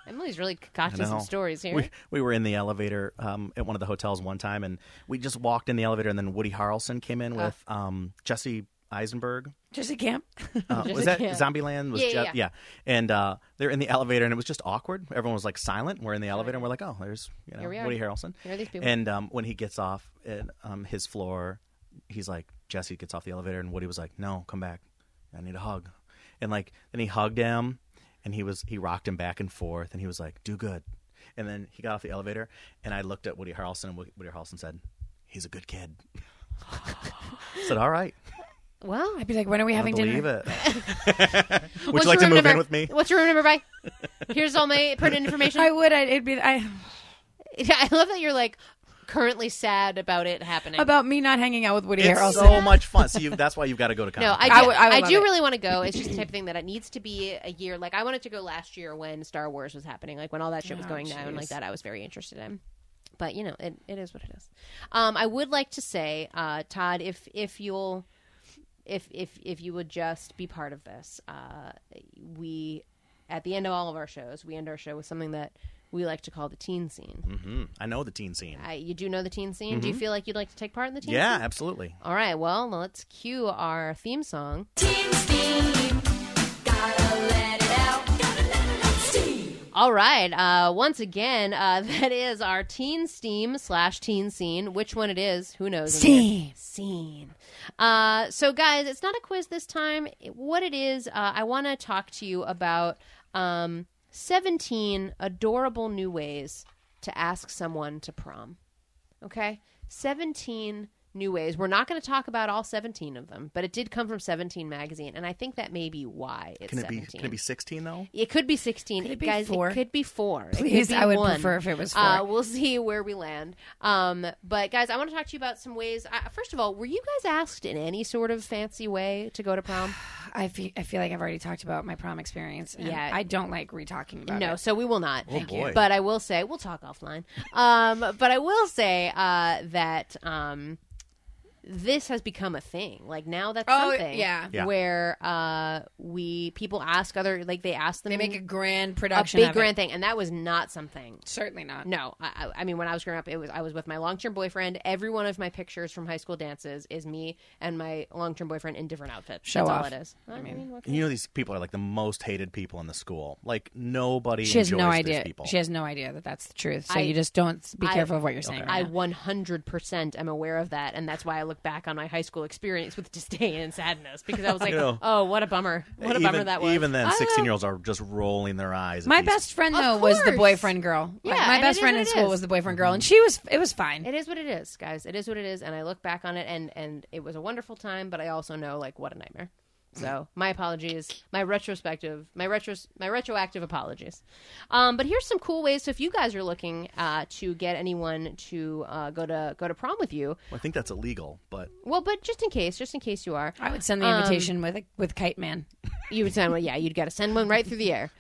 Speaker 1: Emily's really concocting
Speaker 3: No.
Speaker 1: some stories here.
Speaker 3: We, we were in the elevator um, at one of the hotels one time, and we just walked in the elevator, and then Woody Harrelson came in with um, Jesse Eisenberg.
Speaker 2: Just a camp.
Speaker 3: Uh, was that Zombieland? Was
Speaker 1: Yeah, yeah,
Speaker 3: Je-
Speaker 1: yeah.
Speaker 3: And uh, they're in the elevator, and it was just awkward. Everyone was like silent. We're in the elevator, and we're like, "Oh, there's you know
Speaker 1: we are.
Speaker 3: Woody Harrelson."
Speaker 1: Here are these people.
Speaker 3: And um, when he gets off at um, his floor, he's like, Jesse gets off the elevator, and Woody was like, "No, come back. I need a hug." And like, then he hugged him, and he was he rocked him back and forth, and he was like, "Do good." And then he got off the elevator, and I looked at Woody Harrelson, and Wo- Woody Harrelson said, "He's a good kid." I said, "All right,
Speaker 1: Well,
Speaker 2: I'd be like, when are we
Speaker 3: I
Speaker 2: having
Speaker 3: believe
Speaker 2: dinner?
Speaker 3: it." Would
Speaker 1: what's
Speaker 3: you like to
Speaker 1: your room
Speaker 3: move in
Speaker 1: number?
Speaker 3: with me?
Speaker 1: What's your room number? Bye. Here's all my pertinent information.
Speaker 2: I would. I, it'd be. I.
Speaker 1: I love that you're like currently sad about it happening.
Speaker 2: about me not hanging out with Woody
Speaker 3: It's
Speaker 2: Harrelson.
Speaker 3: so much fun. So you, that's why you've got to go to Comic.
Speaker 1: no, I do,
Speaker 2: I would- I would
Speaker 1: I
Speaker 2: love
Speaker 1: do
Speaker 2: it.
Speaker 1: really want to go. It's just the type of thing that it needs to be a year. Like I wanted to go last year when Star Wars was happening, like when all that shit
Speaker 2: Oh,
Speaker 1: was going down, like that. I was very interested in. But you know, it, it is what it is. Um, I would like to say, uh, Todd, if if you'll, if if if you would just be part of this, uh, we at the end of all of our shows, we end our show with something that we like to call the teen scene.
Speaker 3: Mhm. I know the teen scene.
Speaker 1: I, you do know the teen scene. Do you feel like you'd like to take part in the teen
Speaker 3: Yeah,
Speaker 1: scene?
Speaker 3: absolutely.
Speaker 1: All right. Well, let's cue our theme song. All right. Uh, once again, uh, that is our teen steam slash teen scene. Which one it is? Who knows? Scene. Scene. Uh, so, guys, it's not a quiz this time. It- What it is, uh, I want to talk to you about um, 17 adorable new ways to ask someone to prom. Okay? 17 new ways. We're not going to talk about all 17 of them, but it did come from 17 magazine, and I think that may be why it's
Speaker 3: Can it
Speaker 1: 17.
Speaker 3: be? Can it be sixteen though?
Speaker 1: It could be 16.
Speaker 2: Could it be
Speaker 1: Guys,
Speaker 2: four?
Speaker 1: it could be four. It could
Speaker 2: Please,
Speaker 1: be
Speaker 2: I would
Speaker 1: one.
Speaker 2: prefer if it was
Speaker 1: Uh,
Speaker 2: four.
Speaker 1: we'll see where we land. Um, but, guys, I want to talk to you about some ways. I, first of all, were you guys asked in any sort of fancy way to go to prom?
Speaker 2: I feel, I feel like I've already talked about my prom experience. and
Speaker 1: Yeah.
Speaker 2: I don't like re-talking about
Speaker 1: no,
Speaker 2: it.
Speaker 1: so we will not.
Speaker 3: Oh, boy.
Speaker 1: But I will say, we'll talk offline. Um, but I will say uh, that um, this has become a thing. Like, now that's
Speaker 2: Oh,
Speaker 1: something
Speaker 2: yeah.
Speaker 3: Yeah.
Speaker 1: where uh, we people ask other, like, they ask them
Speaker 2: They make a grand
Speaker 1: a
Speaker 2: production.
Speaker 1: big
Speaker 2: of
Speaker 1: grand thing, and that was not something
Speaker 2: It. Certainly not.
Speaker 1: No, I, I I mean when I was growing up, it was I was with my long term boyfriend. Every one of my pictures from high school dances is me and my long term boyfriend in different outfits.
Speaker 2: Show
Speaker 1: That's
Speaker 2: off.
Speaker 1: all it is. I mean, what
Speaker 3: And you know these people are like the most hated people in the school. Like nobody
Speaker 2: She has
Speaker 3: enjoys
Speaker 2: no
Speaker 3: these
Speaker 2: idea.
Speaker 3: people.
Speaker 2: She has no idea that that's the truth. So
Speaker 1: I-
Speaker 2: you just don't be
Speaker 1: I-
Speaker 2: careful of what you're saying.
Speaker 1: I
Speaker 2: right now.
Speaker 1: 100% am aware of that, and that's why I look back on my high school experience with disdain and sadness because I was like,
Speaker 3: know.
Speaker 1: "Oh, what a bummer! What a
Speaker 3: even,
Speaker 1: bummer that was."
Speaker 3: Even then, sixteen-year-olds are just rolling their eyes. at
Speaker 2: my
Speaker 3: these-
Speaker 2: best friend though
Speaker 1: Of
Speaker 2: was the
Speaker 1: course.
Speaker 2: boyfriend girl. Like,
Speaker 1: Yeah,
Speaker 2: my
Speaker 1: and
Speaker 2: best
Speaker 1: it is
Speaker 2: friend
Speaker 1: what
Speaker 2: in
Speaker 1: it
Speaker 2: school
Speaker 1: is.
Speaker 2: was the boyfriend girl, and she was Mm-hmm. it was fine.
Speaker 1: It is what it is, guys. It is what it is, and I look back on it, and and it was a wonderful time, but I also know like what a nightmare. So my apologies, my retrospective, my retros, my retroactive apologies. Um, but here's some cool ways. So if you guys are looking uh, to get anyone to uh, go to go to prom with you,
Speaker 3: Well, I think that's illegal, but
Speaker 1: well, but just in case, just in case you are,
Speaker 2: I would send the invitation with a, with Kite Man.
Speaker 1: you would send one. Yeah, you'd got to send one right through the air.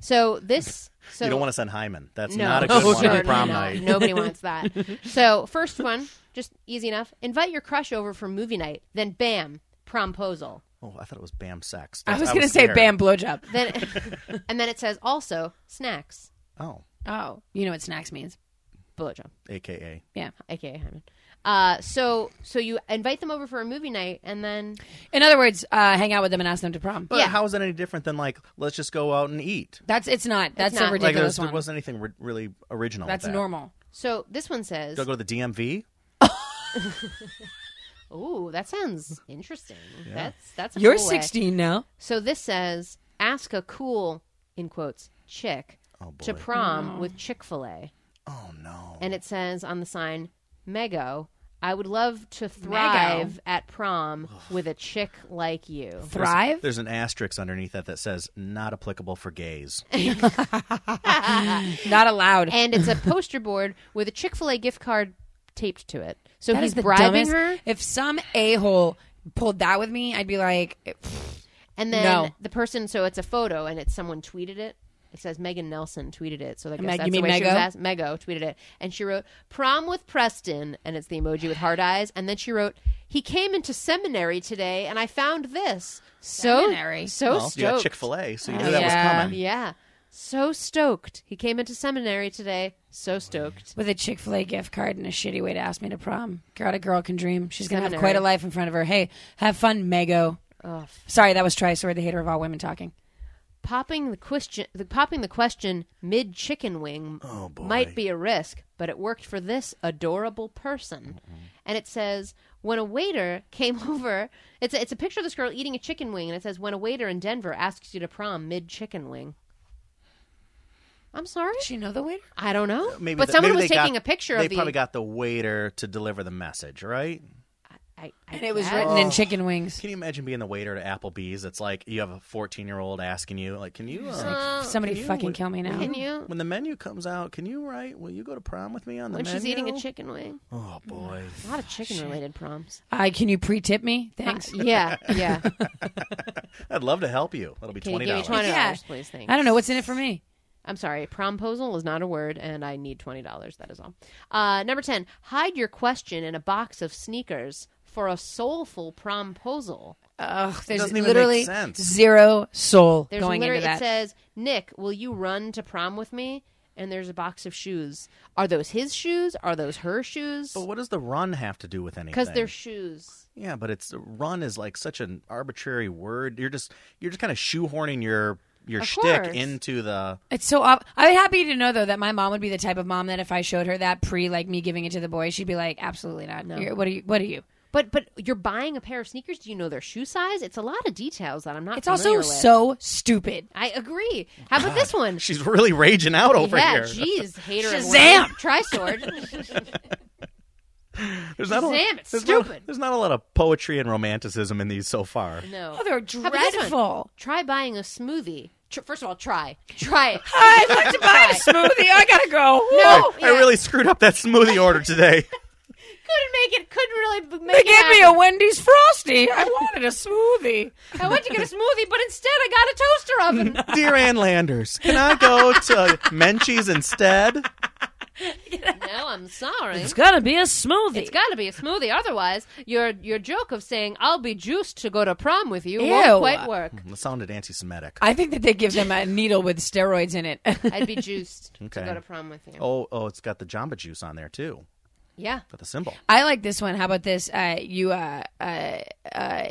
Speaker 1: So this, so
Speaker 3: you don't want to send Hyman. That's
Speaker 1: No,
Speaker 3: not a good
Speaker 1: no,
Speaker 3: one
Speaker 1: no,
Speaker 3: on prom
Speaker 1: no, no.
Speaker 3: night.
Speaker 1: Nobody wants that. So first one, just easy enough. Invite your crush over for movie night, then bam, promposal.
Speaker 3: Oh, I thought it was Bam sex.
Speaker 2: I
Speaker 3: That's-
Speaker 2: was gonna say
Speaker 3: scared.
Speaker 2: bam blowjob.
Speaker 1: Then and then it says also snacks.
Speaker 3: Oh,
Speaker 2: Oh, you know what snacks means?
Speaker 1: Bullet jump,
Speaker 3: AKA.
Speaker 2: Yeah.
Speaker 1: aka Hyman. Uh, so so you invite them over for a movie night and then
Speaker 2: In other words, uh, hang out with them and ask them to prom.
Speaker 3: But
Speaker 1: Yeah.
Speaker 3: how is that any different than like let's just go out and eat?
Speaker 2: That's it's not. That's
Speaker 1: not.
Speaker 2: a
Speaker 1: Like,
Speaker 3: Like there,
Speaker 2: ridiculous
Speaker 3: was, there
Speaker 2: one.
Speaker 3: wasn't anything re- really original. with
Speaker 2: That's
Speaker 3: that.
Speaker 2: normal.
Speaker 1: so this one says,
Speaker 3: Do I go to the DMV?
Speaker 1: "Ooh, that sounds interesting. That's that's a
Speaker 2: You're
Speaker 1: cool way."
Speaker 2: 16 now.
Speaker 1: So this says, ask a cool in quotes chick
Speaker 3: Oh, boy.
Speaker 1: to prom with Chick Fil A.
Speaker 3: Oh no.
Speaker 1: and it says on the sign, Mego, I would love to thrive at prom with a chick like you.
Speaker 2: Thrive.
Speaker 3: There's an asterisk underneath that that says not applicable for gays.
Speaker 2: Not allowed.
Speaker 1: And it's a poster board with a Chick fil A gift card taped to it. So
Speaker 2: That
Speaker 1: he's
Speaker 2: is the
Speaker 1: bribing
Speaker 2: dumbest-
Speaker 1: her,
Speaker 2: If some a hole pulled that with me, I'd be like,
Speaker 1: and then
Speaker 2: No.
Speaker 1: the person, so it's a photo, and it's someone tweeted it. It says Megan Nelson tweeted it, so I guess
Speaker 2: Meg- you
Speaker 1: that's the
Speaker 2: mean
Speaker 1: way she
Speaker 2: Mego?
Speaker 1: was asked. Mego tweeted it, and she wrote "prom with Preston," and it's the emoji with hard eyes, and then she wrote, "He came into seminary today, and I found this so
Speaker 2: Seminary?
Speaker 1: so
Speaker 3: well, you got
Speaker 1: stoked."
Speaker 3: Chick Fil A, so you knew
Speaker 2: Oh,
Speaker 3: that
Speaker 2: yeah.
Speaker 3: was coming.
Speaker 1: Yeah. So stoked. He came into seminary today. So stoked.
Speaker 2: with a Chick Fil A gift card and a shitty way to ask me to prom. God, a girl can dream. She's gonna have
Speaker 1: Seminary.
Speaker 2: quite a life in front of her. Hey, have fun, Mego. Sorry, that was Trisor, the hater of all women talking.
Speaker 1: Popping the question the popping the question mid chicken wing
Speaker 3: Oh,
Speaker 1: might be a risk, but it worked for this adorable person. And it says when a waiter came over, it's a, it's a picture of this girl eating a chicken wing, and it says when a waiter in Denver asks you to prom mid chicken wing. I'm sorry,
Speaker 2: Did you know the waiter?
Speaker 1: I don't know.
Speaker 3: Maybe
Speaker 1: but
Speaker 3: the-
Speaker 1: someone
Speaker 3: maybe
Speaker 1: was
Speaker 3: they
Speaker 1: taking
Speaker 3: got-
Speaker 1: a picture
Speaker 3: They
Speaker 1: of the.
Speaker 3: probably got the waiter to deliver the message, right?
Speaker 1: I
Speaker 6: I, I
Speaker 2: And it was
Speaker 6: guess.
Speaker 2: written in chicken wings.
Speaker 3: Can you imagine being the waiter to Applebee's? It's like you have a 14 year old asking you, like, can you, uh,
Speaker 1: Uh,
Speaker 2: Somebody
Speaker 3: you
Speaker 2: fucking
Speaker 3: would-
Speaker 2: kill me now.
Speaker 1: can you?
Speaker 3: when the menu comes out, can you write, will you go to prom with me on the
Speaker 1: When
Speaker 3: menu?
Speaker 1: she's eating a chicken wing.
Speaker 3: Oh, boy.
Speaker 1: A lot of chicken related prompts.
Speaker 2: I can you pre tip me? Thanks.
Speaker 1: Yeah, yeah.
Speaker 3: I'd love to help you. That'll be
Speaker 1: Can you
Speaker 3: $20.
Speaker 1: give me twenty
Speaker 2: Yeah.
Speaker 1: dollars, please? Thank.
Speaker 2: I don't know what's in it for me.
Speaker 1: I'm sorry. Promposal is not a word, and I need twenty dollars. That is all. Uh, number ten. Hide your question in a box of sneakers for a soulful promposal.
Speaker 2: Ugh, there's
Speaker 3: doesn't even
Speaker 2: literally
Speaker 3: make sense.
Speaker 2: zero soul
Speaker 1: There's
Speaker 2: going into
Speaker 1: literally
Speaker 2: that.
Speaker 1: it says, "Nick, will you run to prom with me?" And there's a box of shoes. Are those his shoes? Are those her shoes?
Speaker 3: But what does the run have to do with anything?
Speaker 1: Because they're shoes.
Speaker 3: Yeah, but it's run is like such an arbitrary word. You're just you're just kind of shoehorning your your
Speaker 1: Of
Speaker 3: shtick
Speaker 1: course.
Speaker 3: into the
Speaker 2: It's so. Ob- I'm happy to know though that my mom would be the type of mom that if I showed her that pre like me giving it to the boy, she'd be like, absolutely not. You're- what are you? What are you?
Speaker 1: But but you're buying a pair of sneakers. Do you know their shoe size? It's a lot of details that I'm not.
Speaker 2: It's also
Speaker 1: familiar with.
Speaker 2: so stupid.
Speaker 1: I agree. How about this one?
Speaker 3: She's really raging out over
Speaker 1: yeah,
Speaker 3: here.
Speaker 1: jeez, hater of
Speaker 2: Shazam!
Speaker 1: women. Trisword.
Speaker 3: There's not a,
Speaker 1: Shazam, it's
Speaker 3: there's not-
Speaker 1: stupid.
Speaker 3: there's not a lot of poetry and romanticism in these so far.
Speaker 1: no.
Speaker 2: Oh, they're
Speaker 1: How about this one?
Speaker 2: dreadful.
Speaker 1: Try buying a smoothie. Tr- First of all, try. Try it.
Speaker 2: I love to buy a smoothie. I gotta go.
Speaker 1: No.
Speaker 3: I, I
Speaker 1: Oh, yeah.
Speaker 3: really screwed up that smoothie order today.
Speaker 1: couldn't make it. Couldn't really b- make
Speaker 2: They
Speaker 1: it.
Speaker 2: gave me
Speaker 1: happen.
Speaker 2: a Wendy's frosty. I wanted a smoothie.
Speaker 1: I went to get a smoothie, but instead I got a toaster oven.
Speaker 3: Dear Ann Landers, can I go to Menchie's instead?
Speaker 1: no, I'm sorry.
Speaker 7: It's gotta be a smoothie.
Speaker 1: It's got to be a smoothie, otherwise your your joke of saying I'll be juiced to go to prom with you
Speaker 2: Ew.
Speaker 1: won't quite work.
Speaker 3: That sounded anti-Semitic.
Speaker 2: I think that they give them a needle with steroids in it.
Speaker 1: I'd be juiced
Speaker 3: Okay.
Speaker 1: to go to prom with you.
Speaker 3: Oh, oh, it's got the Jamba Juice on there too.
Speaker 1: Yeah,
Speaker 3: Got the symbol.
Speaker 2: I like this one. How about this? Uh, you uh, uh, uh,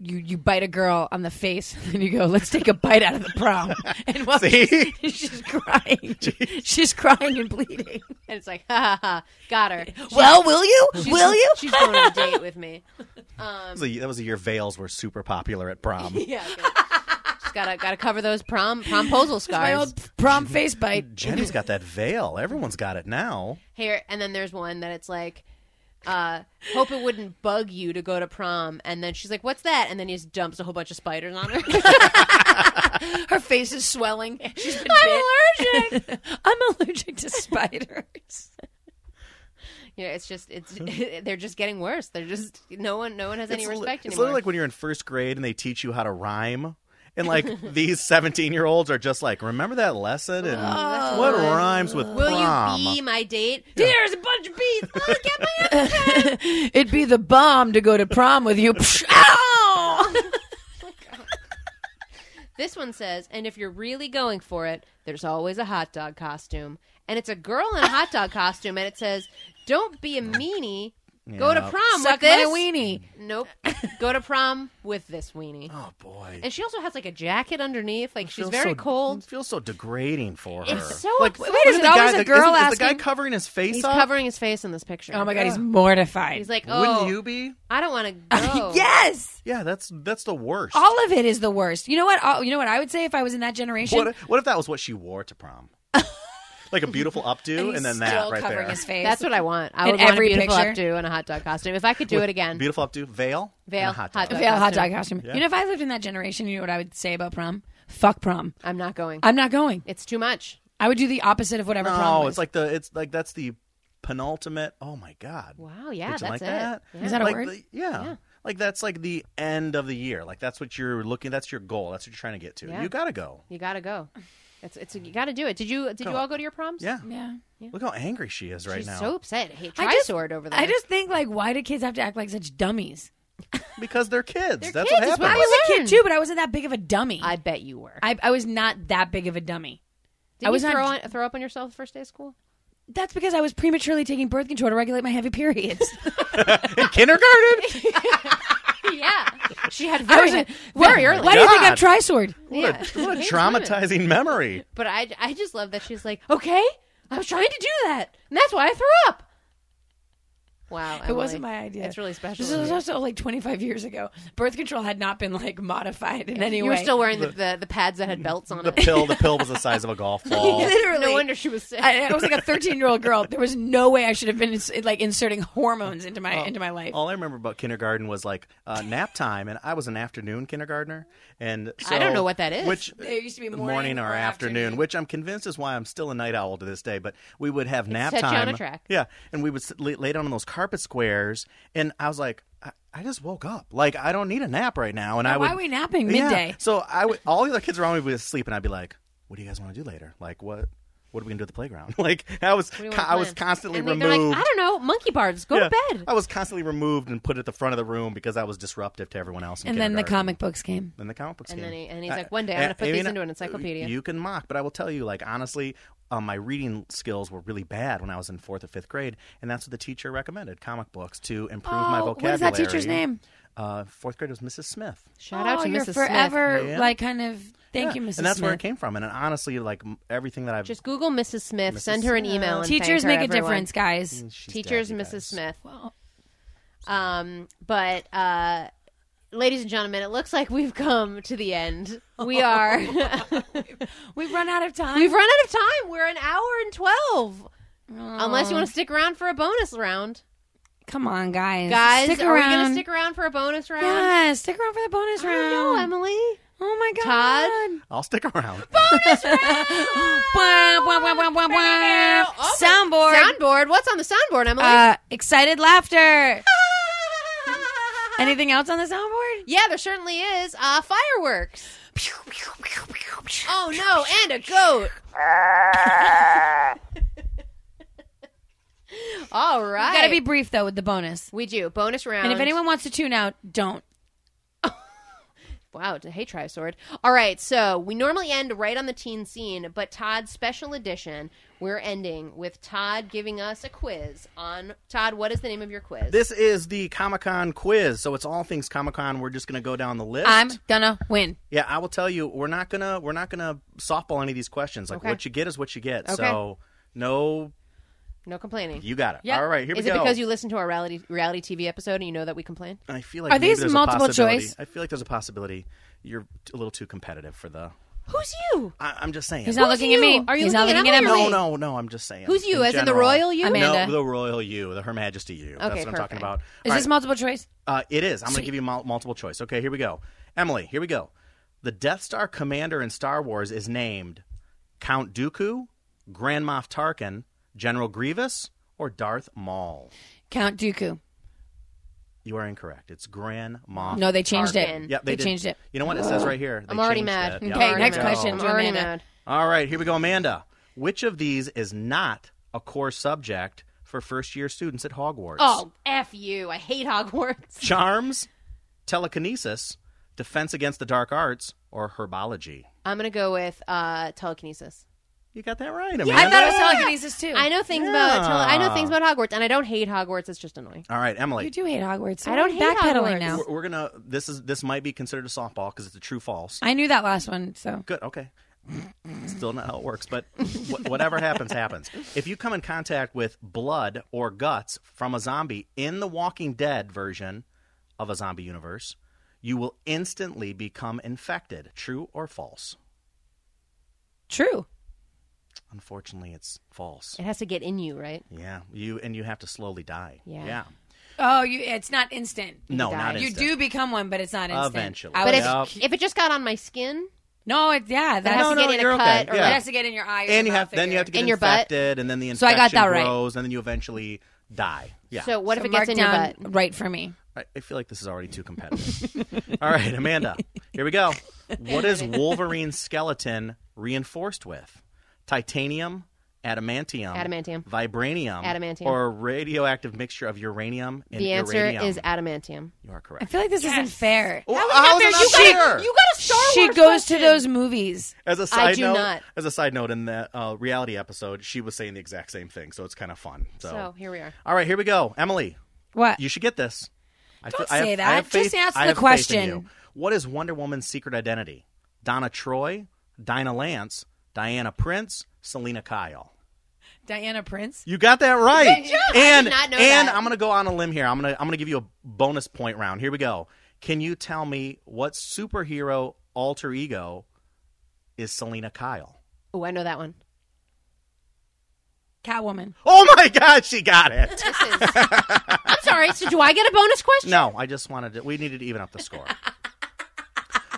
Speaker 2: you you bite a girl on the face, and you go, "Let's take a bite out of the prom." And while
Speaker 3: See?
Speaker 2: She's, she's crying, she's crying and bleeding.
Speaker 1: and it's like, ha ha ha, got her.
Speaker 2: Well, will you?
Speaker 1: She's-
Speaker 2: will you?
Speaker 1: She's going on a date with me.
Speaker 3: That was,
Speaker 1: Um,
Speaker 3: the, that was the year veils were super popular at prom.
Speaker 1: Yeah, good. just gotta gotta cover those prom promposal
Speaker 2: My
Speaker 1: scars.
Speaker 2: old prom face bite.
Speaker 3: Jenny's got that veil. Everyone's got it now.
Speaker 1: Here and then there's one that it's like. Uh, hope it wouldn't bug you to go to prom, and then she's like, "What's that?" And then he just dumps a whole bunch of spiders on her.
Speaker 2: Her face is swelling. She's been
Speaker 1: I'm allergic.
Speaker 2: bit. I'm allergic to spiders.
Speaker 1: Yeah, it's just it's they're just getting worse. They're just no one no one has any
Speaker 3: li-
Speaker 1: respect
Speaker 3: it's
Speaker 1: anymore.
Speaker 3: literally like when you're in first grade and they teach you how to rhyme. And like these 17 year olds are just like, remember that lesson? And
Speaker 1: Oh,
Speaker 3: what rhymes with
Speaker 1: Will
Speaker 3: prom?
Speaker 1: you be my date? There's a bunch of bees. Look at my ass.
Speaker 2: It'd be the bomb to go to prom with you. Psh, ow!
Speaker 1: This one says, and if you're really going for it, there's always a hot dog costume. And it's a girl in a hot dog costume and it says, Don't be a meanie. Go to
Speaker 3: Yeah.
Speaker 1: prom
Speaker 2: Suck
Speaker 1: with
Speaker 2: my
Speaker 1: this.
Speaker 2: weenie.
Speaker 1: Nope. Go to prom with this weenie.
Speaker 3: oh boy.
Speaker 1: And she also has like a jacket underneath. Like she's
Speaker 3: Feels
Speaker 1: very
Speaker 3: so-
Speaker 1: cold.
Speaker 3: It feels so degrading for her.
Speaker 1: It's so
Speaker 3: wait,
Speaker 1: upsetting.
Speaker 2: is it always a girl
Speaker 3: is, the guy
Speaker 2: asking-
Speaker 3: covering his face
Speaker 1: He's
Speaker 3: up?
Speaker 1: covering his face in this picture.
Speaker 2: Oh my god, he's mortified.
Speaker 1: He's like,
Speaker 3: Wouldn't
Speaker 1: oh,
Speaker 3: you be?
Speaker 1: I don't want to go.
Speaker 2: yes,
Speaker 3: Yeah, that's that's the worst.
Speaker 1: Oh,
Speaker 2: all of it is the worst. You know what? All, you know what I would say if I was in that generation.
Speaker 3: what, what if that was what she wore to prom? like a beautiful updo and,
Speaker 2: He's
Speaker 3: then
Speaker 2: still
Speaker 3: that right
Speaker 2: covering
Speaker 3: there.
Speaker 2: his face.
Speaker 1: That's what I want. I
Speaker 2: In
Speaker 1: would want
Speaker 2: every
Speaker 1: a beautiful
Speaker 2: picture?
Speaker 1: updo and a hot dog costume. If I could do it again,
Speaker 3: Beautiful updo, veil,
Speaker 1: Veil,
Speaker 3: and a hot dog.
Speaker 1: hot dog.
Speaker 2: Veil hot
Speaker 1: costume.
Speaker 2: dog costume. You know, if I lived in that generation, you know what I would say about prom? Fuck prom.
Speaker 1: I'm not going.
Speaker 2: I'm not going.
Speaker 1: it's too much.
Speaker 2: I would do the opposite of whatever prom.
Speaker 3: No,
Speaker 2: was.
Speaker 3: it's like the it's like that's the penultimate. Oh my god!
Speaker 1: Wow, yeah,
Speaker 3: Would you
Speaker 1: that's
Speaker 3: like
Speaker 1: it.
Speaker 3: That?
Speaker 1: Yeah.
Speaker 2: Is that a
Speaker 3: like
Speaker 2: word?
Speaker 3: the- yeah. Like that's like the end of the year. Like that's what you're looking. That's your goal. That's what you're trying to get to.
Speaker 1: Yeah.
Speaker 3: You gotta go.
Speaker 1: You gotta go. It's it's you gotta do it. Did you did you all go to your proms?
Speaker 3: Yeah.
Speaker 2: yeah.
Speaker 3: Look how angry she is right
Speaker 1: She's
Speaker 3: now.
Speaker 1: so upset. Hey,
Speaker 2: I just-
Speaker 1: Trisword over there.
Speaker 2: I just think like, why do kids have to act like such dummies?
Speaker 3: Because they're kids. that's
Speaker 1: kids,
Speaker 3: what
Speaker 1: it's what
Speaker 2: I
Speaker 3: happens.
Speaker 2: was a
Speaker 1: learn.
Speaker 2: kid too, but I wasn't that big of a dummy.
Speaker 1: I bet you were.
Speaker 2: I, I was not that big of a dummy.
Speaker 1: Did
Speaker 2: I was
Speaker 1: you
Speaker 2: not-
Speaker 1: throw on, throw up on yourself the first day of school?
Speaker 2: That's because I was prematurely taking birth control to regulate my heavy periods.
Speaker 3: In kindergarten.
Speaker 1: yeah, she had
Speaker 2: I
Speaker 1: very
Speaker 2: was a-
Speaker 1: very
Speaker 2: why,
Speaker 1: early.
Speaker 2: why do you think I'm
Speaker 3: God.
Speaker 2: trisword?
Speaker 1: Yeah.
Speaker 3: What a, what a
Speaker 1: Thanks, women.
Speaker 3: traumatizing memory.
Speaker 1: But I I just love that she's like, okay, I was trying to do that, and that's why I threw up. Wow,
Speaker 2: It wasn't
Speaker 1: Emily.
Speaker 2: my idea.
Speaker 1: It's really special.
Speaker 2: This
Speaker 1: of
Speaker 2: was
Speaker 1: you.
Speaker 2: also like 25 years ago. Birth control had not been like modified in any
Speaker 1: You
Speaker 2: way.
Speaker 1: were still wearing the, the, the pads that had belts on
Speaker 3: The
Speaker 1: it.
Speaker 3: pill, the pill was the size of a golf ball.
Speaker 1: No wonder she was sick.
Speaker 2: I, I was like a 13 year old girl. There was no way I should have been ins- like inserting hormones into
Speaker 1: Oh.
Speaker 2: my into my life.
Speaker 3: All I remember about kindergarten was like uh, nap time, and I was an afternoon kindergartner, and so,
Speaker 1: I don't know what that is.
Speaker 3: Which
Speaker 2: There used to be morning
Speaker 3: or,
Speaker 2: or
Speaker 3: afternoon,
Speaker 2: afternoon.
Speaker 3: which I'm convinced is why I'm still a night owl to this day. But we would have nap
Speaker 1: set you on
Speaker 3: time,
Speaker 1: a track.
Speaker 3: yeah, and we would sit, lay, lay down on those carpet squares, and I was like, I, I just woke up, like I don't need a nap right now, and I would.
Speaker 2: Why are we napping
Speaker 3: Yeah.
Speaker 2: midday?
Speaker 3: So I would, all the other kids around me would be asleep, and I'd be like, "What do you guys want to do later? Like what? What are we gonna do at the playground? like I was,
Speaker 1: We
Speaker 3: co-
Speaker 1: weren't
Speaker 3: I was
Speaker 1: planned.
Speaker 3: constantly
Speaker 1: and They're
Speaker 3: removed.
Speaker 1: like, I don't know, monkey bars. Go to
Speaker 3: Yeah.
Speaker 1: bed.
Speaker 3: I was constantly removed and put at the front of the room because I was disruptive to everyone else. In
Speaker 2: And then the
Speaker 3: kindergarten.
Speaker 2: comic books came.
Speaker 3: Then the comic books
Speaker 1: And
Speaker 3: came.
Speaker 1: then he- and he's
Speaker 3: I-
Speaker 1: like, one day I'm
Speaker 3: I-
Speaker 1: gonna put
Speaker 3: I
Speaker 1: these
Speaker 3: mean,
Speaker 1: into an encyclopedia.
Speaker 3: You can mock, but I will tell you, like honestly, um, my reading skills were really bad when I was in fourth or fifth grade, and that's what the teacher recommended: comic books to improve my
Speaker 2: Oh, what
Speaker 3: vocabulary.
Speaker 2: is that teacher's name?
Speaker 3: Uh, fourth grade was Mrs. Smith.
Speaker 1: Shout out
Speaker 2: Oh,
Speaker 1: to
Speaker 2: you're
Speaker 1: Mrs. Smith.
Speaker 2: forever
Speaker 3: Yeah.
Speaker 2: like kind of thank
Speaker 3: Yeah,
Speaker 2: you, Mrs.
Speaker 3: And that's where it
Speaker 2: Smith.
Speaker 3: came from. And, and honestly, like m- everything that I've
Speaker 1: Just Google Mrs. Smith. Send her an email. And
Speaker 2: Teachers
Speaker 1: thank
Speaker 2: make
Speaker 1: her,
Speaker 2: a
Speaker 1: everyone.
Speaker 2: difference, guys.
Speaker 3: She's
Speaker 1: Teachers,
Speaker 3: dead, you
Speaker 1: Mrs.
Speaker 3: guys.
Speaker 1: Smith. Um, but uh, ladies and gentlemen, it looks like we've come to the end. We are.
Speaker 2: We've run out of time.
Speaker 1: we've run out of time. We're an hour and twelve. Unless you want to stick around for a bonus round,
Speaker 2: Come on, guys.
Speaker 1: guys.
Speaker 2: stick
Speaker 1: are
Speaker 2: around.
Speaker 1: we gonna stick around for a bonus round?
Speaker 2: Yeah, stick around for the bonus
Speaker 1: I
Speaker 2: round.
Speaker 1: don't know, Emily.
Speaker 2: Oh my god.
Speaker 1: Todd?
Speaker 3: I'll stick around.
Speaker 2: Wah, wah, wah, wah, wah, wah. Soundboard.
Speaker 1: Soundboard. What's on the soundboard, Emily?
Speaker 2: uh, excited laughter. Anything else on the soundboard?
Speaker 1: yeah, there certainly is. Uh, fireworks. Oh no, and a goat. All right.
Speaker 2: Gotta be brief though with the bonus.
Speaker 1: We do bonus round.
Speaker 2: And if anyone wants to tune out, don't.
Speaker 1: wow, hey Trisword. All right, so we normally end right on the teen scene, but Todd's special edition, we're ending with Todd giving us a quiz on Todd. What is the name of your quiz?
Speaker 3: This is the Comic Con quiz. So it's all things Comic Con. We're just going to go down the list.
Speaker 2: I'm gonna win.
Speaker 3: Yeah, I will tell you, we're not gonna we're not gonna softball any of these questions. Like
Speaker 1: Okay.
Speaker 3: what you get is what you get.
Speaker 1: Okay.
Speaker 3: So no,
Speaker 1: no complaining.
Speaker 3: you got it.
Speaker 2: Yep.
Speaker 3: All right, here
Speaker 1: is
Speaker 3: we
Speaker 1: it
Speaker 3: go.
Speaker 1: because you listened to our reality reality TV episode and you know that we complained?
Speaker 3: I feel like
Speaker 2: Are
Speaker 3: maybe
Speaker 2: these
Speaker 3: there's a
Speaker 2: multiple
Speaker 3: possibility-
Speaker 2: choice?
Speaker 3: I feel like there's a possibility you're a little too competitive for the.
Speaker 1: Who's you?
Speaker 3: I, I'm just saying.
Speaker 2: He's not
Speaker 1: Who's
Speaker 2: looking
Speaker 1: you?
Speaker 2: at me.
Speaker 1: Are you
Speaker 2: He's not
Speaker 1: looking at
Speaker 2: looking at
Speaker 1: Emily?
Speaker 2: Emily.
Speaker 3: no, no, no. I'm just saying.
Speaker 1: Who's you,
Speaker 3: In
Speaker 1: as in the
Speaker 3: general.
Speaker 1: royal you?
Speaker 2: Amanda.
Speaker 3: No, the royal you, the Her Majesty you. That's what I'm talking
Speaker 1: perfect.
Speaker 3: about.
Speaker 2: Is
Speaker 3: All
Speaker 2: this multiple choice?
Speaker 3: Uh, it is. I'm going to give you mul- multiple choice. Okay, here we go. Emily, here we go. The Death Star commander in Star Wars is named Count Dooku, Grand Moff Tarkin, General Grievous, or Darth Maul.
Speaker 2: Count Dooku.
Speaker 3: You are incorrect. It's Grand Moff.
Speaker 2: No, they changed it.
Speaker 1: Tarkin.
Speaker 3: Yeah, they,
Speaker 2: They
Speaker 3: did.
Speaker 2: changed it.
Speaker 3: You know what it says right here.
Speaker 1: I'm
Speaker 3: They
Speaker 1: already
Speaker 3: changed
Speaker 1: mad.
Speaker 3: it. Yeah,
Speaker 1: I'm
Speaker 2: Okay,
Speaker 1: already
Speaker 2: next
Speaker 1: mad.
Speaker 2: question
Speaker 1: I'm
Speaker 2: to
Speaker 1: already
Speaker 2: Amanda.
Speaker 1: mad.
Speaker 3: All right, here we go, Amanda. Which of these is not a core subject for first-year students at Hogwarts?
Speaker 1: Oh, f you! I hate Hogwarts.
Speaker 3: Charms, telekinesis, defense against the dark arts, or herbology.
Speaker 1: I'm gonna go with uh, telekinesis.
Speaker 3: You got that right, Amanda.
Speaker 2: I thought it was telekinesis too.
Speaker 1: I know things about tele- I know things about Hogwarts, and I don't hate Hogwarts. It's just annoying.
Speaker 3: All right,
Speaker 2: You
Speaker 3: Emily.
Speaker 2: do hate Hogwarts. So
Speaker 1: I don't
Speaker 2: we're
Speaker 1: hate
Speaker 2: backpedaling
Speaker 1: Hogwarts.
Speaker 2: now.
Speaker 3: We're, we're gonna. This is this might be considered a softball because it's a true false.
Speaker 2: I knew that last one, so
Speaker 3: Good. Okay. Still not how it works, but wh- whatever happens, happens. If you come in contact with blood or guts from a zombie in the Walking Dead version of a zombie universe, you will instantly become infected. True or false?
Speaker 2: true.
Speaker 3: Unfortunately, it's false.
Speaker 1: It has to get in you, right?
Speaker 3: Yeah, you and you have to slowly die.
Speaker 1: Yeah.
Speaker 2: Oh, you it's not instant.
Speaker 3: No,
Speaker 1: die.
Speaker 3: not
Speaker 1: You
Speaker 2: You
Speaker 3: instant.
Speaker 2: do become one, but it's not instant.
Speaker 3: Eventually.
Speaker 2: I
Speaker 1: But
Speaker 2: was-
Speaker 1: if if it just got on my skin,
Speaker 2: no, it, yeah, that
Speaker 1: it has
Speaker 2: has,
Speaker 1: to
Speaker 3: No,
Speaker 1: get
Speaker 3: no,
Speaker 1: in
Speaker 3: you're
Speaker 1: a cut.
Speaker 3: okay.
Speaker 1: Or
Speaker 3: Yeah.
Speaker 2: it has to get in your eye. or
Speaker 3: and
Speaker 2: your
Speaker 3: your you have
Speaker 2: mouth
Speaker 3: then you
Speaker 2: figure.
Speaker 3: have to get
Speaker 1: In your butt.
Speaker 3: infected, and then the
Speaker 2: So I
Speaker 3: infection
Speaker 2: got that right.
Speaker 3: grows, and then you eventually die. Yeah,
Speaker 1: So what if
Speaker 2: So
Speaker 1: it gets
Speaker 2: mark
Speaker 1: in
Speaker 2: down
Speaker 1: your butt?
Speaker 2: right for me.
Speaker 3: I, I feel like this is already too competitive. All right, Amanda, here we go. What is Wolverine's skeleton reinforced with? Titanium, adamantium,
Speaker 1: Adamantium.
Speaker 3: vibranium,
Speaker 1: Adamantium.
Speaker 3: or a radioactive mixture of uranium and
Speaker 1: The answer
Speaker 3: iranium?
Speaker 1: is adamantium.
Speaker 3: you are
Speaker 2: I
Speaker 3: correct.
Speaker 2: feel like this isn't fair.
Speaker 3: Oh, how is it not fair?
Speaker 1: got a Star
Speaker 2: she goes to those movies.
Speaker 3: As a side
Speaker 1: do
Speaker 3: note,
Speaker 1: not.
Speaker 3: as a side note, in the uh, reality episode, she was saying the exact same thing, so it's kind of fun. So.
Speaker 1: So here we are.
Speaker 3: all right, here we go, Emily.
Speaker 2: What?
Speaker 3: You should get this. I
Speaker 2: Don't
Speaker 3: fe-
Speaker 2: say
Speaker 3: I have- I
Speaker 2: that.
Speaker 3: have faith-
Speaker 2: Just answer
Speaker 3: I
Speaker 2: the
Speaker 3: have faith in
Speaker 2: question.
Speaker 3: you. What is Wonder Woman's secret identity? Donna Troy, Dinah Lance, Diana Prince, Selena Kyle.
Speaker 2: Diana Prince.
Speaker 3: You got that right. and
Speaker 1: not know
Speaker 3: and
Speaker 1: that.
Speaker 3: I'm gonna go on a limb here. I'm gonna I'm gonna give you a bonus point round. Here we go. Can you tell me what superhero alter ego is Selena Kyle?
Speaker 1: Oh, I know that one.
Speaker 2: Catwoman.
Speaker 3: Oh my God, she got it.
Speaker 1: This is. I'm sorry. So do I get a bonus question?
Speaker 3: no, I just wanted to. We needed to even up the score.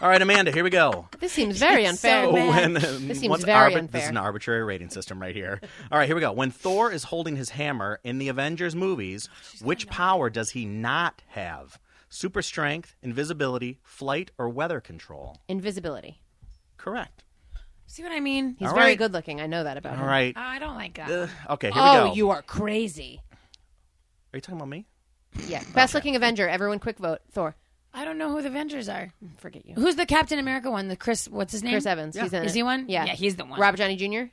Speaker 3: All right, Amanda. Here we go.
Speaker 1: This seems very unfair.
Speaker 2: so mad.
Speaker 3: Oh, when
Speaker 1: This seems
Speaker 3: once
Speaker 1: very
Speaker 3: arbi- This is an
Speaker 1: unfair.
Speaker 3: arbitrary rating system right here. All right, here we go. When Thor is holding his hammer in the Avengers movies,
Speaker 1: Oh,
Speaker 3: which power does he not have? Super strength, invisibility, flight, or weather control?
Speaker 1: Invisibility.
Speaker 3: Correct.
Speaker 2: See what I mean?
Speaker 1: He's
Speaker 3: All
Speaker 1: very
Speaker 3: right.
Speaker 1: good looking. I know that about
Speaker 3: All
Speaker 1: him.
Speaker 3: right.
Speaker 2: Oh, I don't like that.
Speaker 3: Uh, okay, here we
Speaker 1: Oh,
Speaker 3: go.
Speaker 1: you are crazy.
Speaker 3: Are you talking about me?
Speaker 1: Yeah. Best looking Avenger. Everyone, quick vote. Thor.
Speaker 2: I don't know who the Avengers are.
Speaker 1: Forget you.
Speaker 2: Who's the Captain America one? The Chris, what's his name?
Speaker 1: Chris Evans. He's in
Speaker 2: Is
Speaker 1: it.
Speaker 2: he one?
Speaker 1: Yeah.
Speaker 2: Yeah, he's the one.
Speaker 1: Robert Johnny Jr.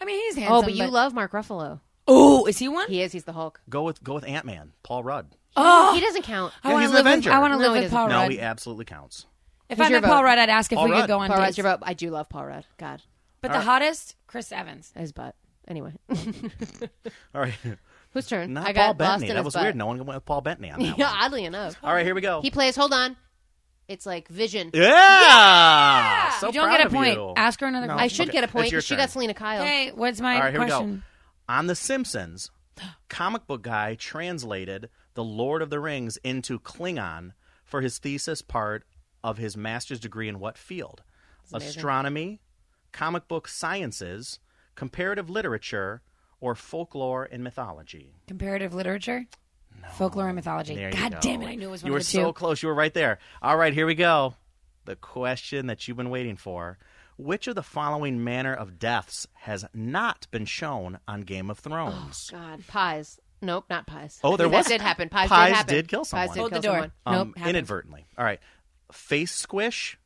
Speaker 2: I mean, he's handsome.
Speaker 1: Oh, but you love Mark Ruffalo.
Speaker 2: Oh, is he one?
Speaker 1: He is. He's the Hulk.
Speaker 3: Go with go with Ant Man, Paul Rudd.
Speaker 2: oh,
Speaker 1: He doesn't count.
Speaker 2: I
Speaker 3: Yeah,
Speaker 2: want
Speaker 3: he's
Speaker 2: to
Speaker 3: an
Speaker 2: live with,
Speaker 3: Avenger.
Speaker 2: I want to
Speaker 1: No,
Speaker 2: live
Speaker 1: he
Speaker 2: with
Speaker 1: doesn't.
Speaker 2: Paul
Speaker 3: no,
Speaker 2: Rudd.
Speaker 3: he absolutely counts.
Speaker 2: if
Speaker 1: Who's
Speaker 2: I
Speaker 1: your
Speaker 2: met Paul
Speaker 1: vote?
Speaker 2: Rudd, I'd ask if
Speaker 3: Paul
Speaker 2: we
Speaker 3: Rudd.
Speaker 2: could go on
Speaker 1: Paul Rudd's
Speaker 2: dates.
Speaker 1: your vote. I do love Paul Rudd. God,
Speaker 2: But the hottest, Chris Evans.
Speaker 1: his butt. Anyway,
Speaker 3: All right.
Speaker 1: whose turn?
Speaker 3: Not
Speaker 1: I
Speaker 3: Paul
Speaker 1: got lost
Speaker 3: Bettany.
Speaker 1: in
Speaker 3: That
Speaker 1: his
Speaker 3: was
Speaker 1: butt.
Speaker 3: weird. No one went with Paul Bettany on that
Speaker 1: yeah,
Speaker 3: one.
Speaker 1: oddly enough,
Speaker 3: All right, here we go.
Speaker 1: he plays. Hold on, it's like Vision.
Speaker 3: yeah! So
Speaker 2: you don't
Speaker 3: proud
Speaker 2: get a
Speaker 3: of
Speaker 2: point.
Speaker 3: you.
Speaker 2: Ask her another
Speaker 3: No.
Speaker 2: question.
Speaker 1: I should
Speaker 3: Okay,
Speaker 1: get a
Speaker 3: it's
Speaker 1: point
Speaker 3: your
Speaker 1: because she
Speaker 3: turn.
Speaker 1: got Selena Kyle.
Speaker 2: Hey, what's my
Speaker 3: All right, here we
Speaker 2: question?
Speaker 3: go. On The Simpsons, comic book guy translated The Lord of the Rings into Klingon for his thesis part of his master's degree in what field? Astronomy, comic book sciences, comparative literature, or folklore and mythology.
Speaker 2: Comparative literature, folklore, and mythology.
Speaker 3: There you
Speaker 2: God
Speaker 3: go.
Speaker 2: damn it! I knew it was one
Speaker 3: You were
Speaker 2: of the
Speaker 3: so
Speaker 2: two.
Speaker 3: close. You were right there. All right, here we go. The question that you've been waiting for. Which of the following manner of deaths has not been shown on Game of
Speaker 2: Oh,
Speaker 3: Thrones?
Speaker 1: God, pies. Nope, not pies.
Speaker 3: Oh, there
Speaker 1: that
Speaker 3: was-
Speaker 1: did happen. Pies,
Speaker 3: Pies
Speaker 1: did happen.
Speaker 3: did kill someone.
Speaker 1: Pies did
Speaker 2: Hold
Speaker 1: kill
Speaker 2: the door.
Speaker 1: someone.
Speaker 2: Nope, happened.
Speaker 3: Um, inadvertently. All right. Face squish.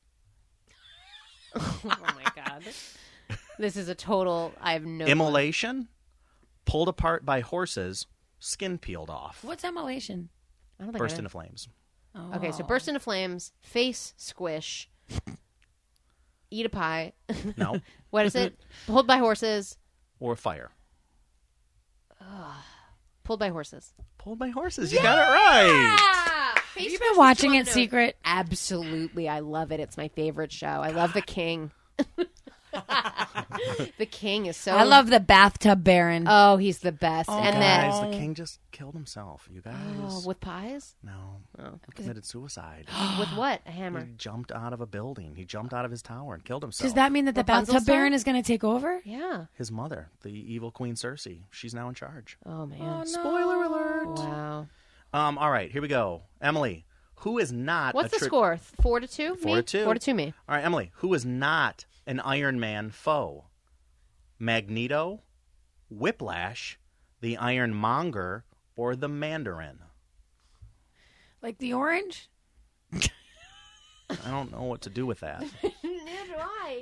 Speaker 1: oh my god, this is a total. I have no.
Speaker 3: Immolation, pulled apart by horses, skin peeled off,
Speaker 2: What's immolation?
Speaker 1: I don't think
Speaker 3: burst
Speaker 1: I know.
Speaker 3: into flames.
Speaker 1: Okay, so burst into flames, face squish, eat a pie.
Speaker 3: No,
Speaker 1: what is it? Pulled by horses.
Speaker 3: or fire.
Speaker 1: Pulled by horses.
Speaker 3: Pulled by horses. You got it right.
Speaker 1: Face
Speaker 2: Have you
Speaker 1: squish
Speaker 2: been
Speaker 1: was
Speaker 2: watching
Speaker 1: one
Speaker 2: it
Speaker 1: note.
Speaker 2: secret?
Speaker 1: Absolutely, I love it. It's my favorite show. I love The King. the King is so.
Speaker 2: I love the bathtub baron.
Speaker 1: Oh, he's the best. and
Speaker 3: guys,
Speaker 1: then
Speaker 3: the king just killed himself. You guys,
Speaker 1: oh, with pies,
Speaker 3: no, he committed suicide.
Speaker 1: with what? A
Speaker 3: he
Speaker 1: hammer.
Speaker 3: jumped out of a building. He jumped out of his tower and killed himself.
Speaker 2: Does that mean that the
Speaker 1: Rapunzel
Speaker 2: bathtub
Speaker 1: style?
Speaker 2: baron is going to take over?
Speaker 1: Yeah.
Speaker 3: his mother, the evil queen Cersei, she's now in charge.
Speaker 1: Oh man.
Speaker 3: Spoiler alert.
Speaker 1: Wow.
Speaker 3: Um. All right, here we go. Emily, who is not
Speaker 1: What's
Speaker 3: a
Speaker 1: the
Speaker 3: tri-
Speaker 1: score? Four to two.
Speaker 3: Four
Speaker 1: me?
Speaker 3: to two.
Speaker 1: Four to two. Me.
Speaker 3: All right, Emily, who is not an Iron Man foe? Magneto, Whiplash, the Ironmonger, or the Mandarin?
Speaker 2: Like the orange?
Speaker 3: I don't know what to do with that.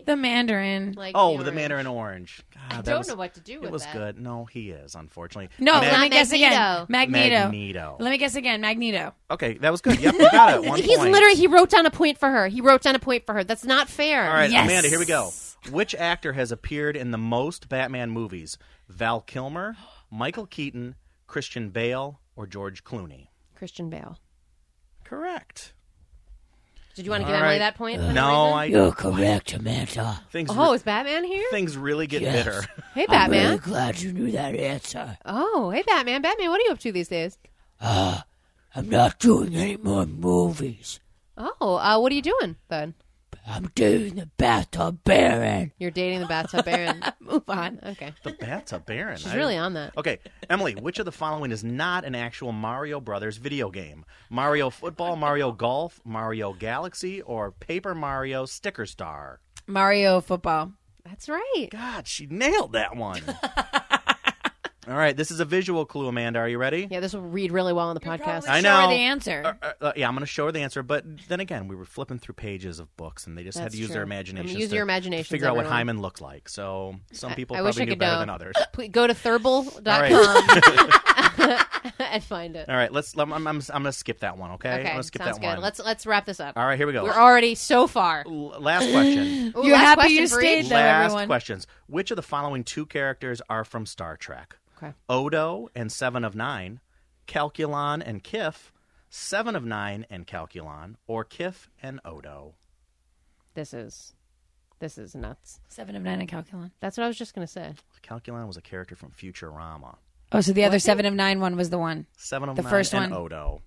Speaker 2: The mandarin.
Speaker 1: Like
Speaker 3: oh,
Speaker 1: the
Speaker 3: the
Speaker 1: orange.
Speaker 3: Mandarin Orange. God,
Speaker 1: I
Speaker 3: that
Speaker 1: don't
Speaker 3: was-
Speaker 1: know what to do with
Speaker 3: It was
Speaker 1: that.
Speaker 3: good. No, he is, unfortunately.
Speaker 2: No,
Speaker 3: Mag-
Speaker 2: let me guess again.
Speaker 1: Magneto.
Speaker 2: Magneto.
Speaker 3: Magneto.
Speaker 2: Let me guess again. Magneto.
Speaker 3: Okay, that was good. Yep, you got it. One
Speaker 1: He's
Speaker 3: point.
Speaker 1: literally he wrote down a point for her. He wrote down a point for her. That's not fair.
Speaker 3: All right,
Speaker 2: Yes.
Speaker 3: Amanda, here we go. Which actor has appeared in the most Batman movies? Val Kilmer, Michael Keaton, Christian Bale, or George Clooney?
Speaker 1: Christian Bale.
Speaker 3: Correct.
Speaker 1: Did you want to
Speaker 3: All
Speaker 1: give Uh, Emily
Speaker 3: right.
Speaker 1: that point? for no
Speaker 3: No,
Speaker 1: reason?
Speaker 3: I
Speaker 8: You're correct, Amanda.
Speaker 3: things
Speaker 1: Oh,
Speaker 3: re-
Speaker 1: is Batman here?
Speaker 3: things really get
Speaker 8: Yes.
Speaker 3: bitter.
Speaker 1: Hey,
Speaker 8: I'm really
Speaker 1: Batman.
Speaker 8: glad you knew that answer.
Speaker 1: Oh, hey, Batman. Batman, what are you up to these days?
Speaker 8: I'm not doing any more movies.
Speaker 1: Oh, uh, what are you doing then?
Speaker 8: I'm doing the bathtub baron.
Speaker 1: You're dating the bathtub Baron. Move on. Okay.
Speaker 3: The bat's a baron.
Speaker 1: She's really on that.
Speaker 3: Okay, Emily, which of the following is not an actual Mario Brothers video game? Mario Football, Mario Golf, Mario Galaxy, or Paper Mario Sticker Star?
Speaker 2: Mario football.
Speaker 1: That's right.
Speaker 3: God, she nailed that one. All right, this is a visual clue, Amanda. Are you ready?
Speaker 1: Yeah, this will read really well on the podcast.
Speaker 2: Probably
Speaker 3: I
Speaker 2: sure
Speaker 3: know.
Speaker 2: the answer.
Speaker 3: Uh, uh, uh, yeah, I'm going to show her the answer. But then again, we were flipping through pages of books, and they just had
Speaker 1: That's
Speaker 3: to use
Speaker 1: true.
Speaker 3: their
Speaker 1: I mean,
Speaker 3: imaginations.
Speaker 1: use
Speaker 3: to-
Speaker 1: your
Speaker 3: to
Speaker 1: imaginations,
Speaker 3: Figure out what
Speaker 1: everyone.
Speaker 3: Hyman looked like. So some people
Speaker 1: I wish
Speaker 3: probably
Speaker 1: I
Speaker 3: knew
Speaker 1: could
Speaker 3: better
Speaker 1: know.
Speaker 3: than others.
Speaker 1: Please go to
Speaker 3: All
Speaker 1: thurble.com and find it.
Speaker 3: All right, let's. I'm, I'm, I'm going to skip that one. Okay, I'm
Speaker 1: Okay,
Speaker 3: going to
Speaker 1: sounds
Speaker 3: skip
Speaker 1: good.
Speaker 3: that one.
Speaker 1: Let's let's wrap this up.
Speaker 3: All right, here we go.
Speaker 1: We're already so far.
Speaker 3: L- last question.
Speaker 1: Ooh,
Speaker 2: You're
Speaker 1: last
Speaker 2: happy
Speaker 1: question
Speaker 2: you
Speaker 1: for
Speaker 2: stayed
Speaker 1: each?
Speaker 2: though,
Speaker 3: last
Speaker 2: everyone.
Speaker 3: questions. Which of the following two characters are from Star Trek?
Speaker 1: Okay.
Speaker 3: Odo and Seven of Nine, Calculon and Kif, Seven of Nine and Calculon, or Kif and Odo.
Speaker 1: This is this is nuts.
Speaker 2: Seven of nine and Calculon.
Speaker 1: That's what I was just gonna say.
Speaker 3: Calculon was a character from Futurama.
Speaker 2: Oh, so the other seven of nine one was the one.
Speaker 3: Seven of
Speaker 2: The
Speaker 3: Nine
Speaker 2: first
Speaker 3: and
Speaker 2: one.
Speaker 3: Odo.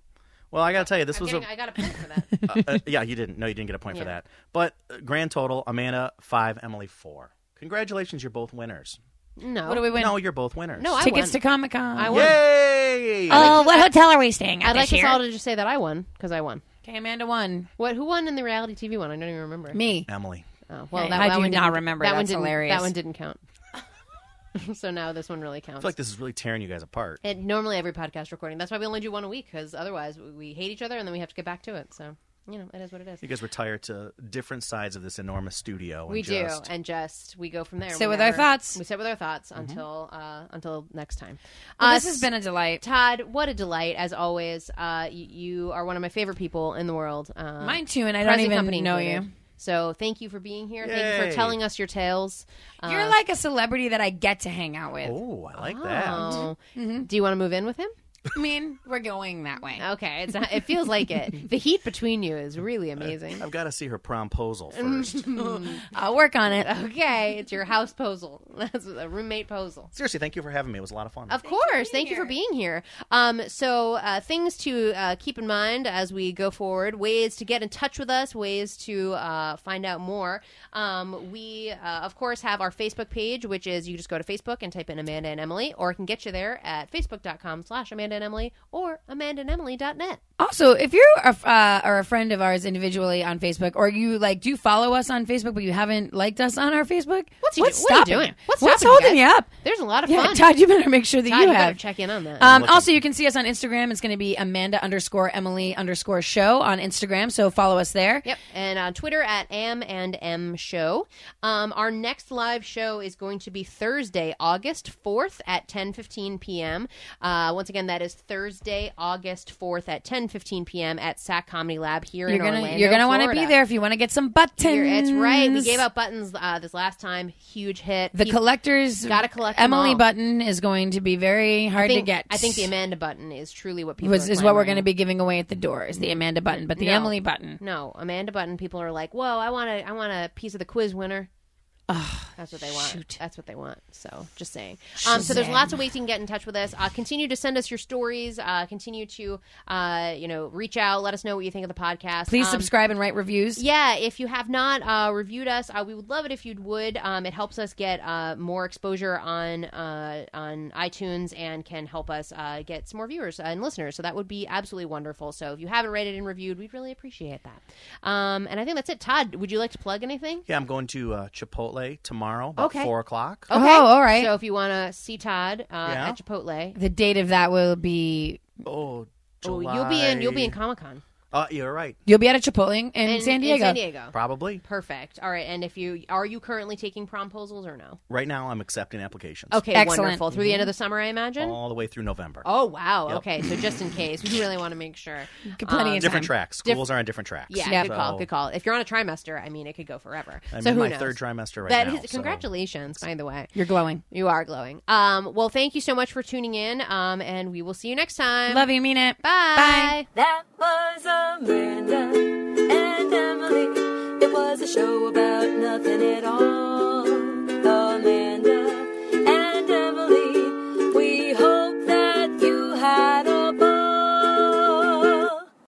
Speaker 3: Well, I gotta tell you, this was
Speaker 1: Getting-
Speaker 3: a
Speaker 1: I got a point for that.
Speaker 3: uh, uh, yeah. You didn't. No, you didn't get a point for that. But uh, grand total, Amanda five, Emily four. Congratulations, you're both winners.
Speaker 1: No,
Speaker 2: What do we win?
Speaker 3: No, you're both winners.
Speaker 1: no, I
Speaker 2: Tickets
Speaker 1: won.
Speaker 2: to Comic Con.
Speaker 1: I won.
Speaker 3: Yay!
Speaker 2: Oh, what hotel are we staying at
Speaker 1: I'd like
Speaker 2: this
Speaker 1: us
Speaker 2: year?
Speaker 1: all to just say that I won because I won.
Speaker 2: okay, Amanda won.
Speaker 1: What? Who won in the reality TV one? I don't even remember.
Speaker 2: Me.
Speaker 3: Emily.
Speaker 1: Oh, well,
Speaker 2: Hey,
Speaker 1: that,
Speaker 2: I
Speaker 1: that
Speaker 2: do
Speaker 1: one
Speaker 2: not
Speaker 1: didn't-
Speaker 2: remember.
Speaker 1: That one
Speaker 2: That's
Speaker 1: didn't,
Speaker 2: hilarious.
Speaker 1: That one didn't count. so now this one really
Speaker 3: I
Speaker 1: counts.
Speaker 3: feel like this is really tearing you guys apart.
Speaker 1: it, normally every podcast recording. That's why we only do one a week because otherwise we, we hate each other and then we have to get back to it. So you know, it is what it is.
Speaker 3: You guys retire to different sides of this enormous studio. And
Speaker 1: We
Speaker 3: just,
Speaker 1: do, and just we go from there.
Speaker 2: Sit
Speaker 1: We
Speaker 2: with our
Speaker 1: never-
Speaker 2: thoughts. Mm-hmm.
Speaker 1: We sit with our thoughts until uh, until next time.
Speaker 2: Well,
Speaker 1: Uh,
Speaker 2: this has been a delight.
Speaker 1: Todd. What a delight as always. Uh, y- you are one of my favorite people in the world. Uh,
Speaker 2: Mine too, and I don't
Speaker 1: present
Speaker 2: even
Speaker 1: company
Speaker 2: know
Speaker 1: included.
Speaker 2: you.
Speaker 1: So thank you for being here. Thank you
Speaker 3: Yay.
Speaker 1: for telling us your tales. Uh,
Speaker 2: You're like a celebrity that I get to hang out with.
Speaker 3: Oh, I like that.
Speaker 1: Oh.
Speaker 2: Mm-hmm.
Speaker 1: Do you want to move in with him?
Speaker 2: I mean, we're going that way.
Speaker 1: Okay, it's not, it feels like it. The heat between you is really amazing.
Speaker 3: I've got to see her promposal first.
Speaker 2: I'll work on it.
Speaker 1: Okay, it's your house posal. That's a roommate posal.
Speaker 3: Seriously, thank you for having me. It was a lot of fun.
Speaker 1: Of course. Thank you for being here. Um, so, uh, things to uh, keep in mind as we go forward, ways to get in touch with us, ways to uh, find out more. Um, we, uh, of course, have our Facebook page, which is you just go to Facebook and type in Amanda and Emily, or I can get you there at facebook.com slash Amanda and Emily or amandaandemily.net.
Speaker 2: Also, if you are, uh, are a friend of ours individually on Facebook, or you like do follow us on Facebook, but you haven't liked us on our Facebook,
Speaker 1: What's you
Speaker 2: what's
Speaker 1: do- what are you
Speaker 2: stopping
Speaker 1: doing?
Speaker 2: What's,
Speaker 1: What's stopping you
Speaker 2: holding you,
Speaker 1: guys?
Speaker 2: up?
Speaker 1: There's a lot of
Speaker 2: Yeah,
Speaker 1: fun.
Speaker 2: Todd, you better make sure that
Speaker 1: Todd,
Speaker 2: you,
Speaker 1: you
Speaker 2: have
Speaker 1: better check in on that.
Speaker 2: Um, also, you can see us on Instagram. It's going to be Amanda underscore Emily underscore Show on Instagram. So follow us there.
Speaker 1: Yep. And on Twitter at am and m show. Um, our next live show is going to be Thursday, August 4th at 10.15 p.m. Uh, once again, that is Thursday, August 4th at 10.15 p.m. at SAC Comedy Lab here
Speaker 2: You're
Speaker 1: in
Speaker 2: gonna
Speaker 1: Orlando,
Speaker 2: you're gonna want to
Speaker 1: Florida.
Speaker 2: be there if you want to get some buttons.
Speaker 1: You're- It's right. We gave out buttons uh, this last time. Huge hit.
Speaker 2: the
Speaker 1: People-
Speaker 2: collectors.
Speaker 1: Gotta collect 'em
Speaker 2: Emily
Speaker 1: all.
Speaker 2: button is going to be very hard
Speaker 1: I think,
Speaker 2: to get.
Speaker 1: I think the Amanda button is truly what people
Speaker 2: was
Speaker 1: are
Speaker 2: is what we're
Speaker 1: clamoring.
Speaker 2: going to be giving away at the door is the Amanda button, but the
Speaker 1: No.
Speaker 2: Emily button.
Speaker 1: No, Amanda Button. People are like, "Whoa, I want a, I want a piece of the quiz winner." That's what they want. That's what they want. So, just saying. Um, so there's lots of ways you can get in touch with us. Uh, continue to send us your stories. Uh, continue to, uh, you know, reach out. Let us know what you think of the podcast.
Speaker 2: Please
Speaker 1: Um,
Speaker 2: subscribe and write reviews.
Speaker 1: yeah, if you have not uh, reviewed us, uh, we would love it if you would. Um, it helps us get uh, more exposure on uh, on iTunes and can help us uh, get some more viewers and listeners. So that would be absolutely wonderful. So if you haven't rated and reviewed, we'd really appreciate that. Um, and I think that's it. Todd, would you like to plug anything?
Speaker 3: Yeah, I'm going to uh, Chipotle tomorrow about
Speaker 1: Okay.
Speaker 3: 4 o'clock.
Speaker 2: Oh, all right.
Speaker 1: So if you want to see Todd uh,
Speaker 3: Yeah.
Speaker 1: at Chipotle,
Speaker 2: The date of that will be
Speaker 3: Oh,
Speaker 1: oh,
Speaker 3: July.
Speaker 1: you'll be in you'll be in Comic Con
Speaker 3: Uh, you're right.
Speaker 2: you'll be at a Chipotle in, in San Diego.
Speaker 1: San Diego.
Speaker 3: Probably.
Speaker 1: Perfect. All right. And if you are you currently taking promposals or no?
Speaker 3: Right now, I'm accepting applications.
Speaker 1: Okay,
Speaker 2: Excellent.
Speaker 1: wonderful. Through the end of the summer, I imagine.
Speaker 3: All the way through November.
Speaker 1: Oh wow. Okay, so just in case, we really want to make sure. Um,
Speaker 2: Got Plenty of
Speaker 3: different
Speaker 2: time.
Speaker 3: tracks. Schools are on different tracks.
Speaker 1: Yeah,
Speaker 2: Yeah.
Speaker 1: good call.
Speaker 3: So-
Speaker 1: Good call. If you're on a trimester, I mean, it could go forever.
Speaker 3: I'm
Speaker 1: so
Speaker 3: in
Speaker 1: who
Speaker 3: my
Speaker 1: knows?
Speaker 3: third trimester right
Speaker 1: That
Speaker 3: now.
Speaker 1: is-
Speaker 3: so-
Speaker 1: congratulations, by the way.
Speaker 2: You're glowing.
Speaker 1: You are glowing. Um, well, thank you so much for tuning in, um, and we will see you next time.
Speaker 2: Love you, mean it. Bye.
Speaker 1: Bye.
Speaker 9: That was Amanda and Emily. It was a show about nothing at all.